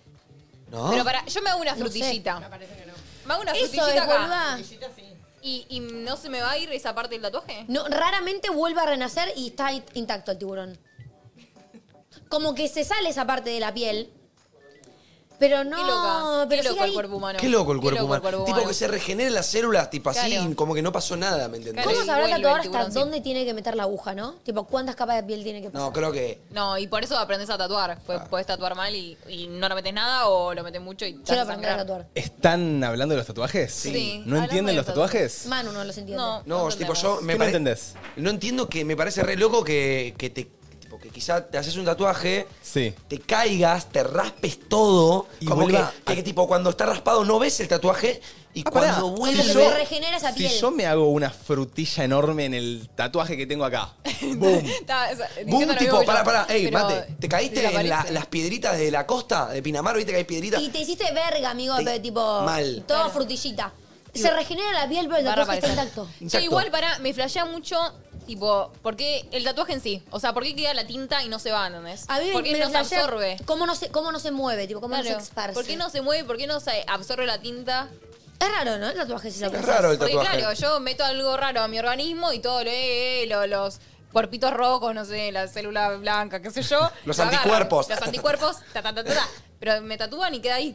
S4: ¿No?
S3: Pero para, yo me hago una
S2: sé.
S3: frutillita.
S13: Me parece que no.
S3: Me hago una
S2: Eso
S3: frutillita
S2: es,
S3: acá.
S2: boluda.
S3: Y, y no se me va a ir esa parte del tatuaje.
S2: No, raramente vuelve a renacer y está in- intacto el tiburón. Como que se sale esa parte de la piel. Pero no,
S3: Qué loca.
S2: pero
S3: Qué
S2: sigue
S3: loco el
S2: ahí.
S3: cuerpo humano.
S4: Qué loco el
S3: Qué
S4: cuerpo
S3: loco
S4: humano. Tipo
S3: humano.
S4: que se regeneren las células, tipo así,
S3: Claro.
S4: como que no pasó nada, ¿me entendés?
S3: Claro.
S2: ¿Cómo
S3: y
S2: sabrá
S3: vuelve el
S2: tatuador hasta
S3: tiburón, sí.
S2: dónde tiene que meter la aguja, no? Tipo, ¿cuántas capas de piel tiene que pasar?
S4: No, creo que. Ah.
S3: No, y por eso aprendes a tatuar. Puedes, puedes tatuar mal y, y no lo metes nada o lo metes mucho y te
S2: Quiero
S3: hace
S2: aprender a
S3: sangrar.
S2: tatuar.
S8: ¿Están hablando de los tatuajes? ¿No
S3: Sí. Hablando de
S8: entienden los
S3: los tatuajes.
S8: tatuajes?
S2: Manu no los entiende.
S3: No.
S4: No, es tipo, yo
S3: entendemos.
S4: me
S8: ¿Qué no
S4: pare-
S8: entendés?
S4: No entiendo que me parece re loco que, que te. Tipo, que quizá te haces un tatuaje.
S8: Sí.
S4: Te caigas, te raspes todo.
S8: Y
S4: como que,
S8: vuelva
S4: que
S8: a-
S4: tipo, cuando está raspado no ves el tatuaje. Y
S8: Ah, pará.
S4: cuando vuelve.
S2: Pero
S8: Si
S2: se
S8: yo-
S2: regenera esa
S8: Si
S2: piel.
S8: yo me hago una frutilla enorme en el tatuaje que tengo acá. ¡Boom!
S3: Está, o sea, diciendo
S4: Boom,
S3: lo
S4: tipo,
S3: mismo
S4: pará,
S3: yo,
S4: pará, ey,
S3: pero
S4: mate, te caíste en la-
S3: desaparece.
S4: las piedritas de la costa de Pinamar, viste que hay piedritas.
S2: Y te hiciste verga, amigo,
S4: Te-
S2: pero tipo.
S4: Mal.
S2: Todo frutillita. Se regenera la piel, pero el
S3: Va a
S2: tatuaje está
S3: reaparecer.
S2: intacto.
S3: Yo
S4: Intacto.
S3: igual para, me flashea mucho, tipo, ¿por qué el tatuaje en sí? O sea, ¿por qué queda la tinta y no se va, entendés?
S2: A mí me-
S3: ¿Por qué
S2: me
S3: no se
S2: flashea
S3: absorbe?
S2: ¿Cómo no se, cómo no se mueve? Tipo, ¿Cómo no se
S3: Claro.
S2: esparce?
S3: ¿Por qué no se mueve? ¿Por qué no se absorbe la tinta?
S2: Es raro, ¿no? El tatuaje si lo
S4: Es
S2: pensás.
S4: raro el
S3: Porque
S4: tatuaje.
S3: claro, yo meto algo raro a mi organismo y todo lo, eh, eh, lo- los cuerpitos rojos, no sé, la célula blanca, qué sé yo.
S4: Los
S3: lo agarran.
S4: anticuerpos.
S3: Los anticuerpos, ta, ta, ta, ta, ta. Pero me tatúan y queda ahí.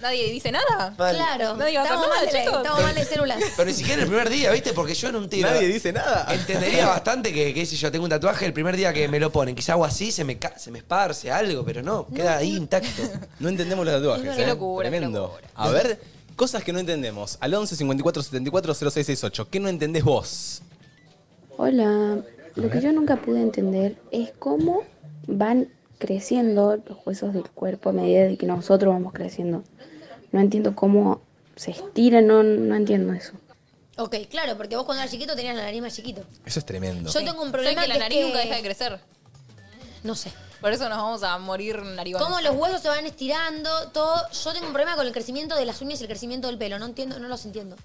S3: Nadie dice nada.
S4: Mal.
S2: Claro.
S3: No digas
S2: estamos,
S3: nada,
S2: mal de la-
S3: chicos.
S2: estamos mal de células.
S4: Pero ni siquiera el primer día, viste, porque yo en un tiro.
S8: Nadie dice nada.
S4: Entendería bastante que, qué sé yo, tengo un tatuaje el primer día que me lo ponen. Quizá hago así, se me, ca- se me esparce algo, pero no, queda ahí intacto.
S8: No entendemos los tatuajes.
S3: Qué
S8: ¿eh?
S3: locura, qué
S8: Tremendo.
S3: locura.
S8: A ver, cosas que no entendemos. Al 11 54 74 0668. ¿Qué no entendés vos?
S14: Hola, lo que yo nunca pude entender es cómo van creciendo los huesos del cuerpo a medida de que nosotros vamos creciendo. No entiendo cómo se estiran, no, no entiendo eso.
S2: Ok, claro, porque vos cuando eras chiquito tenías la nariz más chiquito.
S8: Eso es tremendo.
S2: Yo tengo un
S3: ¿Saben
S2: problema
S3: que la
S2: es
S3: nariz nunca deja de crecer.
S2: No sé.
S3: Por eso nos vamos a morir narigones.
S2: Cómo los huesos se van estirando, todo. Yo tengo un problema con el crecimiento de las uñas y el crecimiento del pelo. No entiendo, no los entiendo.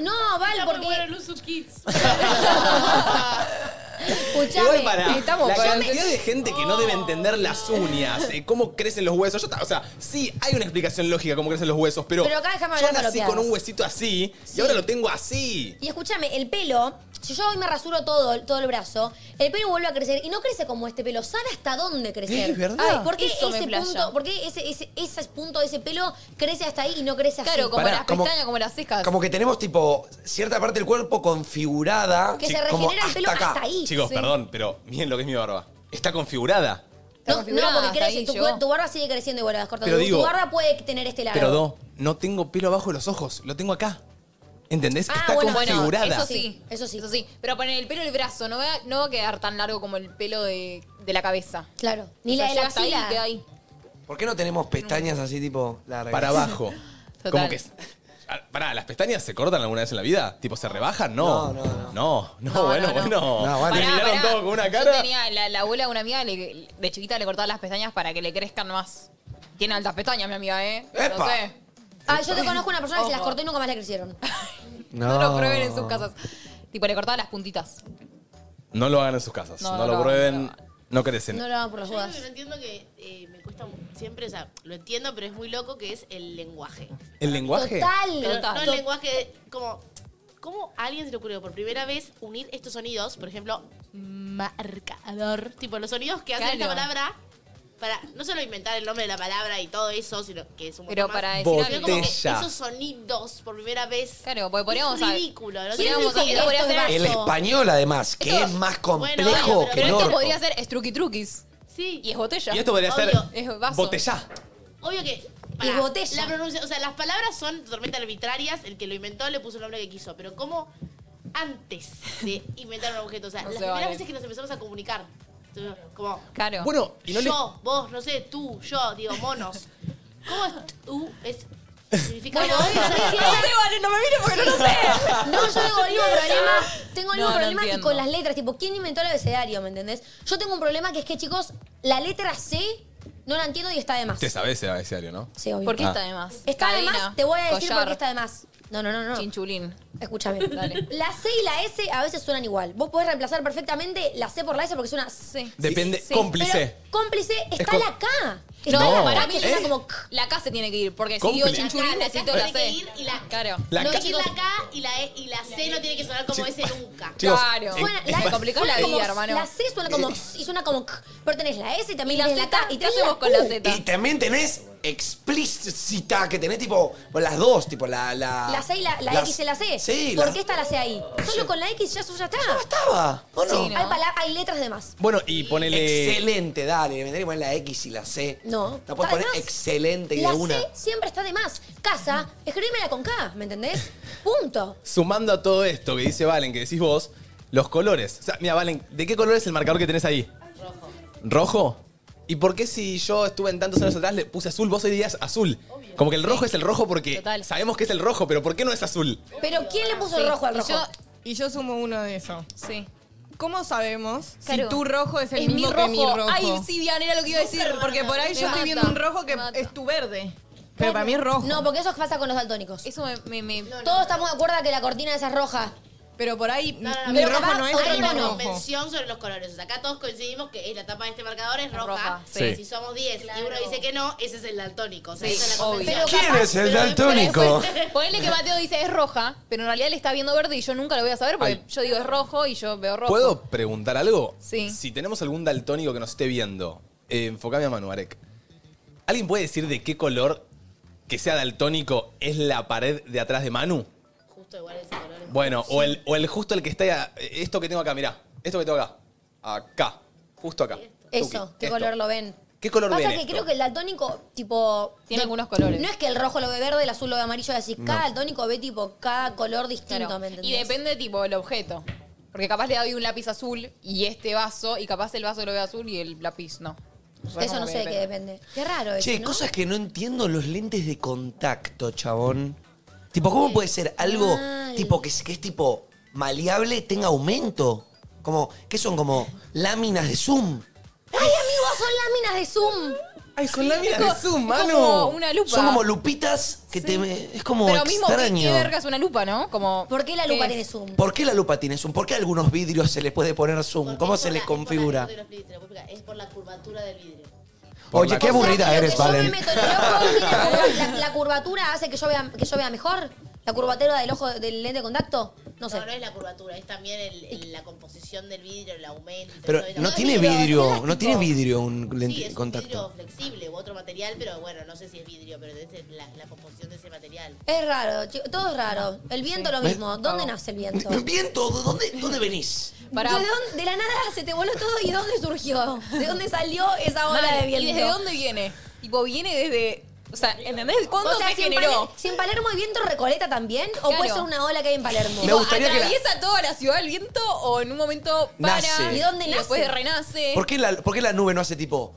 S2: No, Val,
S5: Está muy bueno el
S2: porque...
S5: Uzu Kids.
S2: Escuchame.
S3: Estamos
S8: la
S3: para-
S8: cantidad de gente que no debe entender las uñas, eh, cómo crecen los huesos. Yo ta- o sea, sí, hay una explicación lógica cómo crecen los huesos, pero,
S2: Pero acá déjame
S8: yo
S2: hablar
S8: nací
S2: palopeadas.
S8: con un huesito así y ahora lo tengo así.
S2: Y escúchame, el pelo, si yo hoy me rasuro todo, todo el brazo, el pelo vuelve a crecer y no crece como este pelo, sabe hasta dónde crecer.
S8: Es verdad.
S2: Ay, ¿Por qué
S3: Eso me
S2: ese
S3: flashea.
S2: punto, por qué ese, ese, ese punto de ese pelo crece hasta ahí y no crece así?
S3: Claro, como
S4: Pará,
S3: las
S4: como-
S3: pestañas, como las cejas.
S4: Como que tenemos, tipo, cierta parte del cuerpo configurada.
S2: que se
S4: chi- como
S2: regenera el pelo hasta, ahí.
S8: Chicos,
S2: Sí.
S8: perdón, pero miren lo que es mi barba. Está configurada.
S3: Está
S2: No, no,
S3: configurada,
S2: porque
S3: hasta
S2: crece,
S3: ahí
S2: tu,
S3: llegó.
S2: tu barba sigue creciendo igual, la vas cortando.
S8: Pero
S2: Tu- tu
S8: digo-
S2: barba puede tener este largo.
S8: Pero no, no tengo pelo abajo de los ojos, lo tengo acá. ¿Entendés?
S2: Ah,
S8: Está
S2: bueno,
S8: configurada.
S3: Eso sí,
S2: Eso sí.
S3: Eso sí. Pero poner el pelo del brazo, no va, no va a quedar tan largo como el pelo de, de la cabeza.
S2: Claro, ni
S3: O sea,
S2: la de la
S3: llega hasta ahí y
S2: axila.
S3: queda ahí.
S4: ¿Por qué no tenemos pestañas así, tipo, largas?
S8: Para abajo.
S3: Total.
S8: Como que
S6: ah, Pará, ¿las pestañas se cortan alguna vez en la vida? ¿Tipo se rebajan? No. No, no, no. No, bueno, bueno.
S3: Pará,
S6: Me miraron
S3: pará.
S6: todo con una
S3: Yo
S6: cara.
S3: tenía la, la abuela de una amiga, le- de chiquita le cortaba las pestañas para que le crezcan más. Tiene altas pestañas, mi amiga, ¿eh? No
S4: ¡Epa!
S3: sé.
S2: Ah, yo te conozco una persona que se las
S3: Ojo.
S2: cortó y nunca más le crecieron.
S3: No lo prueben
S6: Ah.
S3: en sus casas. Tipo, le cortaba las puntitas.
S6: No lo hagan en sus casas.
S3: No,
S6: No,
S3: no
S6: lo
S3: lo
S6: prueben. No, crecen.
S2: No lo hagan por las
S5: Yo lo
S2: dudas.
S5: que no entiendo que eh, me cuesta mu- siempre, o sea, lo entiendo, pero es muy loco que es el lenguaje.
S6: ¿El lenguaje?
S5: Pero no el
S2: Total.
S5: lenguaje como. ¿Cómo a alguien se le ocurrió por primera vez unir estos sonidos? Por ejemplo, marcador. Tipo, los sonidos que hacen esta
S3: Claro.
S5: palabra para no solo inventar el nombre de la palabra y todo eso, sino que es un montón
S3: Pero
S5: más,
S3: para decir
S5: sino
S3: algo.
S5: como que
S3: Botella.
S5: esos sonidos por primera vez.
S3: Claro, porque podríamos
S5: es
S3: saber-
S5: ridículo. ¿no?
S3: podríamos
S5: Tiene
S3: saber- podría
S5: sentido.
S3: ser-
S4: El español, además, que es más complejo
S3: Bueno,
S4: que
S3: pero
S4: el
S3: esto
S4: orto.
S3: podría ser estruqui truquis.
S5: Sí.
S3: Y es botella.
S6: Y esto podría ser
S3: Obvio. es vaso.
S6: Botellá.
S5: Obvio que.
S2: Y botella.
S5: La pronuncia, o sea, las palabras son totalmente arbitrarias. El que lo inventó le puso el nombre que quiso. Pero ¿cómo antes de inventar un objeto? O sea,
S3: No
S5: las
S3: se
S5: primeras
S3: vale.
S5: veces que nos empezamos a comunicar. entonces, Como.
S3: Claro.
S6: Bueno, y no le-
S5: yo, vos, no sé, tú, yo, digo, monos. ¿Cómo es tú? Es. Significa
S2: Bueno,
S5: monos.
S2: no sé,
S3: vale, no me mires porque no lo sé.
S2: No, yo tengo el mismo problema. Tengo el
S3: No,
S2: mismo
S3: no
S2: problema y
S3: entiendo.
S2: con las letras. Tipo, ¿quién inventó el abecedario? ¿Me entendés? Yo tengo un problema que es que, chicos, la letra C no la entiendo y está de más.
S6: Te sabés el abecedario, ¿no?
S2: Sí, obvio.
S3: ¿Por qué
S6: Ah.
S3: está de más?
S2: Está
S3: Cadena,
S2: de más, te voy a decir
S3: collar,
S2: por qué está de más. No, no, no, no.
S3: Chinchulín.
S2: Escúchame.
S3: Dale.
S2: La C y la S a veces suenan igual. Vos podés reemplazar perfectamente la C por la S porque suena C.
S6: Depende- cómplice.
S2: Pero cómplice está
S6: co-
S2: la K. Está
S3: No,
S2: la
S3: para
S2: K
S3: mí
S2: que suena
S3: es-
S2: como K.
S3: La K se tiene que ir, porque si
S6: Comple-
S3: digo chinchulín necesito la
S5: Tiene que
S3: C.
S5: ir y la.
S3: Claro.
S6: La
S5: no
S6: K-
S5: decir la K y la, E y la C no tiene que sonar como ese nunca.
S6: Chicos,
S3: Claro.
S6: en-
S2: Suena,
S6: en-
S2: la,
S3: Me complicó
S2: suena
S3: la
S2: como-
S3: vida, hermano.
S2: La C suena como y suena como K, pero tenés la S y también
S3: Y la
S2: tenés la
S3: Z,
S2: K y
S3: ¿qué
S2: tenés
S3: hacemos
S2: la
S3: con la
S2: U.
S3: Z?
S4: Y también tenés explícita, que tenés tipo bueno, las dos, tipo la. La,
S2: La C y la, la
S4: las-
S2: X y la C.
S4: Sí,
S2: ¿Por
S4: la-
S2: qué está la C ahí? Solo con la X ya, ya está.
S4: estaba. ¿o no?
S2: hay, pala- hay letras de más.
S6: Bueno, y ponele.
S4: Excelente, dale. Me tendría que poner la X y la C.
S2: No.
S4: La puedes poner
S2: Además,
S4: excelente y
S2: la
S4: de una.
S2: C siempre está de más. Casa, escribímela con K, ¿me entendés? Punto.
S6: Sumando a todo esto que dice Valen, que decís vos, los colores. O sea, mira, Valen, ¿de qué color es el marcador que tenés ahí? Rojo. ¿Rojo? ¿Y por qué si yo estuve en tantos años atrás le puse azul, vos hoy dirías azul? Como que el rojo es el rojo porque sabemos que es el rojo, pero ¿por qué no es azul?
S2: Pero ¿quién le puso
S13: Sí.
S2: el rojo al
S13: Y
S2: rojo?
S13: yo- y yo sumo uno de eso.
S3: Sí.
S13: ¿Cómo sabemos
S3: Claro.
S13: si tu rojo es el
S3: Es mi
S13: mismo que mi
S3: rojo.
S13: rojo?
S3: Ay, sí, Diana, era lo que iba a decir.
S13: Porque por ahí
S3: Me
S13: yo estoy
S3: mata,
S13: viendo un rojo que
S3: me mata.
S13: es tu verde. Pero para mí es rojo.
S2: No, porque eso pasa con los daltónicos.
S3: Eso me... me- me-
S2: Todos estamos de acuerdo que la cortina esa es roja.
S13: Pero por ahí
S5: No, no, no,
S13: mi
S5: pero
S13: rojo
S5: capaz
S13: no es
S5: hay
S13: el
S5: una
S13: mismo rojo.
S5: convención sobre los colores. O sea, acá todos coincidimos que la tapa de este marcador es roja.
S3: roja,
S6: sí.
S5: Si somos 10 y uno dice que no, ese es el daltónico. O sea,
S3: Sí,
S5: esa es la
S3: obvio.
S5: convención.
S3: Pero
S4: ¿Quién es el daltónico?
S3: Ponele que Mateo dice es roja, pero en realidad le está viendo verde y yo nunca lo voy a saber porque
S6: Ay.
S3: yo digo es rojo y yo veo rojo.
S6: ¿Puedo preguntar algo?
S3: Sí.
S6: Si tenemos algún daltónico que nos esté viendo, eh, enfocame a Manu Arek. ¿Alguien puede decir de qué color que sea daltónico es la pared de atrás de Manu?
S5: Justo igual ese color. es-
S6: Bueno, o, el, o el justo el que está. Esto que tengo acá, mirá. Esto que tengo acá. Acá. Justo acá.
S2: Eso,
S6: Tuki,
S2: ¿qué
S6: esto.
S2: color lo ven?
S6: ¿Qué color
S2: Pasa
S6: ven
S2: que
S6: esto?
S2: creo que el daltónico, tipo.
S3: Tiene
S2: no-
S3: algunos colores.
S2: No es que el rojo lo ve verde, el azul lo ve amarillo, y así. Cada daltónico ve, tipo, cada color distinto,
S3: Claro.
S2: ¿me entendés?
S3: Y depende tipo del objeto. Porque capaz le doy un lápiz azul y este vaso, y capaz el vaso lo ve azul y el lápiz no. O sea,
S2: Eso
S3: como
S2: no
S3: que
S2: sé de qué
S3: depende.
S2: depende. Qué raro eso.
S4: Che,
S2: ¿no?
S4: cosas que no entiendo, los lentes de contacto, chabón. Tipo, ¿cómo puede ser algo
S2: Mal.
S4: tipo que es, que es tipo maleable tenga aumento? Como, ¿qué son? Como láminas de zoom.
S2: ¡Ay, amigos! Son láminas de Zoom.
S6: Ay, son láminas de Zoom,
S3: Es
S6: mano.
S3: como una lupa.
S4: Son como lupitas que te... me- Es como
S3: Pero mismo, ¿qué, qué
S4: extraño.
S3: verga es una lupa, no? Como,
S2: ¿Por qué la lupa
S3: es?
S2: tiene Zoom?
S4: ¿Por qué la lupa tiene zoom? ¿Por qué a algunos vidrios se les puede poner zoom? ¿Cómo
S5: Es
S4: se
S5: por
S4: les
S5: la-
S4: configura?
S5: Es por la- te lo explico, te lo explico. Es por la curvatura del vidrio.
S6: Por
S4: Oye,
S6: la
S4: qué
S6: cosa-
S4: aburrida
S2: Pero
S4: eres,
S2: que yo me
S4: Valen.
S2: meto en el ojo, tiene color. la, la curvatura hace que yo vea, que yo vea mejor. La curvatura del ojo del lente de contacto. No sé.
S5: No, no es la curvatura, es también el- el- la composición del vidrio, el aumento. y todo
S4: Pero
S5: eso.
S4: no
S5: es
S4: tiene
S5: vidrio, es
S4: vidrio,
S5: plástico.
S4: no tiene vidrio un
S5: Sí,
S4: lente
S5: es
S4: de
S5: un
S4: contacto.
S5: vidrio flexible u otro material, pero bueno, no sé si es vidrio, pero es la, la composición de ese material.
S2: Es raro, chico, todo es raro. El viento lo mismo. ¿Dónde nace el viento?
S4: Viento, ¿de dónde, dónde venís?
S3: Para-
S2: ¿De, dónde- de la nada se te voló todo y ¿de dónde surgió? ¿De dónde salió esa ola
S3: Mal.
S2: de viento?
S3: ¿Y desde dónde viene? Tipo, viene desde. O sea, ¿entendés? ¿Cuándo
S2: O sea,
S3: se
S2: si en,
S3: generó?
S2: Paler- si en Palermo hay viento, ¿Recoleta también? ¿O
S3: Claro.
S2: puede ser una ola que hay en Palermo?
S4: Me gustaría que la-
S3: ¿Atraviesa toda la ciudad el viento o en un momento para?
S4: Nace.
S2: ¿Y dónde
S3: después
S2: nace?
S3: renace.
S4: ¿Por qué, la, por qué la nube no hace tipo?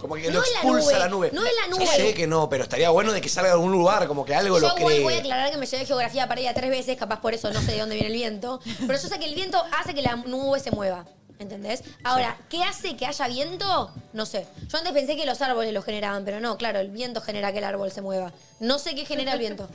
S4: Como que lo
S2: No en la
S4: expulsa
S2: nube,
S4: la nube.
S2: no en la nube.
S4: Ya sé que no, pero estaría bueno de que salga de algún lugar, como que algo
S2: yo
S4: lo
S2: igual
S4: cree.
S2: voy a aclarar que me llevé geografía perdida tres veces, capaz por eso no sé de dónde viene el viento. Pero yo sé que el viento hace que la nube se mueva. ¿Entendés? Ahora, ¿qué hace que haya viento? No sé. Yo antes pensé que los árboles lo generaban, pero no, claro, el viento genera que el árbol se mueva. No sé qué genera el viento.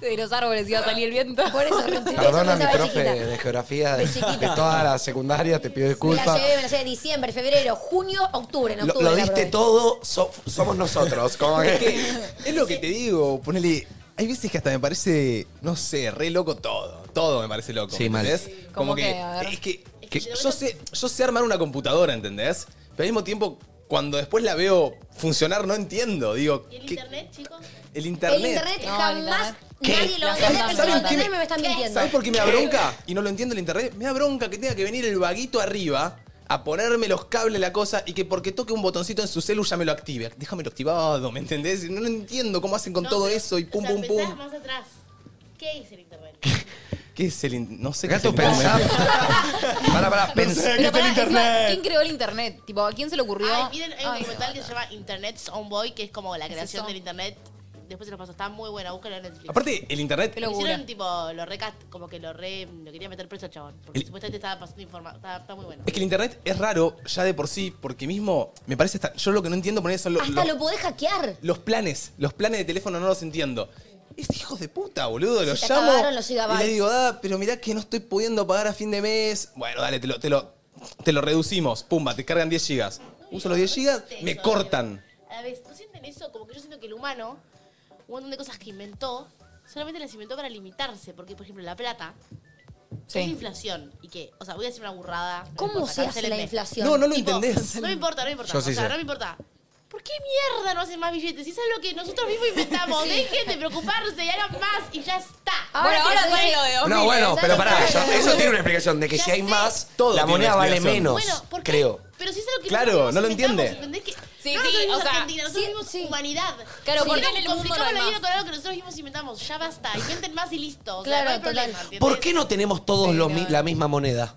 S3: De los árboles iba a salir el viento.
S2: Por eso, no entiendo. Eso
S4: Perdona a mi
S2: pensaba
S4: profe
S2: chiquita.
S4: de geografía de,
S2: De chiquita.
S4: de toda la secundaria, te
S2: Me
S4: pido
S2: la
S4: disculpas.
S2: llevé, me la llevé diciembre, febrero, junio, octubre. En
S4: Lo,
S2: octubre
S4: lo
S2: la
S4: diste
S2: probé.
S4: todo, so- somos nosotros. Como
S6: Es
S4: que,
S6: que es lo que te digo, ponele. Hay veces que hasta me parece, no sé, re loco todo. Todo me parece loco.
S4: Sí, mal.
S6: ¿entendés?
S4: ¿Cómo
S6: Como
S4: qué?
S6: que.
S4: A ver.
S6: Es que, que yo, sé, yo sé armar una computadora, ¿entendés? Pero al mismo tiempo, cuando después la veo funcionar, no entiendo. Digo,
S5: ¿Y el internet, chicos?
S6: el internet.
S2: El internet
S5: No,
S2: jamás
S5: el internet.
S2: nadie lo va a
S6: ¿Saben
S2: entender. El
S6: qué
S2: que lo va a
S6: me-
S2: entender me está mintiendo.
S6: ¿Sabes por qué me da bronca? Y no lo entiendo el internet. Me da bronca que tenga que venir el vaguito arriba a ponerme los cables, la cosa, y que porque toque un botoncito en su celu ya me lo active. Déjamelo activado, ¿me entendés? No, no entiendo cómo hacen con
S5: No,
S6: todo
S5: pero,
S6: eso y pum,
S5: o sea,
S6: pum, pum.
S5: pensás más atrás. ¿Qué es el internet?
S6: ¿Qué es el in- No sé qué es
S4: Gato,
S6: el internet.
S4: para, para, pensé
S3: Pero pará, encima, ¿Quién creó el internet? Tipo, ¿a quién se le ocurrió?
S5: Ay, miren, hay un
S3: Ay,
S5: documental que se llama Internet Soundboy, que es como la creación
S3: eso?
S5: del internet. Después se lo paso, está muy buena, búscalo en Netflix.
S6: Aparte, el internet.
S5: Lo hicieron tipo, lo re, cat- como que lo re, lo quería meter preso al chabón. Porque supuestamente estaba pasando información, está, está muy bueno.
S6: Es que el internet es raro ya de por sí, porque mismo me parece hasta. Yo lo que no entiendo poner son los,
S2: Hasta
S6: los-
S2: lo podés hackear.
S6: los planes. Los planes de teléfono no los entiendo. Es hijos de puta, boludo.
S2: Se
S6: los
S2: te
S6: llamo.
S2: acabaron los
S6: y
S2: gigabytes.
S6: le digo, ah, pero mirá que no estoy pudiendo pagar a fin de mes. Bueno, dale, te lo, te lo, te lo reducimos. Pumba, te cargan 10 gigas. Uso los 10 gigas, me cortan.
S5: A ver, ¿no sienten eso? Como que yo siento que el humano, un montón de cosas que inventó, solamente las inventó para limitarse. Porque, por ejemplo, la plata
S3: Sí.
S5: es inflación. Y que, o sea, voy a decir una burrada. no
S2: ¿Cómo
S5: importa,
S2: se hace la
S5: cancelenme.
S2: inflación?
S6: No, no lo entendés.
S5: No me importa, no me importa.
S6: Yo
S5: o
S6: sí
S5: sea,
S6: sé.
S5: no me importa. ¿Por qué mierda no hacen más billetes? Si eso es lo que nosotros mismos inventamos.
S3: Sí.
S5: Dejen de preocuparse y hagan más y ya está.
S3: Ahora
S5: que
S3: ahora
S5: lo
S3: trae
S5: dije-
S3: lo de dos
S4: No,
S3: mil,
S4: bueno,
S3: ¿sabes?
S4: pero pará, eso,
S5: Claro.
S4: eso tiene una explicación de que
S5: Ya
S4: si hay
S5: sé.
S4: más,
S6: Todo
S4: la
S6: tiene
S4: moneda vale
S6: explicación.
S4: menos.
S5: Bueno, ¿por qué?
S4: creo.
S5: Pero si es algo que
S6: Claro,
S5: nosotros
S6: no lo
S5: inventamos,
S6: entiende.
S5: ¿entendés que no
S3: Sí, sí,
S5: nosotros vivimos
S3: o sea,
S5: Argentina, nosotros vivimos humanidad.
S3: Claro,
S5: Sí,
S3: porque en el
S5: complicamos
S3: mundo no hay
S5: la vida
S3: más.
S5: con algo que nosotros mismos inventamos. Ya basta, inventen más y listo. O sea,
S2: Claro,
S5: no hay problema,
S2: total.
S5: ¿entiendes?
S4: ¿Por qué no tenemos todos lo mi- la misma moneda?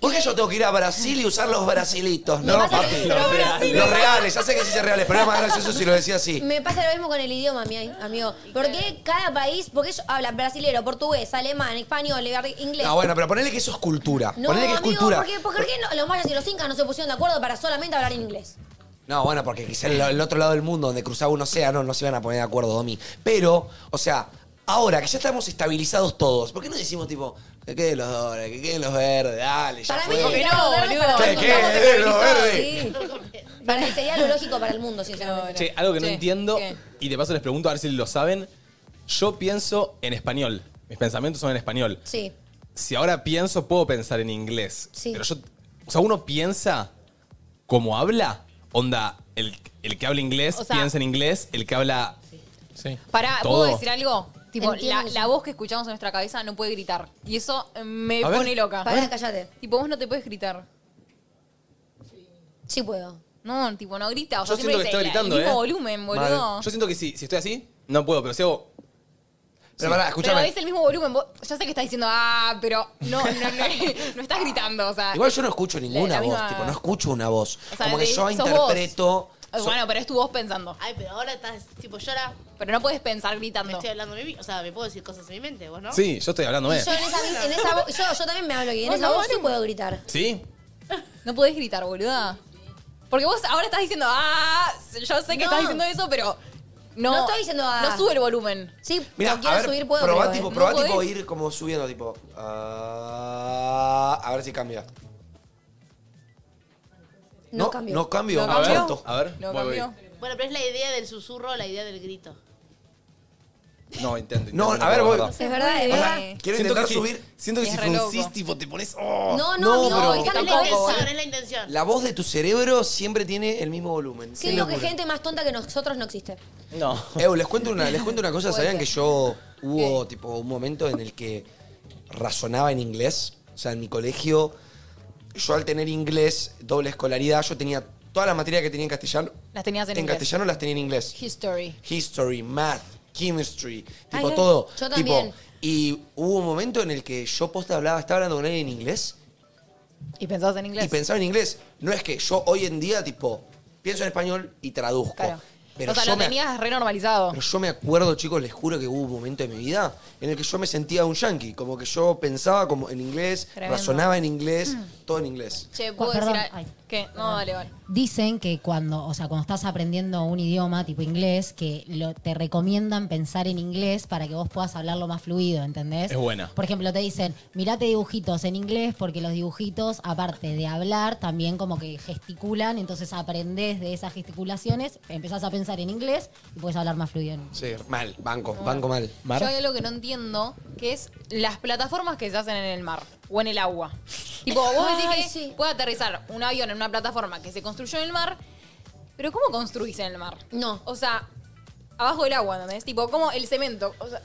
S4: ¿Por qué yo tengo que ir a Brasil y usar los brasilitos? No,
S2: pasa
S4: papi.
S2: que-
S4: Los
S2: Los
S4: reales.
S2: brasiles.
S4: ya sé que sí son reales, pero era más gracioso si lo decía así.
S2: Me pasa lo mismo con el idioma, mi amigo. Porque cada país, porque ellos hablan brasilero, portugués, alemán, español, inglés.
S4: No, Ah, bueno, pero ponele que eso es cultura.
S2: No,
S4: ponele que es
S2: amigo,
S4: cultura.
S2: porque, porque ¿por qué no- los mayas y los incas no se pusieron de acuerdo para solamente hablar inglés?
S4: No, bueno, porque quizá el, el otro lado del mundo, donde cruzaba un océano, no se iban a poner de acuerdo, Domi. Pero, o sea, ahora que ya estamos estabilizados todos, ¿por qué no decimos tipo, que queden los dólares, que queden los verdes, dale, ya
S2: Para mí,
S4: fue?
S2: el
S3: no,
S2: diálogo verde
S3: boludo.
S2: para
S4: Que
S2: todos.
S4: queden los verdes.
S2: Sí. Para mí sería lo lógico para el mundo, sinceramente.
S6: Che, algo que no
S3: Che,
S6: entiendo,
S3: ¿qué?
S6: y de paso les pregunto a ver si lo saben. Yo pienso en español. Mis pensamientos son en español.
S2: Sí.
S6: si ahora pienso, puedo pensar en inglés.
S2: Sí.
S6: Pero yo. O sea, uno piensa como habla. Onda, el, el que habla inglés
S3: O sea-
S6: piensa en inglés, el que habla. Sí.
S3: Pará, ¿puedo
S6: Todo.
S3: decir algo? Tipo, la,
S2: Entiendo.
S3: la voz que escuchamos en nuestra cabeza no puede gritar. Y eso eh, me
S6: A ver.
S3: pone loca.
S2: Pará, cállate.
S3: Tipo, vos no te puedes gritar.
S2: Sí puedo.
S3: No, tipo, no grita. O
S6: Yo
S3: sea, siempre
S6: siento que
S3: dice
S6: estoy
S3: la-
S6: gritando,
S3: el mismo
S6: ¿eh?
S3: volumen,
S6: Mal.
S3: boludo.
S6: Yo siento que sí. Si estoy así, no puedo, pero si hago.
S4: Pero pará,
S3: Pero
S4: escúchame.
S3: es el mismo volumen. Vos, yo sé que estás diciendo, ah, pero no, no, no, no estás gritando. O
S2: Ah,
S3: sea,
S2: eh,
S4: Igual yo no escucho
S3: La-
S4: ninguna
S3: la
S4: voz,
S3: misma-
S4: tipo, no escucho una voz.
S3: O sea,
S4: Como que
S3: de-
S4: yo
S3: sos vos.
S4: interpreto.
S3: Eh,
S4: so-
S3: Bueno, pero es tu voz pensando.
S5: Ay, pero ahora estás, tipo, yo ahora
S3: Pero no puedes pensar
S5: me
S3: gritando.
S5: estoy hablando a mí, o sea, me puedo decir cosas en mi mente, vos no.
S6: Sí, yo estoy hablando,
S2: Y
S6: ¿eh?
S2: yo en esa, en esa voz- yo, yo también me hablo y en
S3: Vos
S2: esa
S3: no,
S2: voz sí
S3: Valen.
S2: puedo gritar.
S6: ¿Sí?
S3: No podés gritar, boluda. Porque vos ahora estás diciendo, ah, yo sé que
S2: No.
S3: estás diciendo eso, pero no.
S2: No estoy diciendo, "Ah".
S3: No sube el volumen.
S2: Sí,
S4: Mirá,
S2: cuando quiero
S4: a ver,
S2: subir puedo.
S4: probá,
S2: creo,
S4: tipo,
S2: ¿eh?
S4: probá,
S3: No
S4: tipo,
S3: podés.
S4: ir como subiendo, tipo. ah, a ver si cambia.
S2: No, cambio.
S4: No cambio,
S3: No cambió.
S4: tonto.
S6: A ver,
S3: No
S6: voy, voy.
S3: cambió.
S5: Bueno, pero es la idea del susurro, la idea del grito.
S6: No, intento.
S4: No,
S6: intento,
S4: a ver,
S6: la
S4: voy.
S6: verdad.
S2: Es verdad, es
S3: O sea,
S2: verdad.
S4: Quiero
S6: Siento
S4: intentar
S6: que si-
S4: subir.
S6: Siento que
S3: Es
S6: si
S3: re loco.
S6: fruncís, tipo, te pones. oh.
S2: No, no,
S4: No,
S2: amigo,
S4: pero-
S2: es que
S5: Es la
S2: tampoco,
S5: intención,
S2: ¿eh?
S5: es la intención.
S4: La voz de tu cerebro siempre tiene el mismo volumen.
S2: Sí, lo que gente más tonta que nosotros no existe.
S6: No.
S4: Eu, les cuento una, les cuento una cosa.
S3: Puede
S4: ¿Sabían que
S3: ser.
S4: yo hubo tipo un momento en el que razonaba en inglés? O sea, en mi colegio, yo al tener inglés, doble escolaridad, yo tenía todas las materias que tenía en castellano.
S3: Las tenías en,
S4: En
S3: inglés.
S4: castellano las tenía en inglés.
S3: History.
S4: History, math, chemistry,
S2: Ay,
S4: tipo
S2: ay,
S4: todo.
S2: yo
S4: Tipo,
S2: también.
S4: y hubo un momento en el que yo posta hablaba, estaba hablando con alguien en inglés
S3: Y pensabas en inglés.
S4: y pensaba en inglés. No es que yo hoy en día, tipo, pienso en español y traduzco.
S3: Claro.
S4: Pero
S3: o sea,
S4: yo
S3: lo
S4: me-
S3: tenías re normalizado.
S4: Pero yo me acuerdo, chicos, les juro que hubo un momento de mi vida en el que yo me sentía un yankee. Como que yo pensaba como en inglés,
S7: Tremendo.
S4: razonaba en inglés,
S3: Mm.
S4: todo en inglés.
S3: Che,
S7: Cu-
S3: ¿puedo
S7: perdón,
S3: decir algo? ¿Qué? No, dale, vale.
S7: Dicen que cuando, o sea, cuando estás aprendiendo un idioma tipo inglés, que lo- te recomiendan pensar en inglés para que vos puedas hablarlo más fluido, ¿entendés?
S6: Es buena.
S7: Por ejemplo, te dicen, mirate dibujitos en inglés porque los dibujitos, aparte de hablar, también como que gesticulan, entonces aprendés de esas gesticulaciones, empezás a pensar en inglés y puedes hablar más fluido. en inglés.
S4: Sí, mal, banco, banco mal.
S3: Yo hay algo que no entiendo, que es las plataformas que se hacen en el mar o en el agua. Tipo, vos decís
S2: Ay,
S3: que puede aterrizar un avión en una plataforma que se construyó en el mar, pero ¿cómo construís en el mar? No. O sea, abajo del agua, ¿entendés? Tipo, como el cemento. O sea,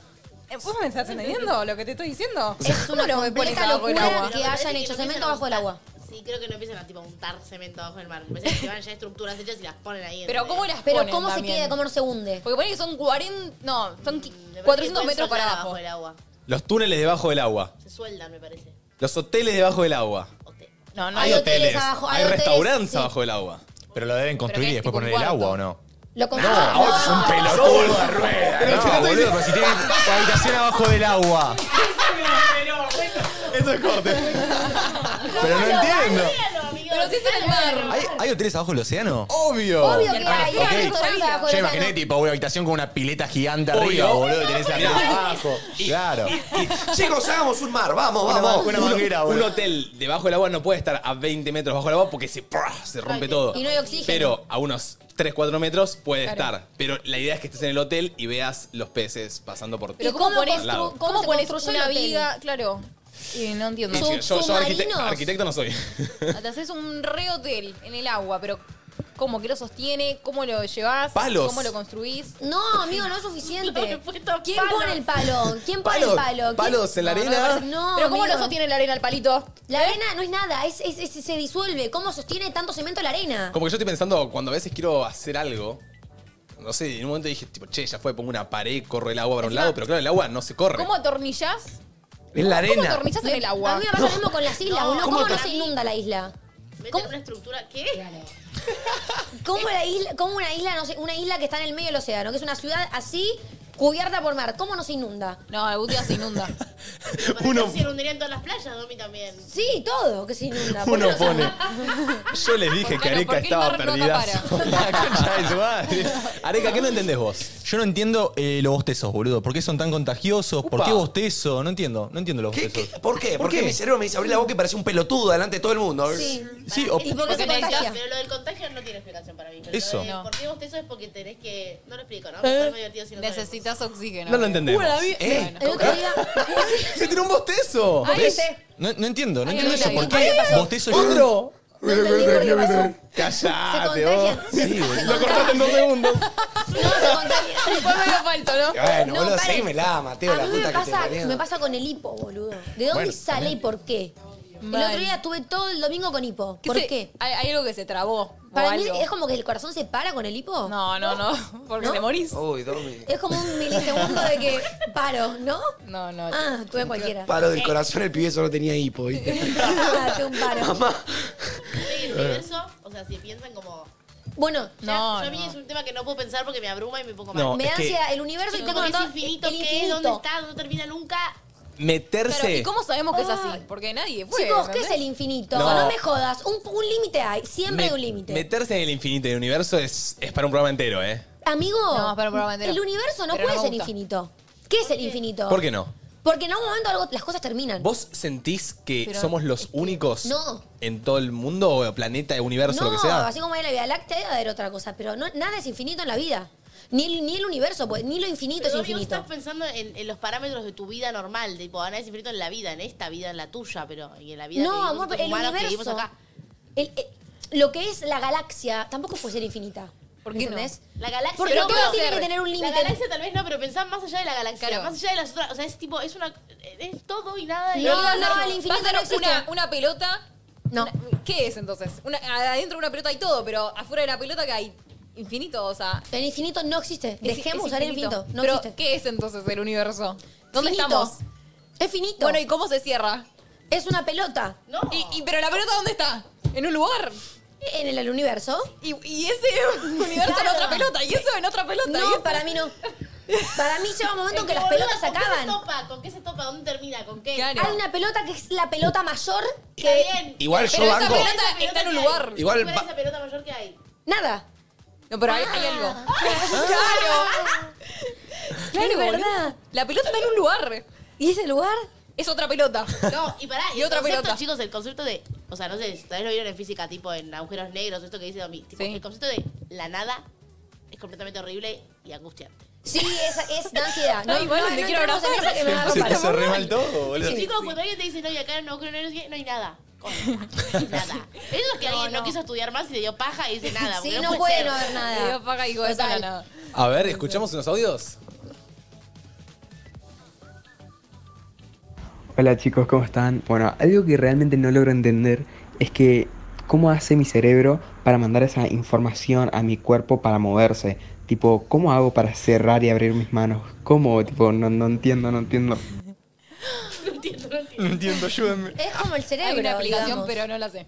S3: ¿vos me estás entendiendo lo que te estoy diciendo?
S2: Es
S3: ¿Cómo
S2: una
S3: no me pones
S2: completa
S3: abajo del
S2: locura
S3: agua?
S2: que
S5: Pero
S2: hayan
S5: parece
S2: hecho
S5: que no
S2: cemento
S5: empiezan a
S2: abajo del agua.
S5: Sí, creo que no empiezan a tipo untar cemento abajo del mar. Me parece que llevan ya estructuras hechas y las ponen ahí.
S3: Pero ¿cómo las
S2: Pero
S3: ponen
S2: ¿cómo se
S3: también?
S2: queda? ¿Cómo no se hunde?
S3: Porque ponen que son 40... No, son qui-
S5: parece
S3: 400
S5: que
S3: metros
S5: pueden
S3: para
S5: soldar
S3: abajo.
S5: del agua.
S6: Los túneles debajo del agua.
S5: Se sueldan, me parece.
S6: Los hoteles debajo del agua.
S3: No,
S6: hay, hoteles. hay, restaurantes abajo del agua.
S10: Pero lo deben construir y después poner el agua, ¿o no?
S2: Lo
S10: No, vos sos un pelotudo de rueda. No, boludo, pero si tienen tu habitación abajo del agua.
S6: Eso es corte.
S10: Pero no entiendo.
S3: Pero si es en el mar.
S10: ¿Hay, hay hoteles abajo del océano?
S6: Obvio.
S2: Obvio que hay,
S10: Ok.
S2: hay restaurantes abajo
S10: Yo
S2: del
S10: imaginé,
S2: océano.
S10: tipo, una habitación con una pileta gigante
S6: Obvio.
S10: arriba, boludo, y tenés la
S6: Mirá.
S10: pileta abajo. Claro.
S4: Chicos, hagamos un mar, vamos,
S6: Una,
S4: vamos.
S6: una manguera, boludo. un hotel debajo del agua no puede estar a 20 metros bajo el agua porque se, ¡prah! se rompe todo.
S2: Y no hay oxígeno.
S6: Pero a unos 3, 4 metros puede
S3: Claro.
S6: estar. Pero la idea es que estés en el hotel y veas los peces pasando por
S3: Pero
S6: ti.
S3: ¿cómo
S6: Por
S3: pones,
S6: al lado.
S3: cómo
S2: ¿Cómo se
S3: pones
S2: construyó
S3: una
S2: el hotel?
S3: viga? Claro. Y no entiendo.
S6: Y si- yo, yo arquite-
S2: submarinos?
S6: arquitecto no soy.
S3: Te haces un re hotel en el agua, pero ¿cómo que lo sostiene? ¿Cómo lo llevas?
S6: Palos.
S3: ¿Cómo lo construís?
S2: No, amigo, no es suficiente. ¿Quién
S5: palos.
S2: pone el palo? ¿Quién pone
S6: Palos,
S2: el palo? ¿Quién-
S6: palos en la
S2: No, no,
S6: arena.
S2: parece- No,
S3: pero ¿cómo
S2: amigo.
S3: lo sostiene la arena el palito?
S2: La arena no es nada, es, es- es- se disuelve. ¿Cómo sostiene tanto cemento la arena?
S6: Como que yo estoy pensando, cuando a veces quiero hacer algo, no sé, en un momento dije, tipo, che, ya fue, pongo una pared, corro el agua para un lado, pero claro, el agua no se corre.
S3: ¿Cómo atornillás?
S4: En la
S3: ¿Cómo
S4: arena.
S3: atornillás en el
S2: A
S3: agua?
S2: mí me pasa lo mismo con las islas,
S5: No,
S2: boludo.
S5: ¿cómo
S2: ¿Cómo,
S5: te-
S2: no se inunda la isla?
S5: Meten
S2: ¿Cómo?
S5: una estructura. ¿Qué?
S2: ¿Cómo la isla, cómo una isla, no sé, una isla que está en el medio del océano, que es una ciudad así, cubierta por mar? ¿Cómo no se inunda?
S3: No, algún día se inunda.
S5: Uno. Se hundirían todas las playas, Domi también.
S2: Sí, todo que se inunda. ¿Por qué
S6: Uno
S2: no se
S6: pone.
S2: inunda?
S6: Yo les dije
S3: Bueno,
S6: que Areca
S3: ¿por qué el
S6: estaba
S3: mar Ah, no
S6: perdida.
S3: acapara?
S6: La concha de su madre. Areca, ¿qué no entendés vos?
S10: Yo no entiendo eh, los bostezos, boludo. ¿Por qué son tan contagiosos? ¿Por
S6: Upa.
S10: qué bostezo? No entiendo, no entiendo los
S4: ¿Qué,
S10: bostezos.
S4: qué? ¿Por qué? ¿Por qué mi cerebro me dice abrir la boca y parece un pelotudo delante de todo el mundo?
S2: Sí.
S10: Sí, o-
S2: ¿Y por qué se
S3: Porque
S2: contagia?
S5: Pero lo del contagio no tiene explicación para mí. Pero
S10: Eso.
S5: Lo de,
S3: No. Eh,
S5: ¿Por qué bostezo es porque tenés que. No lo explico, ¿no? Pero es muy divertido si no sabemos.
S3: Necesitas oxígeno.
S6: No lo entendemos.
S3: Bueno, la vi-
S4: ¿Eh?
S2: El otro día.
S6: ¡Se tiró un bostezo!
S3: ¿Ves?
S10: No, no entiendo, no
S3: Ay,
S10: entiendo
S3: hola,
S10: eso. ¿Por
S3: ¿y
S10: qué
S3: qué pasó?
S10: bostezo yo-
S6: ¡Otro!
S2: No entendí por qué pasó.
S6: ¡Callate,
S2: Se
S6: vos!
S2: contagian.
S6: Sí, Lo cortaste en dos segundos.
S2: No, se contagia.
S3: Después me lo falto, ¿no?
S4: Bueno,
S2: No,
S4: boludo,
S2: paren.
S4: seguímela, Mateo,
S2: a
S4: la
S2: mí me
S4: puta que te
S2: pasa,
S4: parió.
S2: me pasa con el hipo, boludo. ¿De dónde sale y por qué? El
S3: Mal.
S2: otro día estuve todo el domingo con hipo.
S3: ¿Qué
S2: ¿Por
S3: se-
S2: qué?
S3: Hay, hay algo que se trabó. o
S2: Para mí
S3: algo.
S2: es como que el corazón se para con el hipo.
S3: No, no, no. Porque
S2: ¿No?
S3: te morís.
S4: Uy, Domi.
S2: Es como un milisegundo de que paro, ¿no?
S3: No, no.
S2: Ah, tuve cualquiera.
S4: Paro del corazón, el pibe solo tenía hipo, ¿viste?
S2: Ah, tuve un paro.
S4: Mamá.
S5: Sí,
S6: Eh.
S5: el universo, o sea, si piensan como.
S2: Bueno,
S5: Ya,
S3: No,
S5: yo a mí
S3: no.
S5: es un tema que no puedo pensar porque me abruma y me pongo
S6: No,
S5: mal.
S2: me
S6: es
S2: da
S6: que-
S2: ansiedad el universo y
S5: Chicos,
S2: tengo
S5: ¿qué es
S2: anotado
S5: infinito?
S2: el
S5: ¿Qué es?
S2: infinito.
S5: ¿Dónde está? ¿No termina nunca?
S3: Pero, ¿y
S6: Meterse.
S3: cómo sabemos que es así?
S2: Ah.
S3: Porque nadie fue.
S2: Chicos, ¿qué es
S3: ¿entendés?
S2: el infinito?
S6: No.
S2: No, me jodas. Un, un límite hay. Siempre hay
S6: me-
S2: un límite.
S6: Meterse en el infinito del universo es, es para un programa entero, ¿eh?
S2: Amigo,
S3: No, espera, un programa entero.
S2: el universo no
S3: Pero no
S2: puede
S3: me
S2: ser
S3: gusta.
S2: infinito. ¿Qué es el infinito?
S6: ¿Por qué no?
S2: Porque en algún momento algo- las cosas terminan.
S6: ¿Vos sentís que
S3: Pero
S6: somos los únicos
S2: No.
S6: en todo el mundo, o planeta, universo,
S2: no,
S6: lo que sea?
S2: así como hay la Vía Láctea debe haber otra cosa, pero no, nada es infinito en la vida. Ni el, ni el universo, pues, ni lo infinito
S5: Pero
S2: es
S5: Domi, vos
S2: infinito.
S5: estás pensando en, en los parámetros de tu vida normal, tipo, nada es infinito en la vida, en esta vida, en la tuya, pero y en la vida que
S2: No,
S5: vivimos
S2: amor,
S5: estos
S2: pero el
S5: humanos que vivimos
S2: universo.
S5: acá.
S2: el- el- lo que es la galaxia tampoco puede ser infinita.
S3: ¿Por qué no?
S2: ¿Entendés?
S5: La galaxia
S2: Porque
S5: no
S2: todo
S5: puede
S2: tiene
S3: ser.
S2: que tener un
S5: La
S2: límite.
S5: galaxia tal vez no, pero pensá más allá de la galaxia,
S3: Claro.
S5: más allá de las otras, o sea, es tipo, es una es todo y nada. y
S2: No,
S5: nada.
S2: no, el infinito
S3: Pásanos
S2: no existe.
S3: Una, una pelota.
S2: No.
S3: una- ¿Qué es entonces? Una, adentro de una pelota hay todo, pero afuera de la pelota que hay infinito, o sea.
S2: El infinito no existe.
S3: es-
S2: Dejemos
S3: es
S2: usar el infinito. No
S3: pero,
S2: existe.
S3: ¿qué es entonces el universo? ¿Dónde
S2: Finito.
S3: estamos?
S2: Es finito.
S3: Bueno, ¿y cómo se cierra?
S2: Es una pelota.
S5: No.
S3: Y, y- pero la pelota, ¿dónde está? ¿En un lugar?
S2: En el, el universo.
S3: Y, y ese universo en otra pelota, y eso en otra pelota. y
S2: No,
S3: eso-
S2: para mí no. Para mí llega un momento en que las
S5: boluda,
S2: pelotas se
S5: ¿con qué
S2: acaban.
S5: se topa? ¿Con qué se topa? ¿Dónde termina? ¿Con qué?
S2: Hay una pelota que es la pelota mayor que.
S4: Igual yo banco.
S5: está en un
S4: lugar. Igual
S5: ¿Cuál es
S4: ba-
S5: la pelota mayor que hay?
S2: Nada. Ah.
S3: No, pero hay, hay algo. Claro. Claro,
S5: Es verdad.
S3: boludo. La pelota está en un lugar.
S2: ¿Y ese lugar?
S3: Es otra pelota.
S5: No, y pará, y,
S3: Y
S5: el
S3: otra
S5: concepto,
S3: pelota.
S5: chicos, el concepto de, o sea, no sé, si ustedes lo vieron en física, tipo en agujeros negros, esto que dice Domi, tipo, el concepto de la nada es completamente horrible y angustiante.
S2: Sí, es, es da ansiedad. No,
S3: Ay, bueno,
S2: no,
S3: te
S2: no
S3: quiero
S2: entremos en
S3: abrazar.
S2: esa que me agarró
S3: Se
S2: para-
S3: puso re
S8: mal todo, boludo.
S5: Sí, chicos, cuando alguien te dice, no, y acá no creo, no, no, no hay nada. Nada. Eso es que alguien no. quiso estudiar más y se dio paja y dice nada.
S2: Sí,
S5: porque
S2: no
S5: puede
S2: puede
S5: ser.
S2: no haber nada.
S3: Le dio paja y dijo, eso
S2: Total.
S3: no, no.
S6: A ver, escuchamos unos audios.
S15: Hola chicos, ¿cómo están? Bueno, algo que realmente no logro entender es que cómo hace mi cerebro para mandar esa información a mi cuerpo para moverse. Tipo, ¿cómo hago para cerrar y abrir mis manos? ¿Cómo? Tipo, no, no entiendo, no entiendo.
S5: No entiendo, no entiendo.
S15: No entiendo, ayúdenme.
S2: Es como el cerebro.
S3: Hay una aplicación,
S2: digamos.
S3: pero no la sé.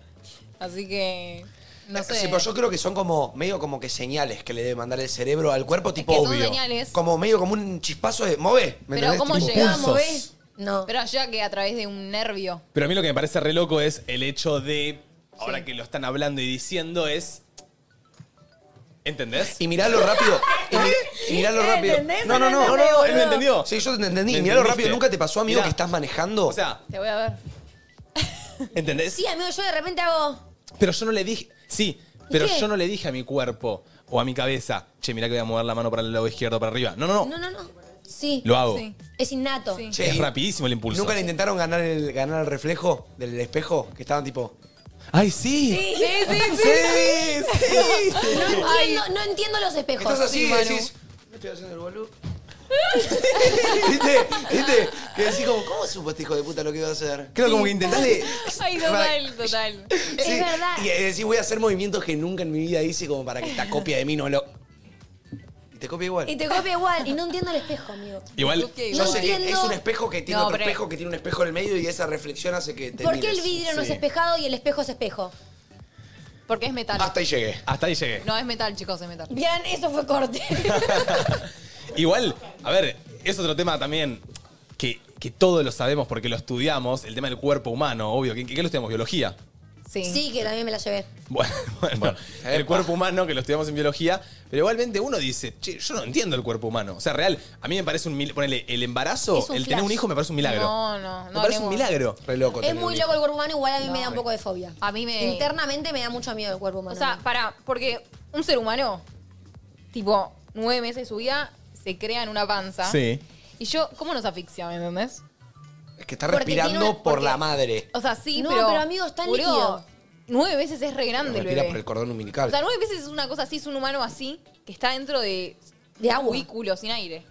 S3: Así que. No sé.
S4: Sí, pero yo creo que son como medio como que señales que le debe mandar el cerebro al cuerpo, tipo
S3: que son
S4: obvio.
S3: señales.
S4: Como medio como un chispazo de move. ¿me
S3: Pero
S4: entendés?
S3: ¿cómo
S4: Tipo,
S3: llegamos,
S4: pulsos.
S3: ves?
S2: No.
S3: Pero llega que a través de un nervio.
S6: Pero a mí lo que me parece re loco es el hecho de, ahora que lo están hablando y diciendo, es... ¿Entendés?
S4: Y mirá lo rápido. Y, mi- y mirá lo rápido.
S6: ¿Entendés?
S4: No, no, no.
S6: No, no, no, él me entendió.
S4: Sí, yo te entendí.
S6: ¿Me
S4: Mirá lo
S6: entendiste?
S4: rápido. ¿Nunca te pasó, amigo,
S6: Mirá.
S4: que estás manejando?
S6: O sea,
S3: Te voy a ver.
S6: ¿entendés?
S2: Sí, amigo, yo de repente hago.
S6: Pero yo no le dije. Sí, pero
S2: qué?
S6: yo no le dije a mi cuerpo o a mi cabeza, che, mirá que voy a mover la mano para el lado izquierdo para arriba. No, no, no.
S2: No, no, no. Sí.
S6: Lo hago.
S2: Sí. Es innato.
S4: Che,
S6: Es
S4: y-
S6: rapidísimo el impulso.
S4: ¿Nunca le intentaron ganar el, ganar el reflejo del espejo? Que estaban tipo.
S6: ¡Ay, sí!
S3: Sí, sí, sí.
S2: No entiendo, no entiendo los espejos.
S4: Estás así y
S2: Manu.
S4: decís. Me estoy haciendo el boludo. ¿Viste? ¿Viste? Que decís como, ¿cómo supo este hijo de puta lo que iba a hacer?
S6: Creo como que intentás de-
S3: Ay, total, total.
S4: Sí,
S2: Es verdad.
S4: Y eh, decís, voy a hacer movimientos que nunca en mi vida hice como para que esta copia de mí no lo. Y te copia igual.
S2: Y te copia igual. Y no entiendo el espejo, amigo.
S6: Igual.
S4: Yo sé que
S2: entiendo-
S4: es un espejo que tiene
S2: No,
S4: otro
S2: pero-
S4: espejo que tiene un espejo en el medio y esa reflexión hace que te.
S2: ¿Por qué el
S4: mires.
S2: vidrio no es
S4: Sí.
S2: espejado y el espejo es espejo?
S3: Porque es metal.
S4: Hasta ahí llegué.
S6: Hasta ahí llegué.
S3: No, es metal, chicos, es metal.
S2: Bien, eso fue corte.
S6: Igual, a ver, es otro tema también que, que todos lo sabemos porque lo estudiamos, el tema del cuerpo humano, obvio. ¿Qué, qué lo estudiamos? Biología.
S3: Sí.
S2: Sí, que también me la llevé.
S6: Bueno, bueno, el cuerpo humano que lo estudiamos en biología, pero igualmente uno dice, che, yo no entiendo el cuerpo humano. O sea, real, a mí me parece un milagro. Ponele, el embarazo,
S2: Es un
S6: el
S2: flash.
S6: tener un hijo me parece un milagro.
S3: No, no, no
S6: Me parece un
S3: hablemos.
S6: milagro.
S4: Re loco.
S2: Es muy loco el cuerpo humano, igual a mí me da un poco de fobia.
S3: A mí me-
S2: Internamente me da mucho miedo el cuerpo
S3: O
S2: humano.
S3: sea, para, porque un ser humano, tipo, nueve meses de su vida, se crea en una panza.
S6: Sí.
S3: Y yo, ¿cómo nos asfixia, me entendés?
S4: Es que está
S3: Porque tiene
S4: respirando
S3: una-
S4: por
S3: porque-
S4: la madre.
S3: O sea, sí,
S2: No,
S3: pero...
S2: pero, amigo, está
S3: boludo,
S2: líquido.
S3: Nueve veces es re grande el
S4: Respira por
S3: bebé.
S4: el cordón
S3: O
S4: umbilical.
S3: sea, nueve veces es una cosa así, es un humano así, que está dentro de...
S2: De agua.
S3: Cubículo, sin aire,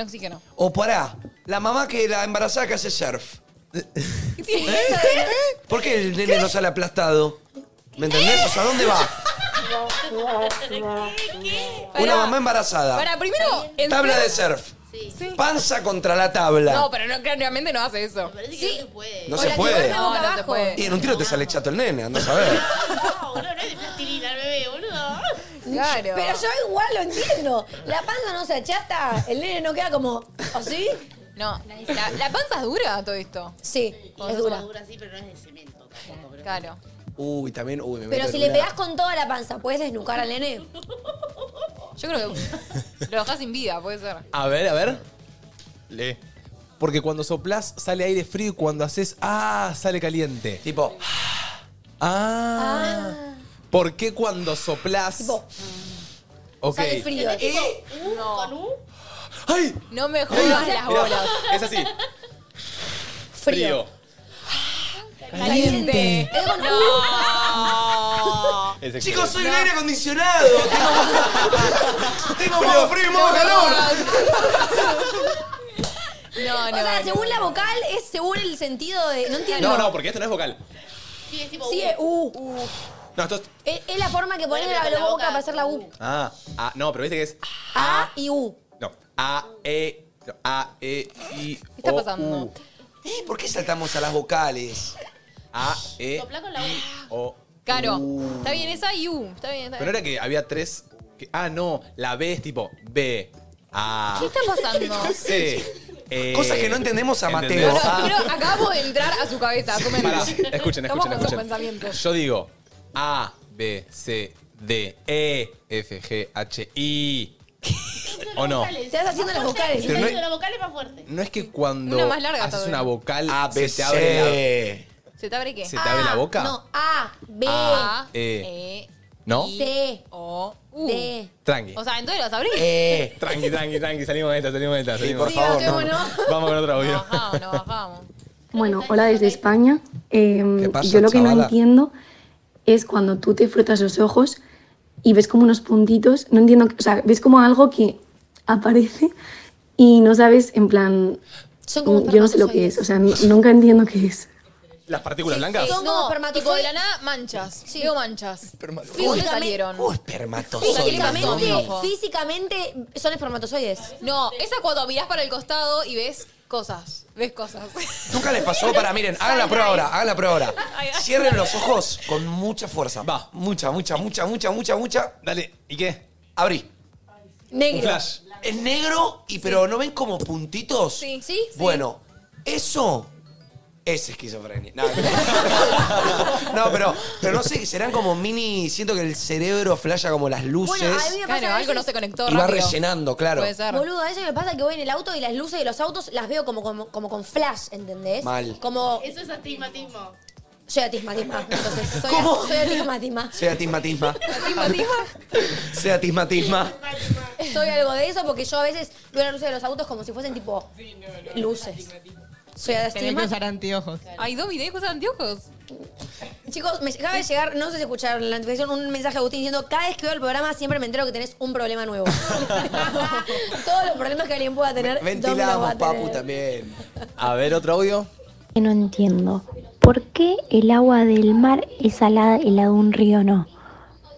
S3: oxígeno.
S4: O pará, la mamá que la embarazada que hace surf. ¿Por qué el nene no sale aplastado? ¿Me entendés? O sea, ¿dónde va? Una
S3: Pará.
S4: mamá embarazada.
S3: Para, primero... en
S4: Tabla de
S3: serio-
S4: surf.
S3: Sí.
S4: Panza contra la tabla.
S3: No, pero no, claramente no hace eso.
S5: Sí. No puede.
S4: No
S2: O
S4: se
S2: la que
S4: puede.
S2: duerme boca
S3: No, no se
S2: abajo.
S3: puede.
S4: Y en un tiro te sale chato el nene, andás a ver.
S5: No, boludo, no es de plastilina el bebé, boludo.
S3: Claro.
S2: Pero yo igual lo entiendo. La panza no se achata, el nene no queda como. ¿Así?
S3: No, la, la panza es dura todo esto.
S2: Sí,
S5: Con
S2: es
S5: dura.
S2: dura.
S5: dura, sí, pero no es de cemento tampoco. Pero
S3: Claro.
S4: Uy, también, uy, me
S2: Pero
S4: meto
S2: si
S4: en
S2: le
S4: una-
S2: pegás con toda la panza, ¿puedes desnucar al nene?
S3: Yo creo que lo dejás sin vida, pues. puede ser.
S6: A ver, a ver. Lee. Porque cuando soplás sale aire frío y cuando haces ah, sale caliente.
S4: Tipo,
S6: Ah. ¿Por qué cuando soplás?
S2: Tipo,
S6: ok. Eh,
S2: sale frío.
S5: Es tipo U con U.
S6: ¡Ay!
S3: Eh, No me jodas las
S6: Mirá,
S3: bolas.
S6: Es así.
S2: Frío.
S3: Caliente.
S2: Es con-
S3: No.
S6: Ese
S4: chicos,
S6: que-
S4: soy el aire acondicionado. Tengo- Tengo modo frío y modo calor.
S3: No,
S2: O
S3: no.
S2: sea,
S3: no.
S2: según la vocal, es según el sentido de. No entiendo.
S6: No, no, porque esto no es vocal.
S5: Sí, es tipo U.
S2: Sí, es U. U.
S6: No, esto es.
S2: Es, es la forma que pones
S5: Bueno,
S2: la,
S5: pero con
S2: la
S5: la
S2: boca
S5: boca
S2: para hacer la U.
S5: U.
S6: Ah, ah, no, pero viste que es.
S2: A y U.
S6: No. A, E. no, A, E, I. ¿Qué
S3: está pasando?
S4: ¿Y por qué saltamos a las vocales?
S6: A, E.
S4: Eh.
S5: Soplá con la U.
S6: O.
S3: Claro.
S4: Uh.
S3: Está bien esa y U. Está bien, está
S6: Pero no
S3: bien.
S6: era que había tres. que- ah, no. La B es tipo B, A,
S3: ¿Qué está pasando?
S6: C. eh,
S4: Cosas que no entendemos a
S6: ¿entendés?
S4: Mateo.
S6: Ah,
S3: Creo, acabamos de entrar a su cabeza. a su mente.
S6: pará, escuchen,
S3: Estamos
S6: escuchen,
S3: con sus
S6: escuchen.
S3: pensamientos.
S6: Yo digo A, B, C, D, E, F, G, H, I. ¿O no?
S2: Estás haciendo las vocales.
S6: Pero no hay-
S5: las vocales más fuerte.
S6: No es que cuando
S3: Una más larga
S6: haces
S3: todavía.
S6: una vocal
S4: A, B,
S6: se te abre la...
S3: ¿Se te abre qué?
S6: ¿Se te
S2: Ah.
S6: abre la boca?
S2: No, A, B,
S3: A,
S6: E.
S3: E,
S6: ¿No?
S3: I,
S2: C,
S3: O, U.
S2: D.
S6: Tranqui.
S3: O sea, entonces los abrís.
S6: Eh. Tranqui, tranqui, tranqui. Salimos de esta, salimos de esta. salimos.
S2: por Sí, favor, bajemos, no.
S6: Vamos con otro audio.
S14: Bueno, hola desde España. Eh,
S6: ¿Qué pasa,
S14: yo lo que no
S6: chavala?
S14: entiendo es cuando tú te frotas los ojos y ves como unos puntitos. No entiendo, o sea, ves como algo que aparece y no sabes, en plan.
S2: como
S14: yo no sé lo que es, o sea, n- nunca entiendo qué es.
S6: ¿Las partículas blancas?
S2: Son
S3: Son
S2: como
S3: no, tipo de
S2: espermatozoides.
S3: la nada, manchas. Veo manchas. ¿Cómo te
S2: Físicamente-
S3: salieron?
S2: Físicamente, físicamente son espermatozoides.
S3: No, esa cuando mirás para el costado y ves cosas. Ves cosas.
S4: Nunca les pasó para, miren, hagan la prueba ahora, hagan la prueba ahora. Cierren los ojos con mucha fuerza. Va. Mucha, mucha, mucha, mucha, mucha, mucha.
S6: Dale, ¿y qué?
S4: Abrí.
S2: Negro.
S4: flash. Es negro, y pero ¿no ven como puntitos?
S3: Sí, sí.
S4: Bueno, eso es esquizofrenia. No, no, pero, pero no sé, serán como mini. Siento que el cerebro flasha como las luces
S2: Bueno, a mí me pasa
S3: Claro,
S2: a
S3: algo
S2: veces-
S3: no se conectó
S4: y va
S3: rápido.
S4: rellenando, claro.
S3: Puede ser.
S2: Boludo, a veces me pasa que voy en el auto y las luces de los autos las veo como, como, como con flash, ¿entendés?
S4: Mal.
S2: Como.
S5: Eso es astigmatismo.
S2: Soy atismatisma. Entonces, soy,
S4: ¿Cómo?
S2: soy atismatisma.
S4: Sea tismatisma. Sea tismatisma.
S2: Soy algo de eso porque yo a veces veo las luces de los autos como si fuesen tipo. Luces. Soy
S13: Tenés que
S2: atismatisma.
S13: usar anteojos.
S3: Ay, Domi, ¿tenés que usar anteojos?
S2: Chicos, me acaba de llegar, no sé si escucharon la notificación, un mensaje de Agustín diciendo: Cada vez que veo el programa siempre me entero que tenés un problema nuevo. Todos los problemas que alguien pueda tener. Domi los va
S4: Ventilamos,
S2: a tener.
S4: papu, también.
S6: A ver, otro audio.
S16: que no entiendo. ¿Por qué el agua del mar es salada y la de un río no?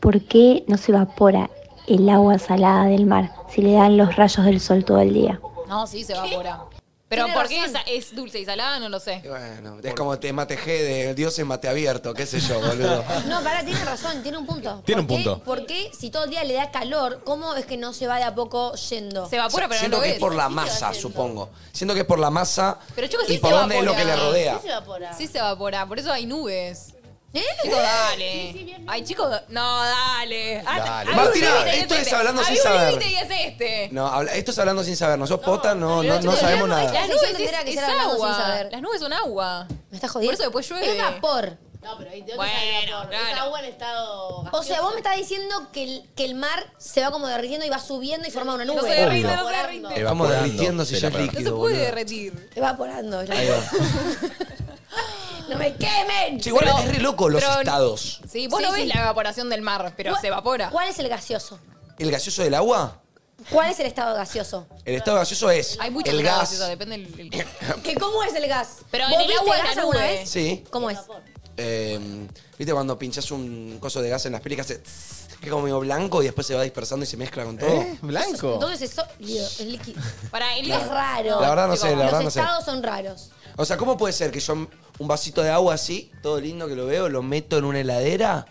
S16: ¿Por qué no se evapora el agua salada del mar si le dan los rayos del sol todo el día?
S3: No, sí, se evapora. Pero
S2: Tiene
S3: ¿por qué
S2: razón.
S3: esa- es dulce y salada? No lo sé.
S4: Bueno, es como te matejé de Dios en mate abierto, qué sé yo, boludo.
S2: No, pará, tiene razón, tiene un punto.
S4: Tiene
S2: ¿Por
S4: un
S2: qué-
S4: punto.
S2: ¿Por qué si todo el día le da calor, cómo es que no se va de a poco yendo?
S3: Se evapora, pero
S4: Siento
S3: no lo
S4: que
S3: ves.
S4: es por la masa, supongo. Siento que es por la masa
S3: Pero chicos, sí
S4: y por
S3: se
S4: dónde es lo que le
S3: evapora.
S4: rodea.
S5: evapora.
S3: Sí se evapora, por eso hay nubes. ¿Eh? Chicos, dale. Ay, chicos, no, dale. Ah,
S4: Dale.
S3: hay un
S4: Martina,
S3: límite y
S4: esto es
S3: este.
S4: hablando sin
S3: Hay un
S4: saber.
S3: límite y es este.
S4: No, habla- esto es hablando sin saber. Nosotros pota, no, no, no
S3: Pero
S4: sabemos
S3: las
S4: nada.
S3: Las nubes
S2: Yo tendría
S3: es,
S2: que
S3: es
S2: ser hablando sin
S3: agua.
S2: saber.
S3: Las nubes son agua.
S2: ¿Me estás jodiendo?
S3: Por eso después llueve.
S2: Es vapor.
S5: No, pero ahí te
S3: Bueno,
S5: Es
S3: claro.
S5: agua en estado
S2: O sea, vos me estás diciendo que el, que el mar se va como derritiendo y va subiendo y forma una nube.
S3: No se derrite, no se
S5: Evaporando.
S3: derrite.
S4: Estamos derritiendo si ya es
S3: No se
S4: líquido,
S3: puede
S4: boludo.
S3: derretir.
S2: Evaporando.
S4: Ahí va.
S2: ¡No me quemen!
S4: Che, igual
S3: Pero-
S4: es re loco los
S3: pero-
S4: estados.
S3: Sí, vos
S2: Sí,
S3: no ves
S2: sí.
S3: la evaporación del mar, pero
S2: ¿Cuál-
S3: se evapora.
S2: ¿Cuál es el gaseoso?
S4: ¿El gaseoso del agua?
S2: ¿Cuál es el estado gaseoso?
S4: El estado gaseoso es
S3: Hay muchas
S4: el
S3: grados,
S4: gas.
S3: eso depende del... el-
S2: ¿Que ¿Cómo es el gas?
S3: Pero
S2: ¿Vos
S3: en el
S2: viste
S3: agua de
S2: gas
S3: la
S2: alguna
S3: nube.
S2: vez?
S4: Sí.
S2: ¿Cómo es?
S4: Eh, ¿Viste cuando pinchas un coso de gas en las pelis que hace tss, que es como medio blanco y después se va dispersando y se mezcla con todo?
S6: ¿Eh? ¿Blanco?
S2: Entonces eso líquido, es líquido.
S3: Para el
S2: Es raro.
S4: La verdad no
S2: Tipo,
S4: sé, la verdad no
S2: Los
S4: sé.
S2: estados son raros.
S4: O sea, ¿cómo puede ser que yo un vasito de agua así, todo lindo que lo veo, lo meto en una heladera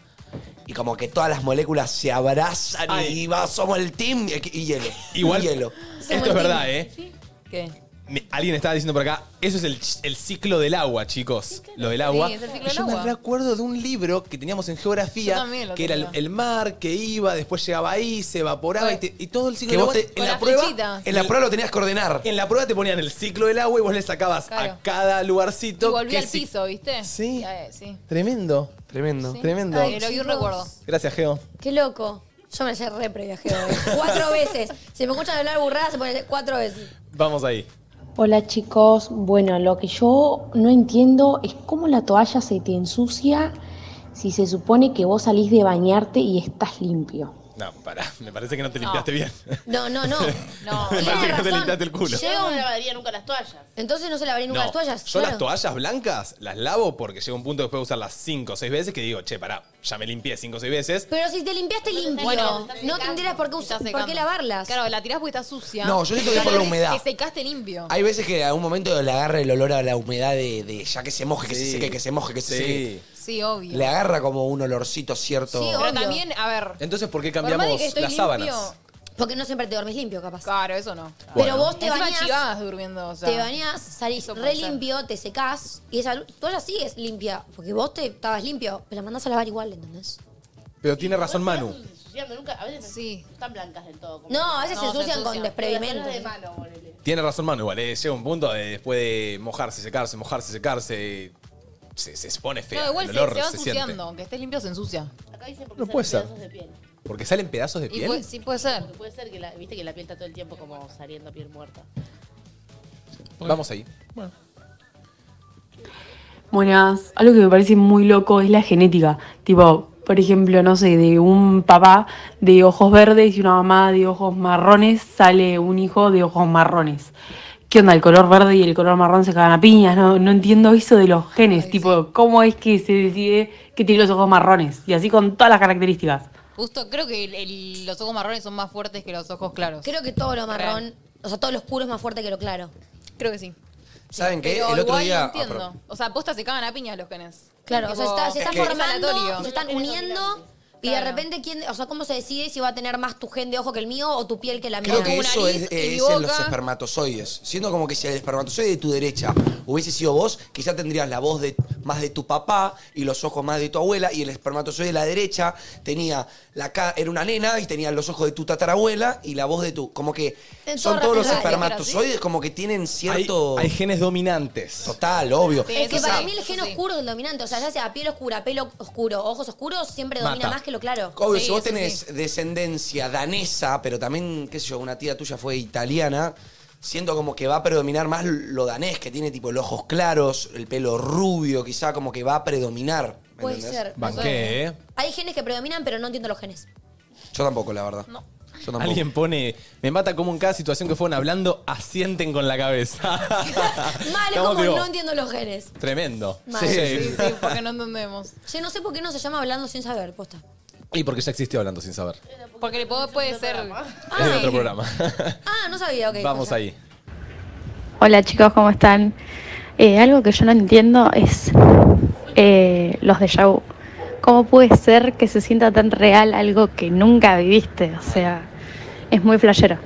S4: y como que todas las moléculas se abrazan y va, somos el team y, y hielo?
S6: Igual-
S4: Y hielo.
S6: Esto es verdad, ¿eh?
S3: ¿Qué?
S6: Me- Alguien estaba diciendo por acá, eso es el, ch- el ciclo del agua, chicos. Lo del agua.
S3: Sí, es el ciclo del
S6: yo
S3: agua.
S6: me recuerdo de un libro que teníamos en
S3: Yo
S6: geografía,
S3: también lo
S6: que era el,
S3: tengo.
S6: el mar, que iba, después llegaba ahí, se evaporaba y, te- y todo el ciclo
S4: Que
S6: del agua.
S4: vos te- en
S3: Con
S4: la
S3: las
S4: prueba,
S3: flechitas.
S4: en la prueba lo tenías que ordenar.
S6: En la prueba te ponían el ciclo del agua y vos le sacabas
S3: Claro.
S6: a cada
S3: Y
S6: lugarcito.
S3: volví
S6: qué
S3: al
S6: ci-
S3: piso, ¿viste?
S6: Sí.
S3: Eh, sí.
S6: Tremendo,
S4: Tremendo.
S6: tremendo.
S3: Ay, lo vi un recuerdo.
S6: Gracias, Geo.
S2: Qué loco. Yo me la llevé re previajeo. cuatro veces. Si me escuchan hablar burrada, se pone cuatro veces.
S6: Vamos ahí.
S16: Hola chicos, bueno, lo que yo no entiendo es cómo la toalla se te ensucia si se supone que vos salís de bañarte y estás limpio.
S6: No, pará, me parece que no te limpiaste bien.
S2: No, no, no.
S3: No.
S6: me parece que
S2: Tiene
S6: no te
S2: razón.
S6: limpiaste el culo.
S2: Llega
S5: Yo no
S2: un-
S5: lavaría nunca las toallas.
S2: Entonces no se lavaría nunca
S6: No,
S2: las toallas.
S6: Yo
S2: claro.
S6: las toallas blancas las lavo porque llega un punto después de usarlas 5 o 6 veces que digo, che, pará, ya me limpié 5 o 6 veces.
S2: Pero si te limpiaste limpio,
S3: Bueno,
S2: no tendrías por qué, usar,
S3: Está
S2: por qué
S3: secando.
S2: lavarlas.
S3: Claro, la tirás porque está sucia.
S4: No, yo siento que es por la
S3: Claro,
S4: humedad.
S3: Que secaste limpio.
S4: Hay veces que en algún momento le agarra el olor a la humedad de, de ya que se moje, que se
S6: Sí.
S4: seque, que se moje, que se
S6: Sí.
S4: seque.
S3: Sí, obvio.
S4: Le agarra como un olorcito cierto.
S3: Sí, Pero también, a ver.
S4: Entonces, ¿por qué
S3: por más de que estoy limpio,
S2: Porque no siempre te dormís limpio, capaz.
S3: Claro, eso no.
S2: Pero vos te
S3: Encima
S2: bañás-
S3: chivabas durmiendo, o sea.
S2: te bañás, salís
S3: Eso
S2: re
S3: puede ser.
S2: limpio, te secás y esa toalla sigues limpia. Porque vos te estabas limpio, pero la mandás a lavar igual, ¿entendés?
S6: Pero tiene razón Manu.
S5: Ensuciando, nunca, a veces no están blancas del todo. como-
S2: No, a veces se ensucian con desprevimiento.
S5: Las toallas de mano, ponele.
S6: Tiene razón Manu, igual. eh, llega un punto de, después de mojarse, secarse, mojarse, secarse. Se, se pone fea.
S3: No, igual
S6: el
S3: se,
S6: olor
S3: se van
S6: siente.
S3: ensuciando. Aunque estés limpio, se ensucia.
S5: Acá dicen porque
S6: No
S5: salen
S6: puede ser.
S5: pedazos de piel.
S6: Porque salen pedazos de
S5: Y
S6: piel.
S5: puede-
S3: sí, puede ser.
S5: Porque puede ser que la, viste que la piel está todo el tiempo como saliendo piel muerta.
S6: Vamos ahí.
S17: Buenas, algo que me parece muy loco es la genética. Tipo, por ejemplo, no sé, de un papá de ojos verdes y una mamá de ojos marrones sale un hijo de ojos marrones. ¿Qué onda? El color verde y el color marrón se cagan a piñas. No, no entiendo eso de los genes. tipo, ¿cómo es que se decide que tiene los ojos marrones? Y así con todas las características.
S3: Justo, creo que el- el- los ojos marrones son más fuertes que los ojos claros.
S2: Creo que todo lo marrón, o sea, todo lo oscuro es más fuerte que lo claro.
S3: Creo que sí.
S4: ¿Saben qué?
S3: Pero
S4: el otro
S3: igual
S4: día.
S3: no
S4: ah,
S3: entiendo.
S4: perdón.
S3: o sea, posta se cagan a piña los genes.
S2: Claro, o sea, está- se
S3: Tipo,
S2: están
S3: es
S2: formando,
S3: aleatorio.
S2: se están uniendo y de repente, ¿quién, o sea, ¿cómo se decide si va a tener más tu gen de ojo que el mío o tu piel que la mía?
S4: Creo que eso es, es en los espermatozoides. Siendo como que si el espermatozoide de tu derecha hubiese sido vos, quizá tendrías la voz de, más de tu papá y los ojos más de tu abuela, y el espermatozoide de la derecha tenía la ca- era una nena y tenía los ojos de tu tatarabuela y la voz de tu. Como que
S2: En
S4: son
S2: todo
S4: todos los
S2: racional.
S4: espermatozoides como que tienen cierto. Hay,
S6: genes dominantes.
S4: Total, obvio.
S2: Es que
S4: Quizá-
S2: para mí el gen oscuro es el dominante, o sea, ya sea piel oscura, pelo oscuro, ojos oscuros, siempre domina
S4: Mata.
S2: más que lo claro.
S4: Obvio, si vos tenés descendencia danesa, pero también, qué sé yo, una tía tuya fue italiana, siento como que va a predominar más lo danés, que tiene tipo los ojos claros, el pelo rubio, quizá como que va a predominar. ¿me
S2: Puede
S4: entendés?
S2: ser. Banqué, ¿eh? Hay genes que predominan, pero no entiendo los genes.
S4: Yo tampoco, la verdad. Yo tampoco.
S6: Alguien pone, me mata como en cada situación que fueron hablando, asienten con la cabeza.
S2: Mal, es
S6: Estamos,
S2: como
S6: digo,
S2: no entiendo los genes.
S6: Tremendo.
S2: Mal. Sí, sí, sí.
S3: Porque no entendemos.
S2: Yo no sé por qué no se llama hablando sin saber, posta.
S6: Y porque ya existió hablando sin saber.
S3: Porque le puedo- puede ser.
S6: Es de otro programa.
S2: Ah, no sabía, ok.
S6: Vamos ahí.
S14: Hola chicos, ¿cómo están? Eh, algo que yo no entiendo es eh, los déjà vu. ¿Cómo puede ser que se sienta tan real algo que nunca viviste? O sea, es muy flashero.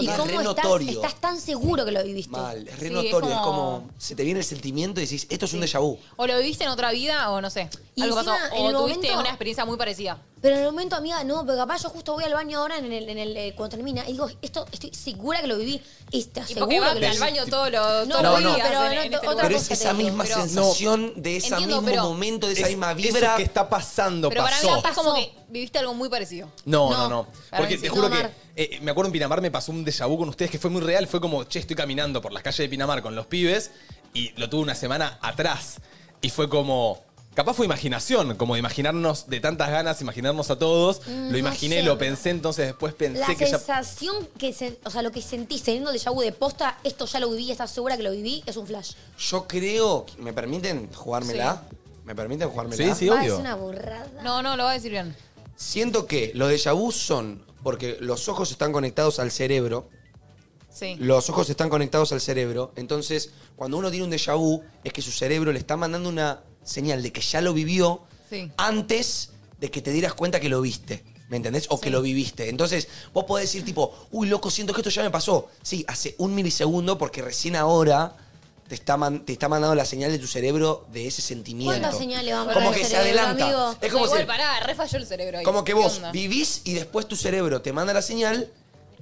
S2: ¿Y
S4: Es
S2: cómo
S4: re
S2: estás,
S4: notorio.
S2: estás tan seguro que lo viviste?
S4: Mal, es
S2: Sí,
S4: re
S2: es
S4: notorio, es como...
S2: como-
S4: se te viene el sentimiento y decís, esto es un déjà vu.
S3: O lo viviste en otra vida o no sé.
S2: Y
S3: algo pasó.
S2: encima, en
S3: O
S2: el
S3: tuviste
S2: momento-
S3: una experiencia muy parecida.
S2: Pero en el momento, amiga, no, pero capaz yo justo voy al baño ahora en el, en el, eh, cuando termina y digo, esto estoy segura que lo viví. Y te
S3: Y porque
S2: aseguro
S3: vas
S2: que lo
S3: al
S2: viví.
S3: baño todos los
S2: No,
S3: todos
S2: no,
S3: los
S2: no,
S3: días
S2: pero
S3: en-
S2: no,
S3: en este
S2: otra
S3: lugar.
S4: Pero es esa misma
S3: Pero-
S4: sensación de ese
S3: Entiendo,
S4: mismo
S3: pero-
S4: momento, de esa
S6: Es-
S4: misma
S6: eso
S4: vibra.
S6: que está pasando
S3: Pero para mí
S6: pasó.
S3: capaz como que viviste algo muy parecido.
S6: No, no, no.
S3: Para
S6: Porque
S3: mí sí.
S6: te juro
S3: No,
S6: que
S3: Mar.
S6: eh, me acuerdo en Pinamar me pasó un déjà vu con ustedes que fue muy real. Fue como, che, estoy caminando por las calles de Pinamar con los pibes y lo tuve una semana atrás. Y fue como. Capaz fue imaginación, como de imaginarnos de tantas ganas, imaginarnos a todos.
S2: Mm,
S6: lo
S2: no
S6: imaginé,
S2: sé.
S6: lo pensé, entonces después pensé
S2: La
S6: que ya.
S2: sensación que, sen- o sea, lo que sentís teniendo el déjà vu de posta, esto ya lo viví, estás segura que lo viví, es un flash.
S4: Yo creo... ¿Me permiten jugármela? ¿Me permiten jugármela?
S2: Va, Es una burrada.
S3: No, no, lo va a decir bien.
S4: Siento que los déjà vu son porque los ojos están conectados al cerebro.
S3: Sí.
S4: Los ojos están conectados al cerebro. Entonces, cuando uno tiene un déjà vu, es que su cerebro le está mandando una señal de que ya lo vivió
S3: Sí.
S4: antes de que te dieras cuenta que lo viste. ¿Me entendés? O que lo viviste. Entonces, vos podés decir tipo, uy, loco, siento que esto ya me pasó. Sí, hace un milisegundo porque recién ahora te está, man- te está mandando la señal de tu cerebro de ese sentimiento.
S2: ¿Cuántas señales van
S4: Como
S2: por el
S4: que se
S2: cerebro,
S4: adelanta.
S2: amigo?
S4: Es como
S3: No, igual,
S4: si-
S3: pará, re falló el cerebro ahí.
S4: Como que
S3: ¿Qué
S4: vos
S3: onda?
S4: vivís y después tu cerebro te manda la señal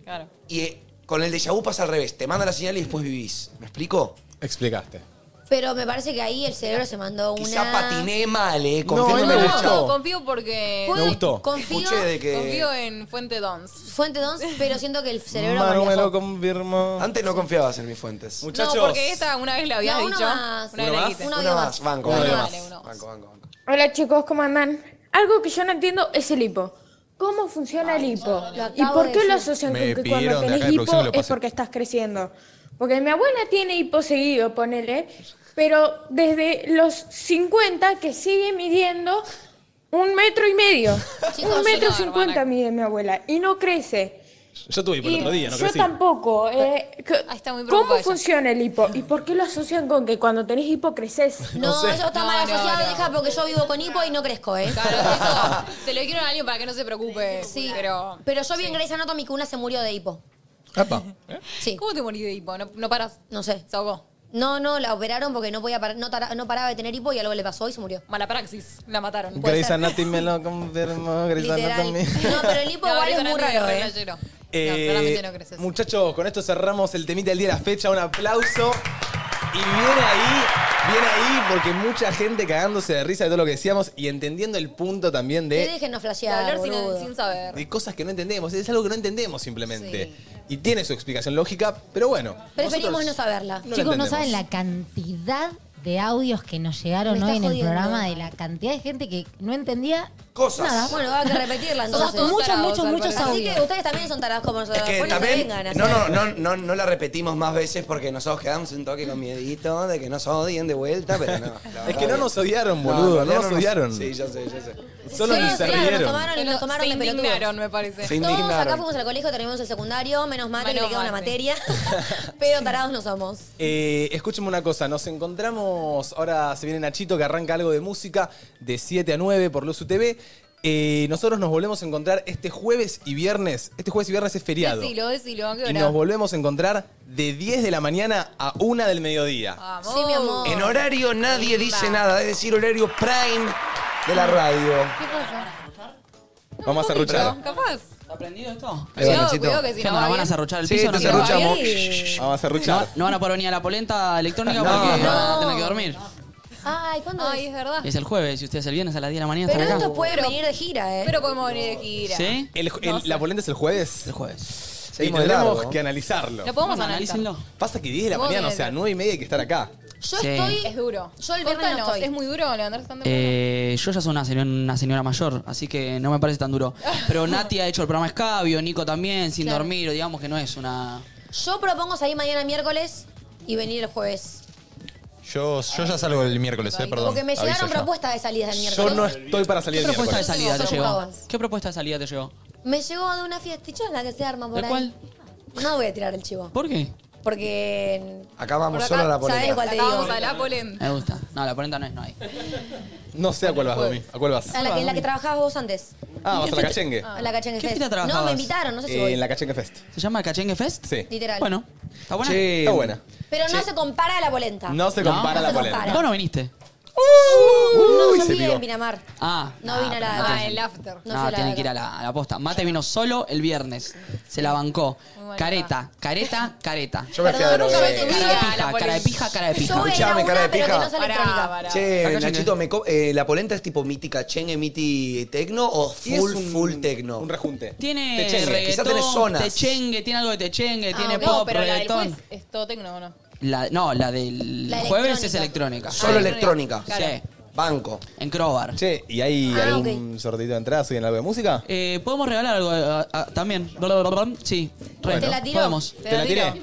S3: Claro.
S4: y eh, con el déjà vu pasa al revés. Te manda la señal y después vivís. ¿Me explico?
S6: Explicaste.
S2: Pero me parece que ahí el cerebro se mandó una.
S4: Quizá patiné mal, ¿eh?
S6: No,
S4: Confío en
S6: no,
S4: el
S6: me
S4: déjà
S3: No,
S4: vu.
S3: confío porque.
S4: Me gustó.
S2: confío-
S4: Escuché de que...
S3: Confío en Fuente Dons.
S2: Fuente Dons, pero siento que el cerebro.
S4: Manu me
S2: manejó.
S4: lo confirmó. Antes no confiabas en mis fuentes.
S3: No, porque esta una vez la habías
S2: No, uno
S3: dicho.
S2: más.
S3: Una vez
S4: Uno
S3: la
S4: más.
S3: dijiste.
S4: Uno Uno más. más, banco,
S3: Bueno,
S4: banco.
S3: dale, uno más.
S18: Hola chicos, ¿cómo andan? Algo que yo no entiendo es el hipo. ¿Cómo funciona el hipo? ¿Y
S2: acabo
S18: por
S2: de
S18: qué lo
S2: decir.
S18: asocian
S6: Me
S18: con que cuando
S6: pidieron de acá
S18: tenés
S6: de producción
S18: hipo
S6: que lo
S18: es
S6: pase.
S18: porque estás creciendo? Porque mi abuela tiene hipo seguido, ponele, pero desde los 50 que sigue midiendo un metro y medio.
S2: Chicos,
S18: un metro
S2: chicos,
S18: cincuenta mide mi abuela y no crece.
S6: Yo tuve hipo el
S18: Y
S6: otro día, no
S18: yo
S6: crecí.
S18: tampoco. eh, que- ¿Cómo
S3: preocupada ella.
S18: funciona el hipo? ¿Y por qué lo asocian con que cuando tenés hipo creces?
S2: No, eso está mal asociado, deja, porque yo vivo con hipo y no crezco, ¿eh?
S3: Se lo dijeron a alguien para que no se preocupe. Sí, pero.
S2: Pero yo vi en Grey's Anatomy que una se murió de hipo.
S18: Ah, bah.
S3: ¿Cómo te morís de hipo? No, no paras.
S2: No sé.
S3: Se ahogó.
S2: No, no, la operaron porque no podía parar- no, tara- no paraba de tener hipo y algo le pasó y se murió.
S3: Mala praxis, la mataron.
S6: Grey's Anatomy lo confirmó, Grey's
S2: Literal.
S6: Anatomy.
S2: No, pero el hipo
S3: No,
S2: igual es
S3: Grey's
S2: muy
S3: Anatomy
S2: raro,
S3: es
S2: ¿eh?
S3: playero.
S6: Eh,
S3: claramente no creces.
S6: Muchachos, con esto cerramos el temita del día de la fecha. Un aplauso. Y viene ahí, viene ahí, porque mucha gente cagándose de risa de todo lo que decíamos y entendiendo el punto también
S2: Te
S6: de,
S2: dejen no
S3: De
S2: flashear,
S3: hablar sin,
S2: boludo.
S3: sin saber.
S6: de cosas que no entendemos. Es algo que no entendemos simplemente. Y tiene su explicación lógica, pero bueno.
S2: Preferimos
S6: nosotros-
S2: no saberla.
S6: No la
S7: Chicos, no
S6: entendemos.
S7: saben la cantidad de audios que nos
S2: Me
S7: llegaron
S2: está
S7: hoy en el
S2: jodiendo.
S7: programa de la cantidad de gente que no entendía
S4: Cosas.
S7: Nada.
S2: Bueno, va a que repetirla
S7: Somos
S2: entonces.
S7: todos Muchos, tarados, muchos, al muchos
S2: Así
S7: parecer.
S2: que ustedes también son tarados como nosotros.
S4: Es que
S2: Por eso
S4: también.
S2: vengan a
S4: No,
S2: hacer-
S4: no, no, no, no la repetimos más veces porque nosotros quedamos un toque con miedito de que nos odien de vuelta, pero no.
S6: Es que no nos odiaron,
S4: No,
S6: boludo, no,
S4: en realidad
S6: nos
S4: no nos-
S6: odiaron.
S4: Sí, yo sé, yo sé.
S6: Solo
S2: Sí,
S6: ni se
S2: sí, claro,
S6: rieron.
S2: Nos tomaron y nos tomaron
S3: Se
S2: de pelotudos.
S3: indignaron, me parece.
S6: Se
S2: Todos
S6: indignaron.
S2: acá fuimos al colegio, terminamos el secundario, menos mal que
S3: Menos
S2: le queda una
S3: mal, sí.
S2: materia. Pero tarados no somos.
S6: Eh, escúchame una cosa, nos encontramos, ahora se viene Nachito que arranca algo de música de 7 a 9 por Luzu TV. Eh, nosotros nos volvemos a encontrar este jueves y viernes. Este jueves y viernes es feriado.
S3: Decilo, decilo, ¿a qué
S6: Y
S3: hora?
S6: nos volvemos a encontrar de 10 de la mañana a 1 del mediodía.
S3: Vamos.
S2: Sí, mi amor.
S4: En horario nadie dice nada, es decir, horario prime de la radio.
S3: ¿Qué pasa?
S6: Vamos a cerruchar.
S3: Capaz.
S19: ¿Está prendido esto?
S6: Ahí va, Nachito.
S3: cuidado que si
S19: ¿Qué
S3: no va
S19: onda? ¿Van
S3: bien?
S19: a cerruchar el
S6: Sí, te
S19: piso? o no?
S6: cerruchamos.
S19: No,
S6: Vamos a cerruchar.
S19: no van a poder venir a la polenta electrónica
S6: No.
S19: porque
S6: No.
S19: van a tener que dormir.
S2: Ay, ¿cuándo?
S3: Ay, es verdad.
S19: Es el jueves y ustedes el viernes a las 10 de la mañana
S2: Pero
S19: están acá.
S2: esto puede venir de gira, ¿eh?
S3: Pero podemos venir de gira.
S19: ¿Sí?
S6: El- el- ¿La polenta es el jueves? El
S19: jueves.
S6: y
S4: Seguimos de
S6: tenemos
S4: largo.
S6: que analizarlo.
S3: Lo podemos
S19: Bueno,
S3: analizar.
S19: analícenlo.
S6: Pasa que 10 de la
S3: Vos
S6: mañana, o
S3: bien.
S6: sea, 9 y media hay que estar acá.
S2: Yo
S19: Sí.
S2: estoy.
S3: Es duro.
S2: Yo el viernes no
S3: Córtanos,
S2: estoy.
S3: Es muy duro levantarse tan temprano.
S19: Eh, yo ya soy una señora, una señora mayor, así que no me parece tan duro. Pero Nati ha hecho el programa Escabio, Nico también, sin
S2: Claro.
S19: dormir, digamos que no es una...
S2: Yo propongo salir mañana miércoles y venir el jueves.
S10: Yo, yo ya salgo el miércoles, eh, perdón.
S2: Porque me
S10: aviso
S2: llegaron
S10: ya.
S2: propuestas de salidas del miércoles.
S6: Yo no estoy para salir
S19: ¿Qué
S6: el
S19: propuesta de
S6: miércoles.
S19: salida te
S2: Son
S19: llegó?
S2: pavas.
S19: ¿Qué propuesta de salida te llegó?
S2: Me llegó de una fiestichona que se arma por
S19: ¿De
S2: ahí.
S19: cuál?
S2: No voy a tirar el chivo.
S19: ¿Por qué?
S2: Porque.
S4: Acá vamos
S2: por
S4: solo a la
S2: ¿Sabés
S4: polenta.
S2: cuál te
S3: Acá
S2: digo?
S3: vamos a la polenta.
S19: Me gusta. No, la polenta no es, no hay.
S6: No sé a cuál vas, Domi. ¿A cuál vas?
S2: A la que, en la que trabajabas vos antes.
S6: Ah, vas a la cachengue.
S2: A la Cachengue
S19: ¿Qué
S2: Fest.
S19: fiesta trabajabas?
S2: No, me invitaron, no sé si
S6: Eh,
S2: voy.
S6: en la cachengue fest.
S19: ¿Se llama Cachengue Fest?
S6: Sí.
S2: Literal.
S19: Bueno, ¿está buena?
S6: Che, Está buena.
S2: Pero no se compara a la polenta.
S6: No se
S19: No,
S6: compara
S2: no
S6: la
S2: se compara.
S6: polenta. Uh,
S19: ¿Vos no viniste?
S2: No,
S6: Uy,
S2: yo
S6: se
S2: vine
S6: picó.
S2: en Pinamar.
S19: Ah.
S2: No vine a la-
S19: pero
S3: Ah,
S19: entonces-
S3: el
S2: No
S3: after.
S19: No,
S2: fui a la
S19: tienen
S2: de
S19: que ir
S2: acá.
S19: a la, a la posta. Mate vino solo el viernes. Se la bancó.
S3: Muy buena
S19: Careta, careta, careta.
S4: Yo me fui a
S2: Perdón,
S4: drogar.
S2: nunca me subí.
S19: Cara de
S3: a la
S19: pija, cara de
S3: poli-
S19: pija, cara de
S2: Yo voy
S19: pija.
S2: a ir a
S4: Escuchame,
S2: una,
S4: cara de
S2: pero que
S4: eh, pija.
S2: no sea
S3: Pará,
S2: electrónica.
S3: pará.
S4: Che,
S19: Acá
S4: Nachito, me co- eh, ¿la polenta es tipo mítica chengue, miti tecno o
S6: Y es
S4: full,
S6: un-
S4: full tecno?
S6: Un rejunte.
S19: Tiene
S4: Techengue. Quizá tenés
S19: reggaetón,
S4: zonas.
S19: techengue, tiene algo de techengue,
S3: Ah,
S19: tiene
S3: ok,
S19: pop,
S3: pero la del
S19: reggaetón.
S3: juez es todo tecno, ¿o ¿no?
S19: La- no, la del
S2: La
S19: jueves es
S2: electrónica. Ah,
S19: electrónica.
S4: Solo electrónica.
S19: Sí,
S4: Banco.
S19: en Crowbar.
S6: Che, ¿y hay
S2: Ah,
S6: algún sortito de entrada? ¿Soy en algo de música?
S19: Eh, ¿Podemos regalar algo eh, ah, también? Blablabla. Sí, re.
S2: ¿Te la tiró?
S19: Podemos.
S6: ¿Te la tiré?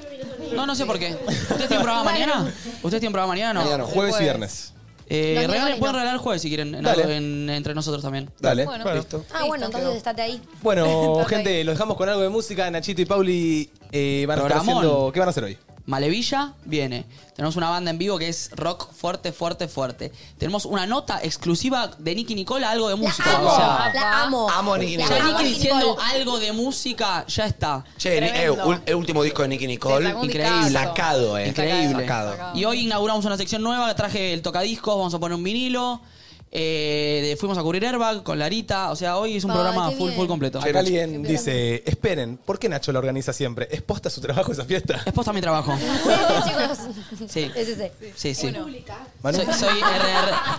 S19: No, no sé por qué. ¿Ustedes tienen programa mañana? ¿Ustedes tienen programa mañana? o
S4: Mañana,
S19: No.
S6: Jueves y viernes.
S19: Eh,
S2: Los
S19: regalen-
S2: miércoles
S19: pueden
S2: no.
S19: regalar el jueves si quieren, en
S6: Dale.
S19: algo- en- entre nosotros también.
S6: Dale,
S3: Bueno.
S6: listo.
S2: Ah, bueno, entonces estate ahí.
S6: Bueno,
S3: Está
S6: gente, los dejamos con algo de música. Nachito y Pauli eh, van a estar
S19: Programón.
S6: haciendo... ¿Qué van a hacer hoy?
S19: Malevilla viene. Tenemos una banda en vivo que es rock fuerte, fuerte, fuerte. Tenemos una nota exclusiva de Nicky Nicola, algo de música.
S2: amo,
S19: o sea,
S2: la amo.
S4: Amo a Nicki
S2: La
S4: Nicole.
S19: ya
S2: amo a
S19: Nicky
S2: Nicki
S19: diciendo
S2: Nicole.
S19: algo de música, ya está.
S4: Che, ni- eh,
S3: Tremendo.
S4: ul- el último disco de Nicki Nicole.
S3: Se sacó un
S4: Increíble.
S3: discazo.
S4: Sacado, eh.
S19: Increíble.
S4: Sacado.
S19: Y hoy inauguramos una sección nueva, traje el tocadiscos, vamos a poner un vinilo. Eh, de- fuimos a cubrir Airbag con Larita, o sea, hoy es un
S2: Ay,
S19: programa
S2: qué
S19: full,
S2: bien.
S19: full completo.
S6: Acá alguien dice, esperen, ¿por qué Nacho lo organiza siempre? ¿Es posta su trabajo esa fiesta?
S19: Es posta mi trabajo.
S2: Chicos,
S19: Sí.
S2: es ese.
S19: Sí, sí.
S6: Manu.
S19: Soy, soy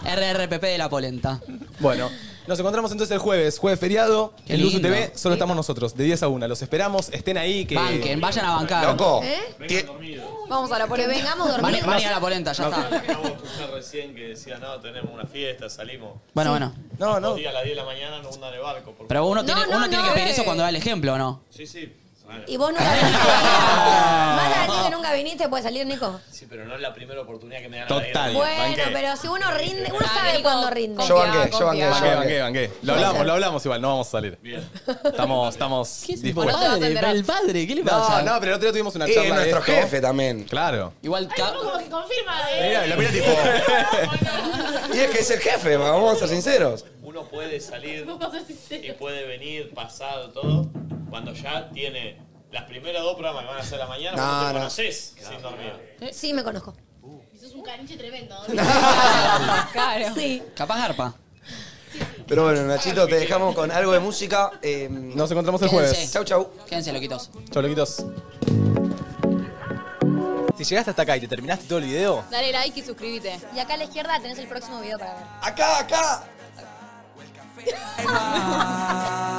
S19: RR RRPP de la polenta.
S6: Bueno, nos encontramos entonces el jueves, jueves feriado,
S19: Qué
S6: en Luzu
S19: lindo.
S6: TV, solo estamos nosotros, de 10 a 1. Los esperamos, estén ahí, que...
S19: Banquen, vayan a bancar.
S4: Loco.
S2: ¿Eh?
S4: tie-
S3: Vamos a la
S2: Que
S3: polenta.
S2: vengamos dormidos.
S19: Van, van a ir a la polenta, ya está.
S20: Acabo de escuchar recién que decía, no, tenemos una fiesta, salimos.
S19: Bueno, bueno.
S6: No, no,
S20: Dos días a las 10 de la mañana no hundan el barco. por
S19: Pero uno
S2: No,
S19: tiene,
S2: no,
S19: uno tiene
S2: no,
S19: que
S2: eh.
S19: pedir eso cuando da el ejemplo, ¿o no?
S20: Sí, sí.
S2: Y vos
S19: Ah.
S2: nunca viniste. ¿Vas a decir que nunca viniste? ¿Puede salir, Nico?
S20: Sí, pero no es la primera oportunidad que me dan.
S8: Total.
S2: Bueno, pero si uno rinde, uno sabe cuándo rinde.
S8: Yo banqué, yo banqué, yo
S6: Banqué,
S8: banqué.
S6: banqué, banqué. Lo hablamos, lo hablamos igual, no vamos a salir. Estamos, estamos dispuestos.
S19: padre? No te vas a enterar. El padre, ¿qué le pasa?
S6: No, no, pero el otro día tuvimos una
S19: Y
S6: charla.
S19: nuestro jefe
S6: también. Claro.
S19: Igual
S5: Ay, uno como que confirma. eh.
S6: Mira, lo mira tipo.
S4: Y es que es el jefe, vamos a ser sinceros.
S20: Uno puede salir y puede venir pasado todo cuando ya tiene las primeras dos programas que van a hacer a la mañana
S4: No,
S20: porque te
S4: no.
S20: conoces sin dormir.
S2: Sí, me conozco.
S5: Sos un caniche tremendo.
S2: Claro. Sí.
S19: Capaz arpa.
S4: Pero bueno, Nachito, te dejamos con algo de música. eh, Nos
S6: encontramos el jueves.
S4: Chau, chau.
S19: Quédense, loquitos.
S6: Chau, loquitos. Si llegaste hasta acá y te terminaste todo el video,
S3: Dale like y suscríbete.
S2: Y acá a la izquierda tenés el próximo video para ver.
S4: Acá, acá.
S2: Ah.